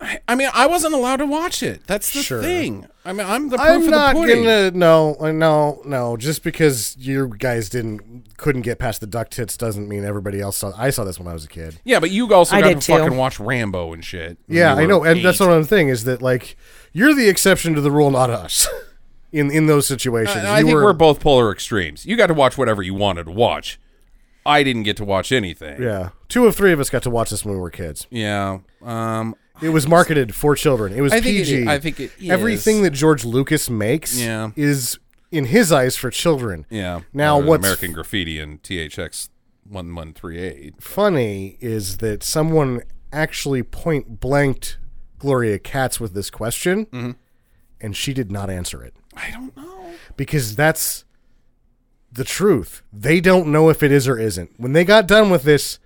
[SPEAKER 1] I I mean, I wasn't allowed to watch it. That's the
[SPEAKER 7] Sure.
[SPEAKER 1] thing. I mean, I'm the proof
[SPEAKER 7] I'm
[SPEAKER 1] of
[SPEAKER 7] not
[SPEAKER 1] the pudding.
[SPEAKER 7] gonna no uh, no no. Just because you guys didn't couldn't get past the duck tits doesn't mean everybody else saw. I saw this when I was a kid.
[SPEAKER 1] Yeah, but you also
[SPEAKER 8] I
[SPEAKER 1] got to
[SPEAKER 8] did too.
[SPEAKER 1] fucking watch Rambo and shit. when
[SPEAKER 7] Yeah,
[SPEAKER 1] you
[SPEAKER 7] I
[SPEAKER 1] were
[SPEAKER 7] know, and that's
[SPEAKER 1] eight.
[SPEAKER 7] what I'm saying is that like you're the exception to the rule, not us. In in those situations,
[SPEAKER 1] Uh, I, I
[SPEAKER 7] You
[SPEAKER 1] think
[SPEAKER 7] were-
[SPEAKER 1] we're both polar extremes. You got to watch whatever you wanted to watch. I didn't get to watch anything.
[SPEAKER 7] Yeah, two of three of us got to watch this when we were kids.
[SPEAKER 1] Yeah. Um.
[SPEAKER 7] It was marketed for children. It was
[SPEAKER 1] I think it-
[SPEAKER 7] PG.
[SPEAKER 1] I think it is.
[SPEAKER 7] everything that George Lucas makes
[SPEAKER 1] Yeah.
[SPEAKER 7] is in his eyes for children.
[SPEAKER 1] Yeah.
[SPEAKER 7] Now
[SPEAKER 1] Or
[SPEAKER 7] what's
[SPEAKER 1] American Graffiti and THX one one three eight.
[SPEAKER 7] funny is that someone actually point blanked Gloria Katz with this question,
[SPEAKER 1] Mm-hmm.
[SPEAKER 7] and she did not answer it
[SPEAKER 1] I don't know.
[SPEAKER 7] because that's the truth. They don't know if it is or isn't. When they got done with this,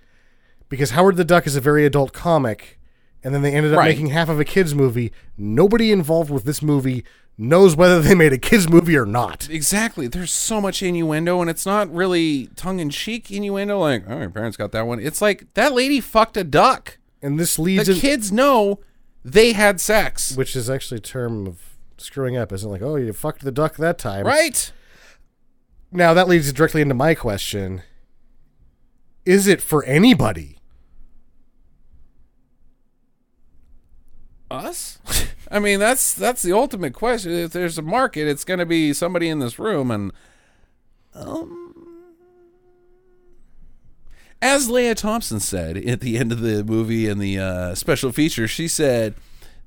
[SPEAKER 7] because Howard the Duck is a very adult comic, and then they ended up
[SPEAKER 1] Right.
[SPEAKER 7] making half of a kids movie. Nobody involved with this movie knows whether they made a kids movie or not.
[SPEAKER 1] Exactly. There's so much innuendo, and it's not really tongue in cheek innuendo. Like, oh, your parents got that one. It's like that lady fucked a duck.
[SPEAKER 7] And this
[SPEAKER 1] The
[SPEAKER 7] leads in,
[SPEAKER 1] kids know they had sex,
[SPEAKER 7] which is actually a term of screwing up, isn't it? like, oh, you fucked the duck that time,
[SPEAKER 1] right?
[SPEAKER 7] Now that leads directly into my question: Is it for anybody?
[SPEAKER 1] Us? I mean, that's that's the ultimate question. If there's a market, it's going to be somebody in this room, and um, as Leia Thompson said at the end of the movie in the uh, special feature, she said,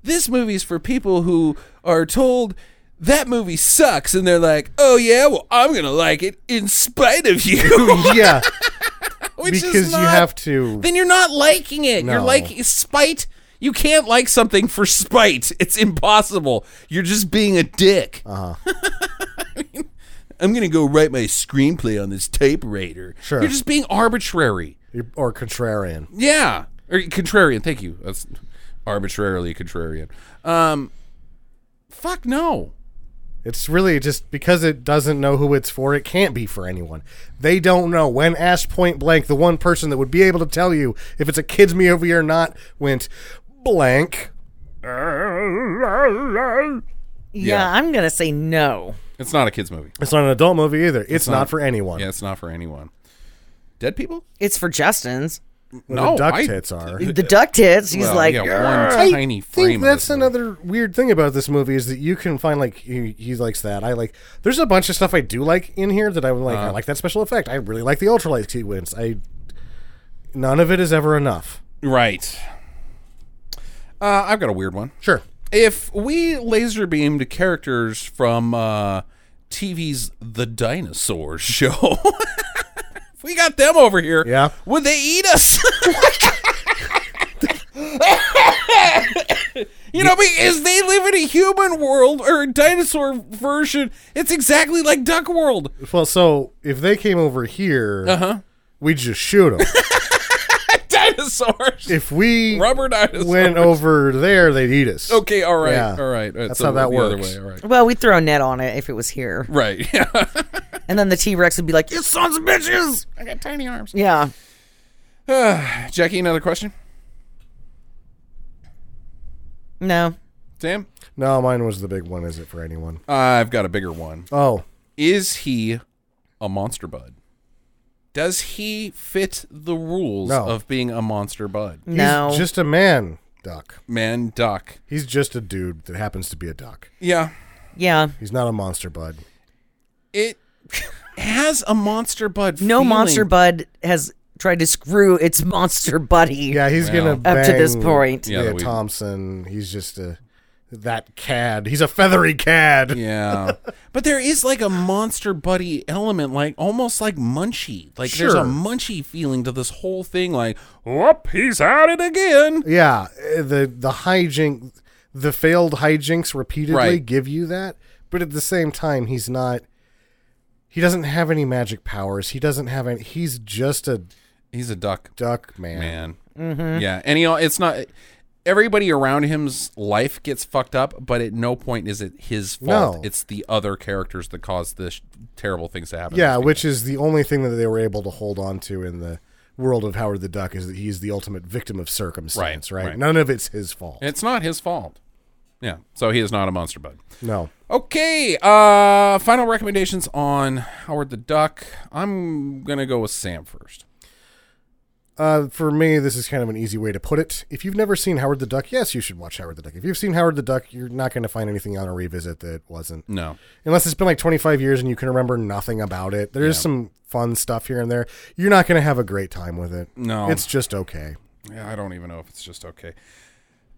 [SPEAKER 1] "This movie's for people who are told." That movie sucks, and they're like, "Oh yeah, well I'm gonna like it in spite of you,"
[SPEAKER 7] yeah,
[SPEAKER 1] which is
[SPEAKER 7] because you
[SPEAKER 1] not-
[SPEAKER 7] have to.
[SPEAKER 1] then you're not liking it. You're
[SPEAKER 7] No.
[SPEAKER 1] like spite. You can't like something for spite. It's impossible. You're just being a dick. Uh-huh. I'm going to go write my screenplay on this tape rater.
[SPEAKER 7] Sure.
[SPEAKER 1] You're just being arbitrary.
[SPEAKER 7] You- or contrarian.
[SPEAKER 1] Yeah. Or contrarian. Thank you. That's arbitrarily contrarian. Um, fuck no.
[SPEAKER 7] It's really just because it doesn't know who it's for, it can't be for anyone. They don't know. When asked point blank, the one person that would be able to tell you if it's a kids movie or not went blank.
[SPEAKER 8] Yeah,
[SPEAKER 1] Yeah.
[SPEAKER 8] I'm gonna say no.
[SPEAKER 1] It's not a kids movie.
[SPEAKER 7] It's not an adult movie either. It's, not, for anyone.
[SPEAKER 1] Yeah, it's not for anyone. Dead people?
[SPEAKER 8] It's for Justin's.
[SPEAKER 7] Well,
[SPEAKER 1] No,
[SPEAKER 7] the duck
[SPEAKER 1] I-
[SPEAKER 7] tits are.
[SPEAKER 8] The duck tits. He's
[SPEAKER 1] Well,
[SPEAKER 8] like,
[SPEAKER 1] yeah,
[SPEAKER 8] "Grr."
[SPEAKER 1] one tiny frame.
[SPEAKER 7] think
[SPEAKER 1] of
[SPEAKER 7] that's
[SPEAKER 1] this movie.
[SPEAKER 7] another weird thing about this movie is that you can find like he, he likes that. I like. There's a bunch of stuff I do like in here that I would like. I
[SPEAKER 1] Uh-huh.
[SPEAKER 7] like that special effect. I really like the ultralight sequence. I none of it is ever enough.
[SPEAKER 1] Right. Uh, I've got a weird one.
[SPEAKER 7] Sure.
[SPEAKER 1] If we laser beamed characters from uh, TV's The Dinosaur Show, if we got them over here,
[SPEAKER 7] Yeah.
[SPEAKER 1] would they eat us? you know, because they live in a human world or a dinosaur version. It's exactly like Duck World.
[SPEAKER 7] Well, so if they came over here, uh-huh. we'd just shoot them.
[SPEAKER 1] Dinosaurs.
[SPEAKER 7] if we
[SPEAKER 1] Rubber dinosaurs.
[SPEAKER 7] went over there, they'd eat us.
[SPEAKER 1] Okay, all right,
[SPEAKER 7] Yeah.
[SPEAKER 1] all right.
[SPEAKER 7] That's how that
[SPEAKER 1] the other
[SPEAKER 7] works.
[SPEAKER 1] way, all right.
[SPEAKER 8] well, we'd throw a net on it if it was here,
[SPEAKER 1] Right. Yeah.
[SPEAKER 8] and then the T Rex would be like, "You sons of bitches!"
[SPEAKER 1] I got tiny arms.
[SPEAKER 8] Yeah.
[SPEAKER 1] Jackie, another question?
[SPEAKER 8] No.
[SPEAKER 1] Sam?
[SPEAKER 7] No, mine was the big one. Is it for anyone?
[SPEAKER 1] I've got a bigger one.
[SPEAKER 7] Oh,
[SPEAKER 1] Is he a monster bud? Does he fit the rules
[SPEAKER 7] No.
[SPEAKER 1] of being a monster bud?
[SPEAKER 8] No.
[SPEAKER 7] he's just a man duck.
[SPEAKER 1] Man, duck.
[SPEAKER 7] He's just a dude that happens to be a duck.
[SPEAKER 1] Yeah.
[SPEAKER 8] yeah.
[SPEAKER 7] He's not a monster, bud.
[SPEAKER 1] It has a monster bud
[SPEAKER 8] No
[SPEAKER 1] feeling.
[SPEAKER 8] monster bud has tried to screw its monster buddy.
[SPEAKER 7] Yeah, he's
[SPEAKER 1] Well-
[SPEAKER 7] gonna bang
[SPEAKER 8] Up to this point.
[SPEAKER 1] Yeah,
[SPEAKER 7] Yeah,
[SPEAKER 1] we-
[SPEAKER 7] Thompson. He's just a that cad. He's a feathery cad.
[SPEAKER 1] Yeah. but there is like a monster buddy element, like almost like munchy. Like there's
[SPEAKER 7] Sure.
[SPEAKER 1] a munchy feeling to this whole thing, like, whoop, he's at it again.
[SPEAKER 7] Yeah, uh, the the hijink, the failed hijinks repeatedly
[SPEAKER 1] Right.
[SPEAKER 7] give you that, but at the same time, he's not. He doesn't have any magic powers. He doesn't have any. He's just a
[SPEAKER 1] He's a duck.
[SPEAKER 7] duck man.
[SPEAKER 1] man.
[SPEAKER 7] Mm-hmm.
[SPEAKER 1] Yeah, and he, al- it's not everybody around him's life gets fucked up, but at no point is it his fault.
[SPEAKER 7] No.
[SPEAKER 1] It's the other characters that cause this terrible things to happen.
[SPEAKER 7] Yeah, which is the only thing that they were able to hold on to in the world of Howard the Duck is that he's the ultimate victim of circumstance.
[SPEAKER 1] Right,
[SPEAKER 7] Right.
[SPEAKER 1] right.
[SPEAKER 7] None of it's his fault.
[SPEAKER 1] it's not his fault. Yeah, so he is not a monster bud.
[SPEAKER 7] no.
[SPEAKER 1] Okay, uh final recommendations on Howard the Duck. I'm going to go with Sam first.
[SPEAKER 7] Uh, for me, this is kind of an easy way to put it. If you've never seen Howard the Duck, yes, you should watch Howard the Duck. If you've seen Howard the Duck, you're not going to find anything on a revisit that wasn't.
[SPEAKER 1] No.
[SPEAKER 7] Unless it's been like 25 years and you can remember nothing about it. There's some fun stuff here and there. You're not going to have a great time with it.
[SPEAKER 1] No.
[SPEAKER 7] It's just okay.
[SPEAKER 1] Yeah, I don't even know if it's just okay.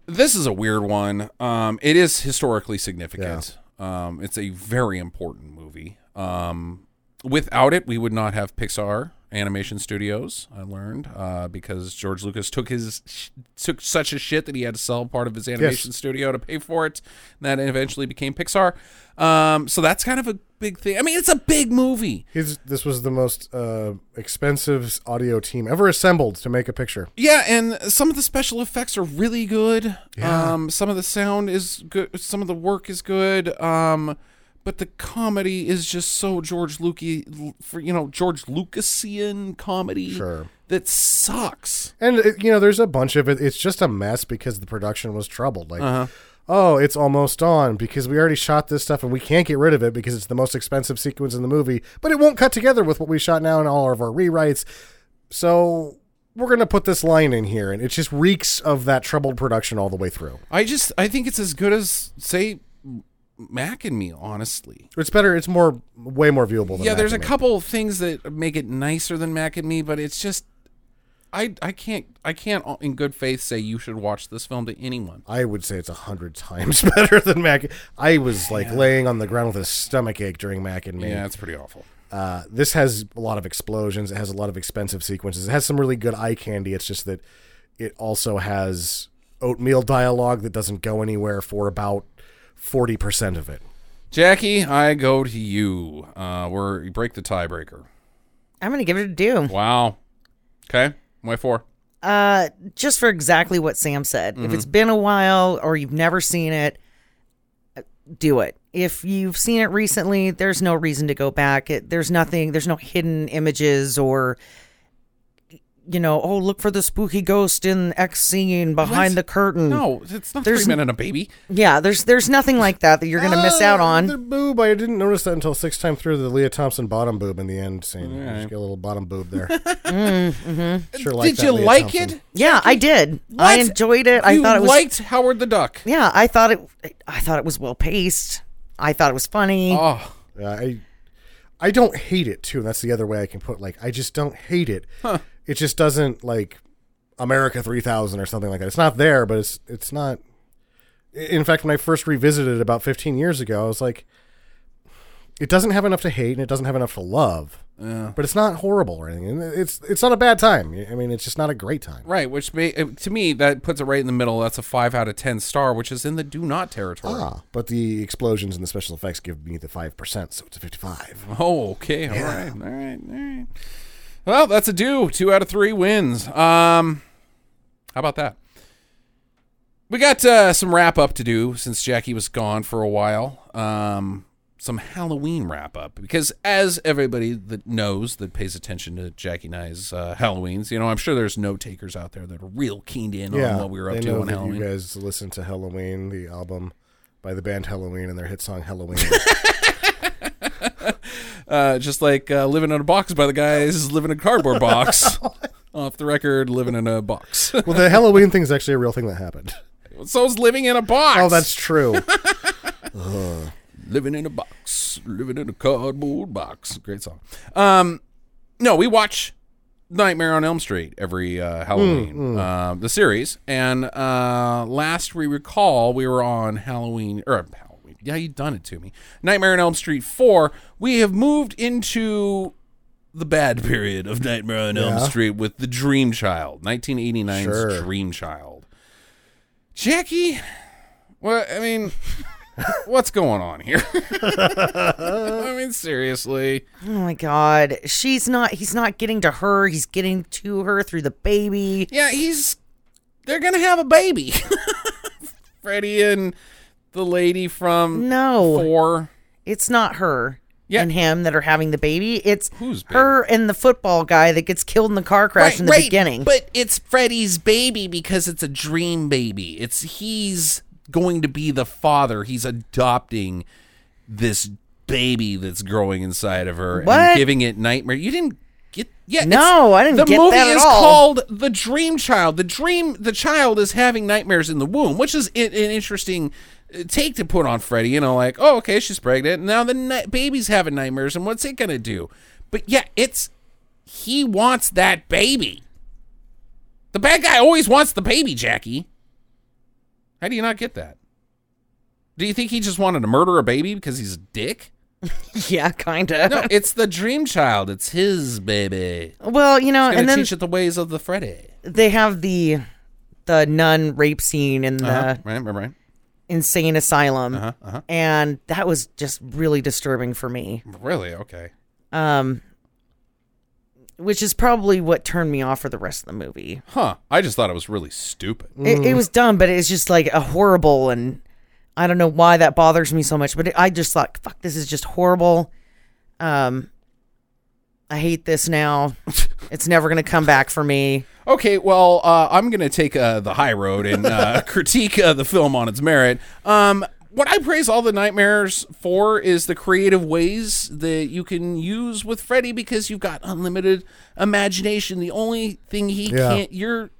[SPEAKER 1] This is a weird one. Um, it is historically significant. Um, it's a very important movie. Um, without it, we would not have Pixar Animation Studios. I learned uh, because George Lucas took his sh- took such a shit that he had to sell part of his animation studio to pay for it. And that eventually became Pixar. Um, so that's kind of a big thing. I mean, it's a big movie.
[SPEAKER 7] His, this was the most uh, expensive audio team ever assembled to make a picture.
[SPEAKER 1] Yeah, and some of the special effects are really good. Um, some of the sound is good. Some of the work is good. Um, but the comedy is just so George Lucas, for you know George Lucasian comedy
[SPEAKER 7] Sure.
[SPEAKER 1] that sucks.
[SPEAKER 7] And it, you know, there's a bunch of it. It's just a mess because the production was troubled. Like,
[SPEAKER 1] Uh-huh.
[SPEAKER 7] oh, it's almost on because we already shot this stuff and we can't get rid of it because it's the most expensive sequence in the movie, but it won't cut together with what we shot now and all of our rewrites. So we're gonna put this line in here, and it just reeks of that troubled production all the way through.
[SPEAKER 1] I just I think it's as good as say Mac and Me, honestly.
[SPEAKER 7] It's better. It's more, way more viewable. Than
[SPEAKER 1] yeah,
[SPEAKER 7] that
[SPEAKER 1] there's
[SPEAKER 7] to
[SPEAKER 1] a
[SPEAKER 7] me.
[SPEAKER 1] couple of things that make it nicer than Mac and Me, but it's just I I can't I can't uh, in good faith say you should watch this film to anyone.
[SPEAKER 7] I would say it's a hundred times better than Mac. I was like laying on the ground with a stomach ache during Mac and Me.
[SPEAKER 1] Yeah, it's pretty awful.
[SPEAKER 7] Uh, this has a lot of explosions. It has a lot of expensive sequences. It has some really good eye candy. It's just that it also has oatmeal dialogue that doesn't go anywhere for about 40% of it.
[SPEAKER 1] Jackie, I go to you. Uh, we're you break the tiebreaker.
[SPEAKER 8] I'm gonna give it a do.
[SPEAKER 1] Wow. Okay. Why four?
[SPEAKER 8] Uh, just for exactly what Sam said. If
[SPEAKER 1] Mm-hmm.
[SPEAKER 8] it's been a while or you've never seen it, uh, do it. If you've seen it recently, there's no reason to go back. It, there's nothing. There's no hidden images or, you know, oh look for the spooky ghost in X scene behind
[SPEAKER 1] What?
[SPEAKER 8] the curtain.
[SPEAKER 1] No, it's not
[SPEAKER 8] There's-
[SPEAKER 1] three men and a baby.
[SPEAKER 8] Yeah, there's there's nothing like that that you're gonna miss
[SPEAKER 1] Uh,
[SPEAKER 8] out on.
[SPEAKER 7] Ah, The boob. I didn't notice that until sixth time through the Leah Thompson bottom boob in the end scene. You Just get a little bottom boob there.
[SPEAKER 8] Mm, mm-hmm.
[SPEAKER 7] Sure like
[SPEAKER 1] Did you like it?
[SPEAKER 8] Yeah, I did. I
[SPEAKER 1] What?
[SPEAKER 8] enjoyed it. I
[SPEAKER 1] you
[SPEAKER 8] thought it was
[SPEAKER 1] liked Howard the Duck.
[SPEAKER 8] Yeah, I thought it. I thought it was well paced. I thought it was funny.
[SPEAKER 1] Oh,
[SPEAKER 7] it? Uh, I I don't hate it too. That's the other way I can put. Like I just don't hate it. It just doesn't like America three thousand or something like that. It's not there, but it's it's not. In fact, when I first revisited it about fifteen years ago, I was like, it doesn't have enough to hate and it doesn't have enough to love. But it's not horrible or anything. And It's it's not a bad time. I mean, it's just not a great time.
[SPEAKER 1] right. Which may, it- to me that puts it right in the middle. That's a five out of ten star, which is in the do not territory.
[SPEAKER 7] Ah, but the explosions and the special effects give me the five percent, so it's a fifty-five.
[SPEAKER 1] Oh, okay. All right, All right. All right. Well, that's a do. Two out of three wins. Um, how about that? We got uh, some wrap up to do since Jackie was gone for a while. Um, some Halloween wrap up because, as everybody that knows that pays attention to Jackie and I's uh, Halloweens, you know, I'm sure there's no takers out there that are real keened in on what we were up
[SPEAKER 7] they
[SPEAKER 1] to
[SPEAKER 7] know
[SPEAKER 1] on
[SPEAKER 7] that
[SPEAKER 1] Halloween.
[SPEAKER 7] You guys listen to Halloween, the album by the band Halloween, and their hit song Halloween.
[SPEAKER 1] uh, just like uh, living in a box by the guys living in a cardboard box. Off the record, living in a box.
[SPEAKER 7] well, the Halloween thing is actually a real thing that happened.
[SPEAKER 1] So is living in a box.
[SPEAKER 7] Oh, that's true.
[SPEAKER 1] living in a box, living in a cardboard box. Great song. Um, no, we watch Nightmare on Elm Street every uh, Halloween, Uh, the series. And uh, last we recall, we were on Halloween or Halloween. Yeah, you done it to me. Nightmare on Elm Street four. We have moved into the bad period of Nightmare on Elm
[SPEAKER 7] Yeah.
[SPEAKER 1] Street with the Dream Child, 1989's
[SPEAKER 7] Sure.
[SPEAKER 1] Dream Child. Jackie, well, I mean, what's going on here? I mean, seriously.
[SPEAKER 8] Oh my god, she's not. He's not getting to her. He's getting to her through the baby.
[SPEAKER 1] Yeah, he's. They're gonna have a baby. Freddie and the lady from
[SPEAKER 8] No,
[SPEAKER 1] four.
[SPEAKER 8] it's not her.
[SPEAKER 1] Yeah.
[SPEAKER 8] And him that are having the baby. It's
[SPEAKER 1] Whose baby?
[SPEAKER 8] her and the football guy that gets killed in the car crash in the beginning.
[SPEAKER 1] But it's Freddie's baby because it's a dream baby. It's he's going to be the father. He's adopting this baby that's growing inside of her
[SPEAKER 8] What?
[SPEAKER 1] and giving it nightmare. You didn't get yeah. it's-
[SPEAKER 8] No, I didn't
[SPEAKER 1] The
[SPEAKER 8] get
[SPEAKER 1] movie
[SPEAKER 8] that at
[SPEAKER 1] is
[SPEAKER 8] all.
[SPEAKER 1] called The Dream Child. The dream the child is having nightmares in the womb, which is i- an interesting uh, take to put on Freddie. You know, like oh okay, she's pregnant. Now the ni- baby's having nightmares, and what's it gonna do? But yeah, it's he wants that baby. The bad guy always wants the baby, Jackie. How do you not get that? Do you think he just wanted to murder a baby because he's a dick?
[SPEAKER 8] yeah, kinda.
[SPEAKER 1] No, it's the dream child. It's his baby.
[SPEAKER 8] Well, you know,
[SPEAKER 1] Gonna
[SPEAKER 8] Uh, and then
[SPEAKER 1] teach it the ways of the Freddy.
[SPEAKER 8] they have the the nun rape scene in the
[SPEAKER 1] Uh-huh. Right, right, Uh-huh. right.
[SPEAKER 8] insane asylum, and that was just really disturbing for me.
[SPEAKER 1] Really? Okay.
[SPEAKER 8] um, which is probably what turned me off for the rest of the movie.
[SPEAKER 1] Huh. I just thought it was really stupid.
[SPEAKER 8] It, it was dumb, but it's just like a horrible, and I don't know why that bothers me so much. But it, I just thought, fuck, this is just horrible. Um, I hate this now. it's never gonna come back for me.
[SPEAKER 1] Okay, well, uh, I'm going to take uh, the high road and uh, critique uh, the film on its merit. Um, what I praise all the nightmares for is the creative ways that you can use with Freddy because you've got unlimited imagination. The only thing he
[SPEAKER 7] Yeah.
[SPEAKER 1] can't, you're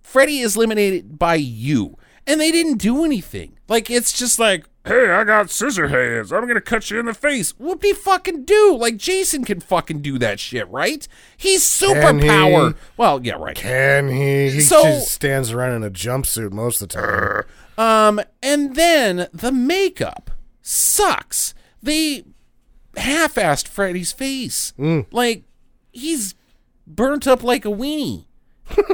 [SPEAKER 1] Freddy is limited by you, and they didn't do anything. Like it's just like, hey, I got scissor hands. I'm gonna cut you in the face. Whoop de fucking do. Like Jason can fucking do that shit, right? He's
[SPEAKER 7] Can he?
[SPEAKER 1] superpower. Well, yeah, right.
[SPEAKER 7] and he, he
[SPEAKER 1] So-
[SPEAKER 7] just stands around in a jumpsuit most of the time.
[SPEAKER 1] Um, and then the makeup sucks. They half-assed Freddy's face. Like he's burnt up like a weenie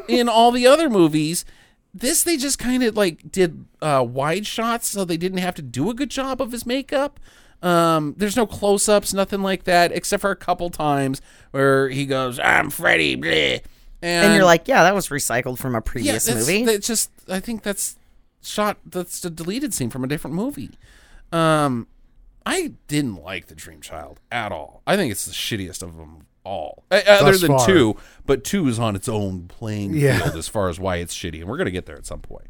[SPEAKER 1] in all the other movies. This they just kind of like did uh, wide shots, so they didn't have to do a good job of his makeup. Um, there's no close ups, nothing like that, except for a couple times where he goes, I'm Freddy, bleh. And,
[SPEAKER 8] And you're like, yeah, that was recycled from a
[SPEAKER 1] yeah,
[SPEAKER 8] previous
[SPEAKER 1] that's-
[SPEAKER 8] movie.
[SPEAKER 1] That's just, I think that's shot, that's a deleted scene from a different movie. Um, I didn't like the Dream Child at all. I think it's the shittiest of them all, Uh, other than
[SPEAKER 7] far.
[SPEAKER 1] two. But two is on its own playing
[SPEAKER 7] Yeah.
[SPEAKER 1] field as far as why it's shitty, and we're gonna get there at some point.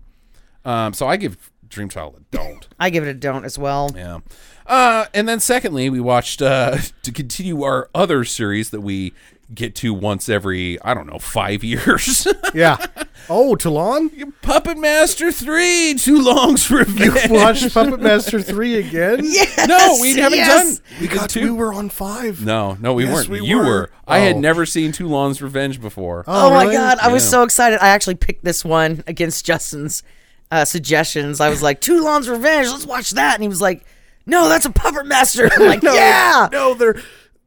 [SPEAKER 1] Um, so I give Dream Child a don't.
[SPEAKER 8] I give it a don't as well.
[SPEAKER 1] Yeah. Uh, and then secondly, we watched uh, to continue our other series that we get to once every I don't know five years.
[SPEAKER 7] Yeah. Oh, Talon, you
[SPEAKER 1] Puppet Master Three: Too Long's Revenge.
[SPEAKER 7] watched Puppet Master three again? Yeah.
[SPEAKER 1] no, we haven't
[SPEAKER 8] yes.
[SPEAKER 1] done. We did
[SPEAKER 7] God,
[SPEAKER 1] two.
[SPEAKER 7] we were on five.
[SPEAKER 1] no, no, we
[SPEAKER 7] Yes,
[SPEAKER 1] weren't.
[SPEAKER 7] we
[SPEAKER 1] you were.
[SPEAKER 7] were.
[SPEAKER 1] I had
[SPEAKER 7] Oh.
[SPEAKER 1] never seen Too Long's Revenge before.
[SPEAKER 8] Oh, my
[SPEAKER 7] really?
[SPEAKER 8] god, I was so excited. I actually picked this one against Justin's uh, suggestions. I was like, Toulon's Revenge, let's watch that. And he was like, No, that's a puppet master. I'm like,
[SPEAKER 7] No,
[SPEAKER 8] Yeah.
[SPEAKER 7] Oh, No, they're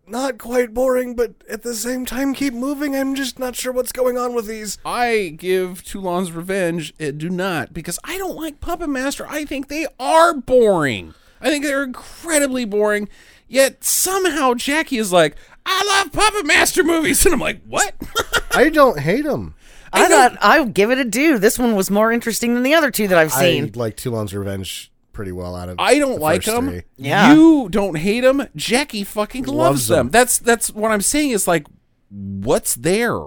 [SPEAKER 7] not quite boring, but at the same time, keep moving. I'm just not sure what's going on with these.
[SPEAKER 1] I give Toulon's Revenge a do not because I don't like Puppet Master. I think they are boring. I think they're incredibly boring. Yet somehow Jackie is like, I love Puppet Master movies, and I'm like, what?
[SPEAKER 7] I don't hate them.
[SPEAKER 8] I, thought I would give it a do. This one was more interesting than the other two that I've
[SPEAKER 7] I
[SPEAKER 8] seen.
[SPEAKER 7] like Toulon's Revenge pretty well out of.
[SPEAKER 1] I don't
[SPEAKER 7] the
[SPEAKER 1] like
[SPEAKER 7] first
[SPEAKER 1] them.
[SPEAKER 7] three.
[SPEAKER 8] Yeah.
[SPEAKER 1] You don't hate them. Jackie fucking loves,
[SPEAKER 7] Loves
[SPEAKER 1] them.
[SPEAKER 7] them.
[SPEAKER 1] That's that's what I'm saying is like, what's there?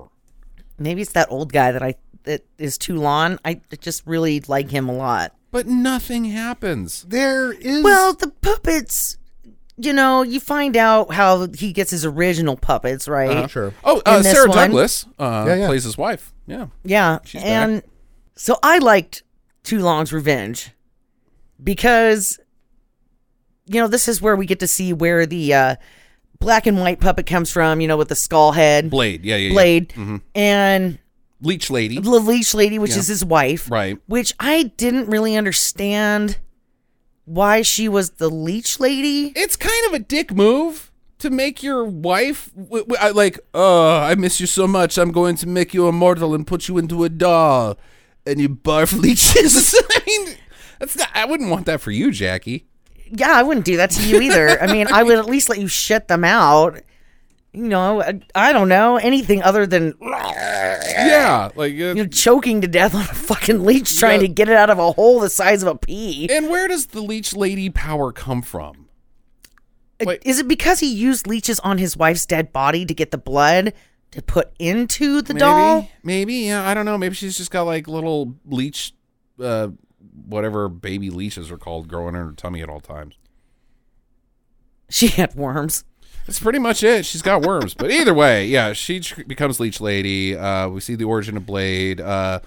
[SPEAKER 8] Maybe it's that old guy that I that is Toulon. I just really like him a lot.
[SPEAKER 1] But nothing happens.
[SPEAKER 7] There is
[SPEAKER 8] Well, the puppets, you know, you find out how he gets his original puppets, right?
[SPEAKER 7] sure.
[SPEAKER 1] Oh, uh,
[SPEAKER 8] In this
[SPEAKER 1] Sarah
[SPEAKER 8] one-
[SPEAKER 1] Douglas uh,
[SPEAKER 7] Yeah, yeah.
[SPEAKER 1] plays his wife. Yeah.
[SPEAKER 8] Yeah.
[SPEAKER 1] She's back.
[SPEAKER 8] and so I liked Too Long's Revenge because you know, this is where we get to see where the uh black and white puppet comes from, you know, with the skull head
[SPEAKER 1] Blade. Mm-hmm. Yeah, yeah, yeah.
[SPEAKER 8] blade and
[SPEAKER 1] Leech Lady.
[SPEAKER 8] the leech lady, which is his wife.
[SPEAKER 1] Right.
[SPEAKER 8] Which I didn't really understand why she was the leech lady.
[SPEAKER 1] it's kind of a dick move to make your wife w- w- I- like uh i miss you so much i'm going to make you immortal and put you into a doll and you barf leeches I mean, that's not, i wouldn't want that for you jackie
[SPEAKER 8] Yeah, I wouldn't do that to you either. I mean, I would at least let you shut them out. You know, I, I don't know anything other than
[SPEAKER 1] yeah like uh,
[SPEAKER 8] you know, choking to death on a fucking leech trying
[SPEAKER 1] Yeah.
[SPEAKER 8] to get it out of a hole the size of a pea.
[SPEAKER 1] and where does the leech lady power come from wait.
[SPEAKER 8] Is it because he used leeches on his wife's dead body to get the blood to put into the doll?
[SPEAKER 1] maybe yeah i don't know maybe she's just got like little leech uh whatever baby leeches are called growing in her tummy at all times
[SPEAKER 8] She had worms.
[SPEAKER 1] That's pretty much it. She's got worms, but either way, yeah, she tr- becomes Leech Lady. Uh, we see the origin of Blade. Uh,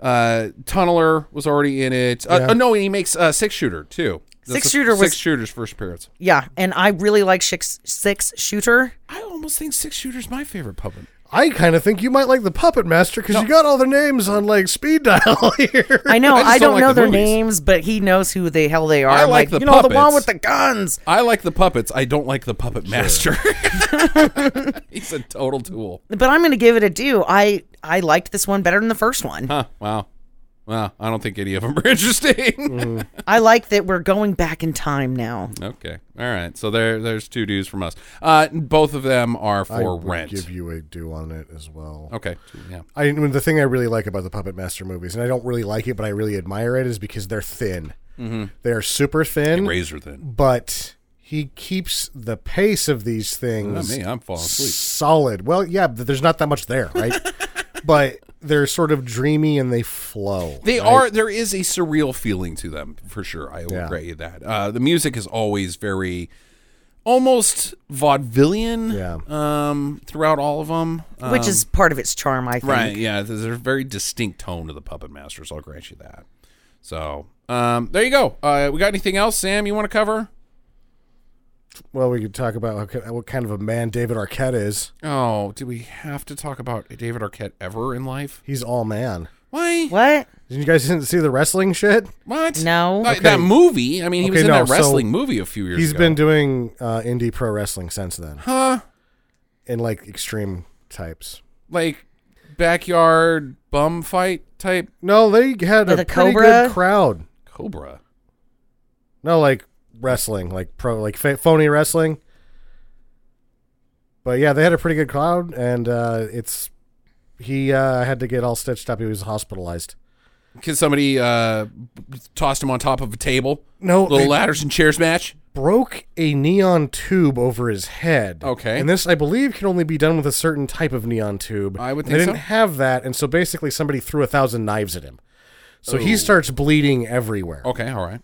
[SPEAKER 1] uh, Tunneler was already in it. Uh,
[SPEAKER 7] Yeah.
[SPEAKER 1] oh, no, and he makes uh, Six Shooter too. That's
[SPEAKER 8] Six
[SPEAKER 1] the-
[SPEAKER 8] Shooter
[SPEAKER 1] Six
[SPEAKER 8] was-
[SPEAKER 1] Shooter's first appearance.
[SPEAKER 8] Yeah, and I really like six six shooter.
[SPEAKER 1] I almost think Six Shooter's my favorite puppet.
[SPEAKER 7] I kind of think you might like the Puppet Master because you got all their names on like speed dial here.
[SPEAKER 8] I know
[SPEAKER 1] I
[SPEAKER 8] I,
[SPEAKER 1] just
[SPEAKER 8] don't,
[SPEAKER 1] don't like
[SPEAKER 8] know
[SPEAKER 1] the
[SPEAKER 8] their
[SPEAKER 1] movies.
[SPEAKER 8] names, but he knows who the hell they are.
[SPEAKER 1] I
[SPEAKER 8] I'm
[SPEAKER 1] like the
[SPEAKER 8] you know the one
[SPEAKER 1] puppets.
[SPEAKER 8] with the guns.
[SPEAKER 1] I like the puppets. I don't like the puppet master. He's a total tool.
[SPEAKER 8] But I'm gonna give it a do. I I liked this one better than the first one.
[SPEAKER 1] Huh, wow. Wow. I don't think any of them are interesting.
[SPEAKER 8] I like that we're going back in time now.
[SPEAKER 1] Okay. All right. So there, there's two dudes from us. Uh, both of them are
[SPEAKER 7] I
[SPEAKER 1] for
[SPEAKER 7] would
[SPEAKER 1] rent.
[SPEAKER 7] give you a do on it as well.
[SPEAKER 1] Okay. Yeah.
[SPEAKER 7] I mean, the thing I really like about the Puppet Master movies, and I don't really like it, but I really admire it, is because they're thin.
[SPEAKER 1] Mm-hmm.
[SPEAKER 7] They are super thin,
[SPEAKER 1] Razor thin.
[SPEAKER 7] but he keeps the pace of these
[SPEAKER 1] Not
[SPEAKER 7] things
[SPEAKER 1] me. I'm falling asleep.
[SPEAKER 7] solid. Well, yeah, but there's not that much there, right? but they're sort of dreamy and they flow.
[SPEAKER 1] They are. There is a surreal feeling to them for sure. I will
[SPEAKER 7] Yeah.
[SPEAKER 1] grant you that. Uh, the music is always very, almost vaudevillian.
[SPEAKER 7] Yeah.
[SPEAKER 1] Um, throughout all of them,
[SPEAKER 8] which is part of its charm, I think.
[SPEAKER 1] Um, Right. Yeah. There's a very distinct tone to the Puppet Masters. I'll grant you that. So, um, there you go. Uh, we got anything else, Sam? You want to cover?
[SPEAKER 7] Well, we could talk about how- what kind of a man David Arquette is.
[SPEAKER 1] Oh, do we have to talk about David Arquette ever in life?
[SPEAKER 7] He's all man.
[SPEAKER 1] Why?
[SPEAKER 8] What?
[SPEAKER 7] Did you guys see the wrestling shit?
[SPEAKER 1] What?
[SPEAKER 8] No.
[SPEAKER 1] Uh, That movie. I mean, he was
[SPEAKER 7] Okay,
[SPEAKER 1] in
[SPEAKER 7] no,
[SPEAKER 1] that wrestling
[SPEAKER 7] so
[SPEAKER 1] movie a few years
[SPEAKER 7] He's
[SPEAKER 1] ago.
[SPEAKER 7] been doing uh, indie pro wrestling since then,
[SPEAKER 1] huh?
[SPEAKER 7] in like extreme types.
[SPEAKER 1] Like backyard bum fight type
[SPEAKER 7] No, they had
[SPEAKER 8] With
[SPEAKER 7] a,
[SPEAKER 8] a
[SPEAKER 7] pretty
[SPEAKER 8] cobra?
[SPEAKER 7] good crowd.
[SPEAKER 1] cobra.
[SPEAKER 7] No, like wrestling, like pro, like fa- phony wrestling. But yeah, they had a pretty good crowd, and uh, it's he uh, had to get all stitched up. He was hospitalized.
[SPEAKER 1] Because somebody uh, tossed him on top of a table.
[SPEAKER 7] No,
[SPEAKER 1] Little
[SPEAKER 7] they-
[SPEAKER 1] ladders and chairs match.
[SPEAKER 7] broke a neon tube over his head.
[SPEAKER 1] Okay.
[SPEAKER 7] And this, I believe, can only be done with a certain type of neon tube.
[SPEAKER 1] I would
[SPEAKER 7] They
[SPEAKER 1] think
[SPEAKER 7] didn't
[SPEAKER 1] so.
[SPEAKER 7] have that, and so basically somebody threw a thousand knives at him. So he starts bleeding everywhere.
[SPEAKER 1] Okay, all right.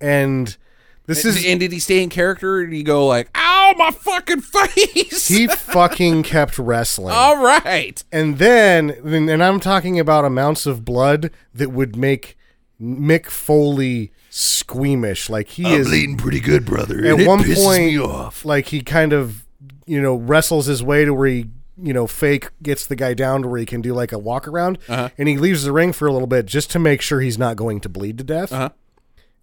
[SPEAKER 7] And this is
[SPEAKER 1] and did he stay in character? Or did he go like, "Ow, my fucking face"?
[SPEAKER 7] he fucking kept wrestling.
[SPEAKER 1] all right.
[SPEAKER 7] And then and and I'm talking about amounts of blood that would make Mick Foley squeamish. Like he is
[SPEAKER 1] pretty good, brother.
[SPEAKER 7] at one point, like he kind of, you know, wrestles his way to where he, you know, fake gets the guy down to where he can do like a walk around,
[SPEAKER 1] Uh-huh.
[SPEAKER 7] and he leaves the ring for a little bit just to make sure he's not going to bleed to death.
[SPEAKER 1] Uh-huh.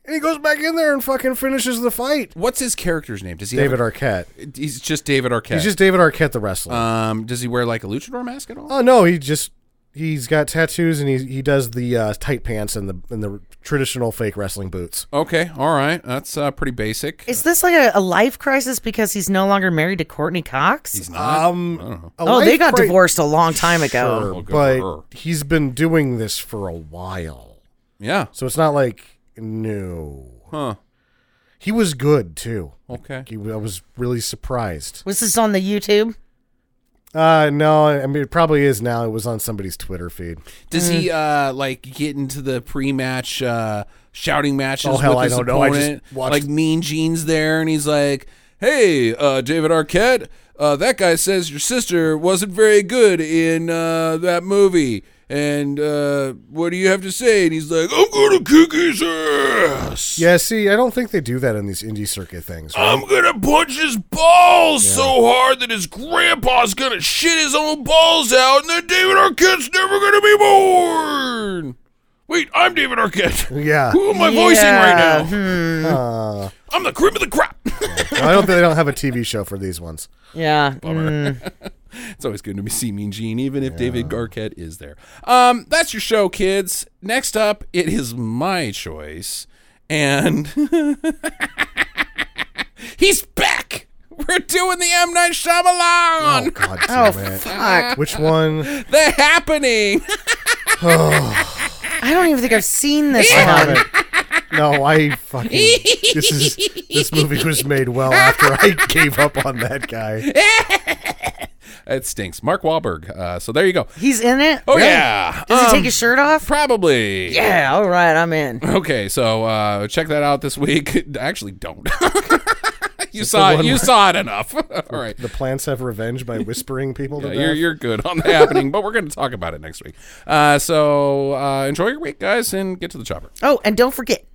[SPEAKER 7] And he goes back in there and fucking finishes the fight.
[SPEAKER 1] What's his character's name? Does he
[SPEAKER 7] David
[SPEAKER 1] Have
[SPEAKER 7] Arquette.
[SPEAKER 1] a, he's just David Arquette.
[SPEAKER 7] He's just David Arquette, the wrestler.
[SPEAKER 1] um. Does he wear like a luchador mask at all?
[SPEAKER 7] oh no, he just he's got tattoos and he he does the uh, tight pants and the and the traditional fake wrestling boots.
[SPEAKER 1] okay, all right. That's uh, pretty basic.
[SPEAKER 8] Is this like a, a life crisis because he's no longer married to Courtney Cox?
[SPEAKER 7] Um, a
[SPEAKER 8] oh, they
[SPEAKER 7] life
[SPEAKER 8] got
[SPEAKER 7] cri-
[SPEAKER 8] divorced a long time ago.
[SPEAKER 7] Sure,
[SPEAKER 1] Oh, good for her.
[SPEAKER 7] but he's been doing this for a while.
[SPEAKER 1] yeah.
[SPEAKER 7] So it's not like no.
[SPEAKER 1] Huh.
[SPEAKER 7] He was good too.
[SPEAKER 1] Okay.
[SPEAKER 7] He, I was really surprised.
[SPEAKER 8] Was this on the YouTube?
[SPEAKER 7] Uh, no, I mean it probably is now. It was on somebody's Twitter feed.
[SPEAKER 1] Does
[SPEAKER 7] Mm.
[SPEAKER 1] he uh like get into the pre-match uh shouting matches
[SPEAKER 7] Oh, hell,
[SPEAKER 1] with
[SPEAKER 7] I
[SPEAKER 1] his
[SPEAKER 7] don't know. I
[SPEAKER 1] opponent?
[SPEAKER 7] just watched-
[SPEAKER 1] Like Mean Gene's there, and he's like, "Hey, uh, David Arquette, uh, that guy says your sister wasn't very good in uh, that movie." And uh, what do you have to say? And he's like, "I'm gonna kick his ass.
[SPEAKER 7] Yeah, see, I don't think they do that in these indie circuit things. Right?
[SPEAKER 1] I'm gonna punch his balls so hard that his grandpa's gonna shit his own balls out, and then David Arquette's never gonna be born. Wait, I'm David Arquette.
[SPEAKER 7] yeah,
[SPEAKER 1] Who am I voicing right now?
[SPEAKER 8] Hmm.
[SPEAKER 7] uh,
[SPEAKER 1] I'm the cream of the crop.
[SPEAKER 7] I don't think they don't have a TV show for these ones.
[SPEAKER 8] Yeah. mm.
[SPEAKER 1] it's always good to see Mean Gene, even if David Arquette is there. Um, that's your show, kids. Next up, it is my choice, and he's back. We're doing the M Night Shyamalan.
[SPEAKER 7] Oh God damn it!
[SPEAKER 8] Fuck.
[SPEAKER 7] Which one?
[SPEAKER 1] The happening.
[SPEAKER 8] I don't even think I've seen this one.
[SPEAKER 7] No, I fucking this is this movie was made well after I gave up on that guy.
[SPEAKER 1] It stinks. Mark Wahlberg. Uh, so there you go.
[SPEAKER 8] He's in it?
[SPEAKER 1] Oh
[SPEAKER 8] Really?
[SPEAKER 1] yeah.
[SPEAKER 8] Does he
[SPEAKER 1] Um,
[SPEAKER 8] take his shirt off?
[SPEAKER 1] Probably.
[SPEAKER 8] Yeah, all right, I'm in.
[SPEAKER 1] Okay, so uh, check that out this week. Actually, don't. you saw it.
[SPEAKER 7] one
[SPEAKER 1] You
[SPEAKER 7] where-
[SPEAKER 1] saw it enough. All right.
[SPEAKER 7] The plants have revenge by whispering people
[SPEAKER 1] Yeah,
[SPEAKER 7] to
[SPEAKER 1] you're,
[SPEAKER 7] death.
[SPEAKER 1] you're good on the happening, but we're going to talk about it next week. Uh, so uh, enjoy your week, guys, and get to the chopper.
[SPEAKER 8] Oh, and don't forget.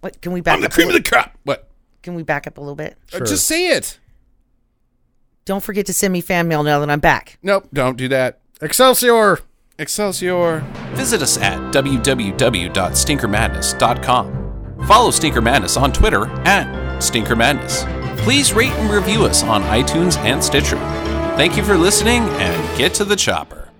[SPEAKER 8] What can we back up? a little-
[SPEAKER 1] the crop. What?
[SPEAKER 8] Can we back up a little bit?
[SPEAKER 1] Uh, just say it.
[SPEAKER 8] Don't forget to send me fan mail now that I'm back.
[SPEAKER 1] Nope, don't do that.
[SPEAKER 7] Excelsior!
[SPEAKER 1] Excelsior.
[SPEAKER 9] Visit us at www.stinkermadness.com. Follow Stinker Madness on Twitter at Stinker Madness. Please rate and review us on iTunes and Stitcher. Thank you for listening and get to the chopper.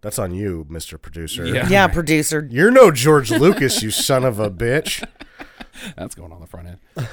[SPEAKER 7] That's on you, Mr. Producer.
[SPEAKER 1] Yeah.
[SPEAKER 8] Yeah, producer.
[SPEAKER 7] You're no George Lucas, you son of a bitch.
[SPEAKER 1] That's going on the front end.